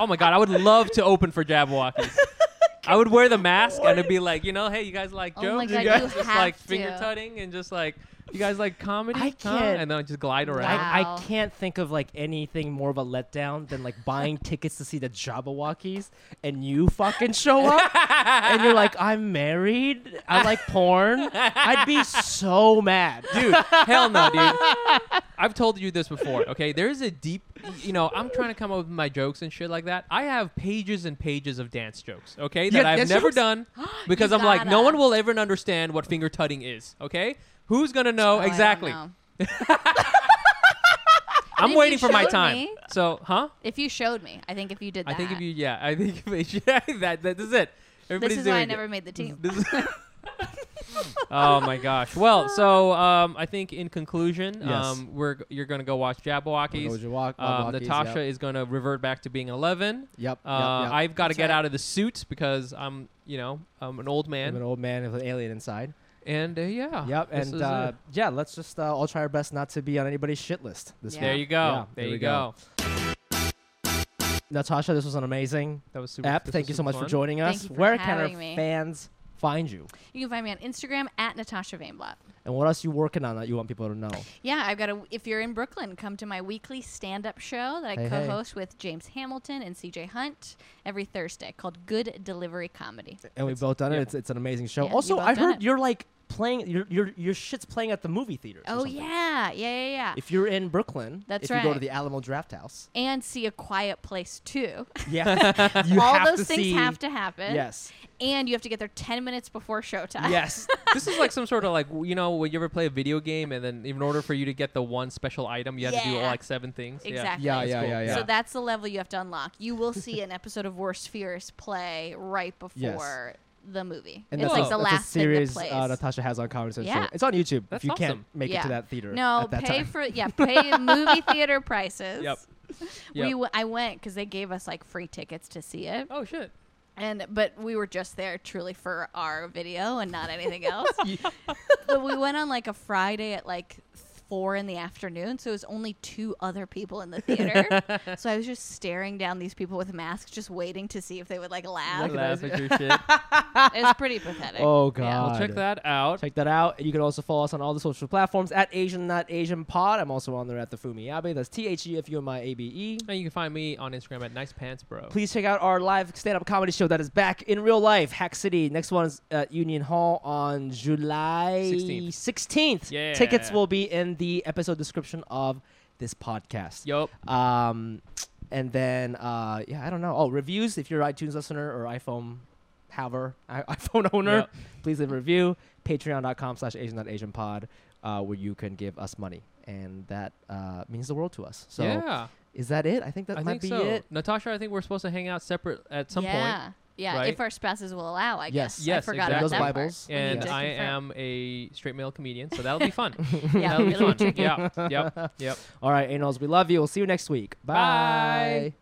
Speaker 2: Oh my god, I would love to open for Jabberwockies. I would wear the mask and it'd be like, you know, hey, you guys like
Speaker 3: Oh
Speaker 2: jokes?
Speaker 3: my
Speaker 1: God,
Speaker 2: guys
Speaker 1: you
Speaker 2: just
Speaker 3: have
Speaker 2: like
Speaker 3: to.
Speaker 2: finger tutting and just like, you guys like comedy?
Speaker 1: I
Speaker 2: Huh?"
Speaker 1: can't-
Speaker 2: And then I just glide around.
Speaker 1: I,
Speaker 3: Wow.
Speaker 1: I can't think of like anything more of a letdown than like buying tickets to see the Jabberwockies and you fucking show up and you're like, I'm married, I like porn. I'd be so mad.
Speaker 2: dude. hell no, dude. I've told you this before. Okay, there is a deep. You know, I'm trying to come up with my jokes and shit like that. I have pages and pages of dance jokes. Okay,
Speaker 1: You
Speaker 2: that
Speaker 1: have
Speaker 2: I've
Speaker 1: dance
Speaker 2: never
Speaker 1: jokes?
Speaker 2: done because
Speaker 3: You
Speaker 2: I'm like, no
Speaker 3: gotta.
Speaker 2: one will ever understand what finger tutting is. Okay, who's gonna know
Speaker 3: Oh, I don't
Speaker 2: Oh, exactly?
Speaker 3: know.
Speaker 2: I'm
Speaker 3: If you
Speaker 2: waiting for my
Speaker 3: showed
Speaker 2: time.
Speaker 3: me-
Speaker 2: So, huh?
Speaker 3: If you showed me, I think if you did that,
Speaker 2: I think if you, yeah, I think if you, yeah, that, that this is it. Everybody's
Speaker 3: this is
Speaker 2: doing
Speaker 3: why I
Speaker 2: it.
Speaker 3: never made the team.
Speaker 2: This is- oh my gosh! Well, so um, I think in conclusion,
Speaker 1: Yes.
Speaker 2: um, we're g- you're gonna go watch Jabberwockies. Um, Natasha is going to revert back to being 11.
Speaker 1: Yep.
Speaker 2: Uh, I've got to
Speaker 3: That's
Speaker 2: get
Speaker 3: right.
Speaker 2: out of the suit because I'm, you know, I'm an old
Speaker 1: I'm an
Speaker 2: man.
Speaker 1: old man with an alien inside.
Speaker 2: And uh, yeah.
Speaker 1: yep.
Speaker 2: this
Speaker 1: And
Speaker 2: is
Speaker 1: uh,
Speaker 2: it.
Speaker 1: yeah, let's just uh, all try our best not to be on anybody's shit list this
Speaker 3: Yeah.
Speaker 2: there
Speaker 1: week.
Speaker 2: you go.
Speaker 1: Yeah,
Speaker 2: there
Speaker 1: there
Speaker 2: you
Speaker 1: we
Speaker 2: go.
Speaker 1: go. Natasha, this was an amazing
Speaker 2: That was super.
Speaker 1: app.
Speaker 2: this
Speaker 1: Thank
Speaker 2: was
Speaker 1: you so
Speaker 2: super
Speaker 1: much for
Speaker 2: fun.
Speaker 1: joining
Speaker 3: Thank
Speaker 1: us.
Speaker 3: you for
Speaker 1: Where can our
Speaker 3: having me.
Speaker 1: fans find you?
Speaker 2: Mm-hmm.
Speaker 3: You can find me on Instagram at Natasha Vainblatt.
Speaker 1: And what else you working on that you want people to know?
Speaker 3: Yeah, I've got a. If you're in Brooklyn, come to my weekly stand-up show that I
Speaker 1: Hey, hey.
Speaker 3: co-host with James Hamilton and CJ Hunt every Thursday, called Good Delivery Comedy.
Speaker 1: and we've both done it.
Speaker 2: yeah.
Speaker 1: It's, it's an amazing show.
Speaker 3: Yeah,
Speaker 1: also,
Speaker 3: we've
Speaker 1: I
Speaker 3: both done
Speaker 1: heard
Speaker 3: it.
Speaker 1: you're like playing your your your shit's playing at the movie theaters. or
Speaker 3: Oh
Speaker 1: something.
Speaker 3: yeah, yeah, yeah, yeah.
Speaker 1: If you're in Brooklyn, if
Speaker 3: That's
Speaker 1: you go to
Speaker 3: right.
Speaker 1: the Alamo Draft House,
Speaker 3: and see a quiet place too.
Speaker 1: yeah, you
Speaker 3: All
Speaker 1: have
Speaker 3: those
Speaker 1: to
Speaker 3: things
Speaker 1: see-
Speaker 3: have to happen.
Speaker 1: Yes,
Speaker 3: And you have to get there ten minutes before showtime.
Speaker 1: yes,
Speaker 2: this is like some sort of like w- you know when you ever play a video game and then in order for you to get the one special item you had to do all
Speaker 3: Yeah.
Speaker 2: like seven things.
Speaker 3: Exactly.
Speaker 1: yeah,
Speaker 2: That's
Speaker 1: yeah,
Speaker 2: cool.
Speaker 1: yeah, yeah.
Speaker 3: So that's the level you have to unlock. You will see an episode of Worst Fears play right before the movie.
Speaker 1: And
Speaker 3: it's
Speaker 1: that's
Speaker 3: like
Speaker 1: a,
Speaker 3: the
Speaker 1: that's a
Speaker 3: last
Speaker 1: series
Speaker 3: thing that plays.
Speaker 1: Uh, Natasha has on Comedy Central.
Speaker 3: Yeah.
Speaker 1: It's on YouTube.
Speaker 2: That's
Speaker 1: if you
Speaker 2: awesome.
Speaker 1: can't make it
Speaker 3: Yeah.
Speaker 1: to that theater
Speaker 3: no,
Speaker 1: at that
Speaker 3: pay
Speaker 1: time.
Speaker 3: for yeah, pay movie theater prices.
Speaker 2: Yep.
Speaker 3: We
Speaker 2: Yep.
Speaker 3: w- I went because they gave us like free tickets to see it,
Speaker 2: Oh shit.
Speaker 3: and but we were just there truly for our video and not anything else. but we went on like a Friday at like four in the afternoon, so it was only two other people in the theater. so I was just staring down these people with masks, just waiting to see if they would like laugh.
Speaker 2: Laugh at your shit.
Speaker 3: it was pretty pathetic.
Speaker 1: Oh god.
Speaker 3: Yeah.
Speaker 2: Well, check that out.
Speaker 1: Check that out. You can also follow us on all the social platforms at Asian Not Asian Pod. I'm also on there at the Fumiabe. That's T H E F U M I A B E.
Speaker 2: And you can find me on Instagram at nice pants bro.
Speaker 1: Please check out our live stand-up comedy show that is back in real life, Hack City. Next one is at Union Hall on July
Speaker 2: 16th.
Speaker 1: 16th.
Speaker 2: Yeah.
Speaker 1: Tickets will be in the episode description of this podcast.
Speaker 2: Yup.
Speaker 1: Um, and then uh, yeah, I don't know. Oh, reviews. If you're an iTunes listener or iPhone haver, i- iPhone owner,
Speaker 2: Yep.
Speaker 1: please leave a review. Patreon.com slash Asian Asian Pod, uh, where you can give us money, and that uh, means the world to us. So
Speaker 2: yeah.
Speaker 1: is that it? I think that
Speaker 2: I
Speaker 1: might
Speaker 2: think
Speaker 1: be
Speaker 2: so.
Speaker 1: it.
Speaker 2: Natasha, I think we're supposed to hang out separate at some
Speaker 3: yeah. Yeah,
Speaker 2: right?
Speaker 3: if our spouses will allow, I
Speaker 1: Yes.
Speaker 3: guess.
Speaker 2: Yes,
Speaker 3: I forgot
Speaker 1: Those
Speaker 3: about that
Speaker 1: Bibles.
Speaker 3: part.
Speaker 2: point. And
Speaker 3: Yeah.
Speaker 2: I
Speaker 3: Just confirm.
Speaker 2: am a straight male comedian, so that'll be fun.
Speaker 3: Yeah,
Speaker 2: that'll be
Speaker 3: it'll be
Speaker 2: fun. yeah. Yep. Yep.
Speaker 1: All right, Anals, we love you. We'll see you next week. Bye.
Speaker 2: Bye.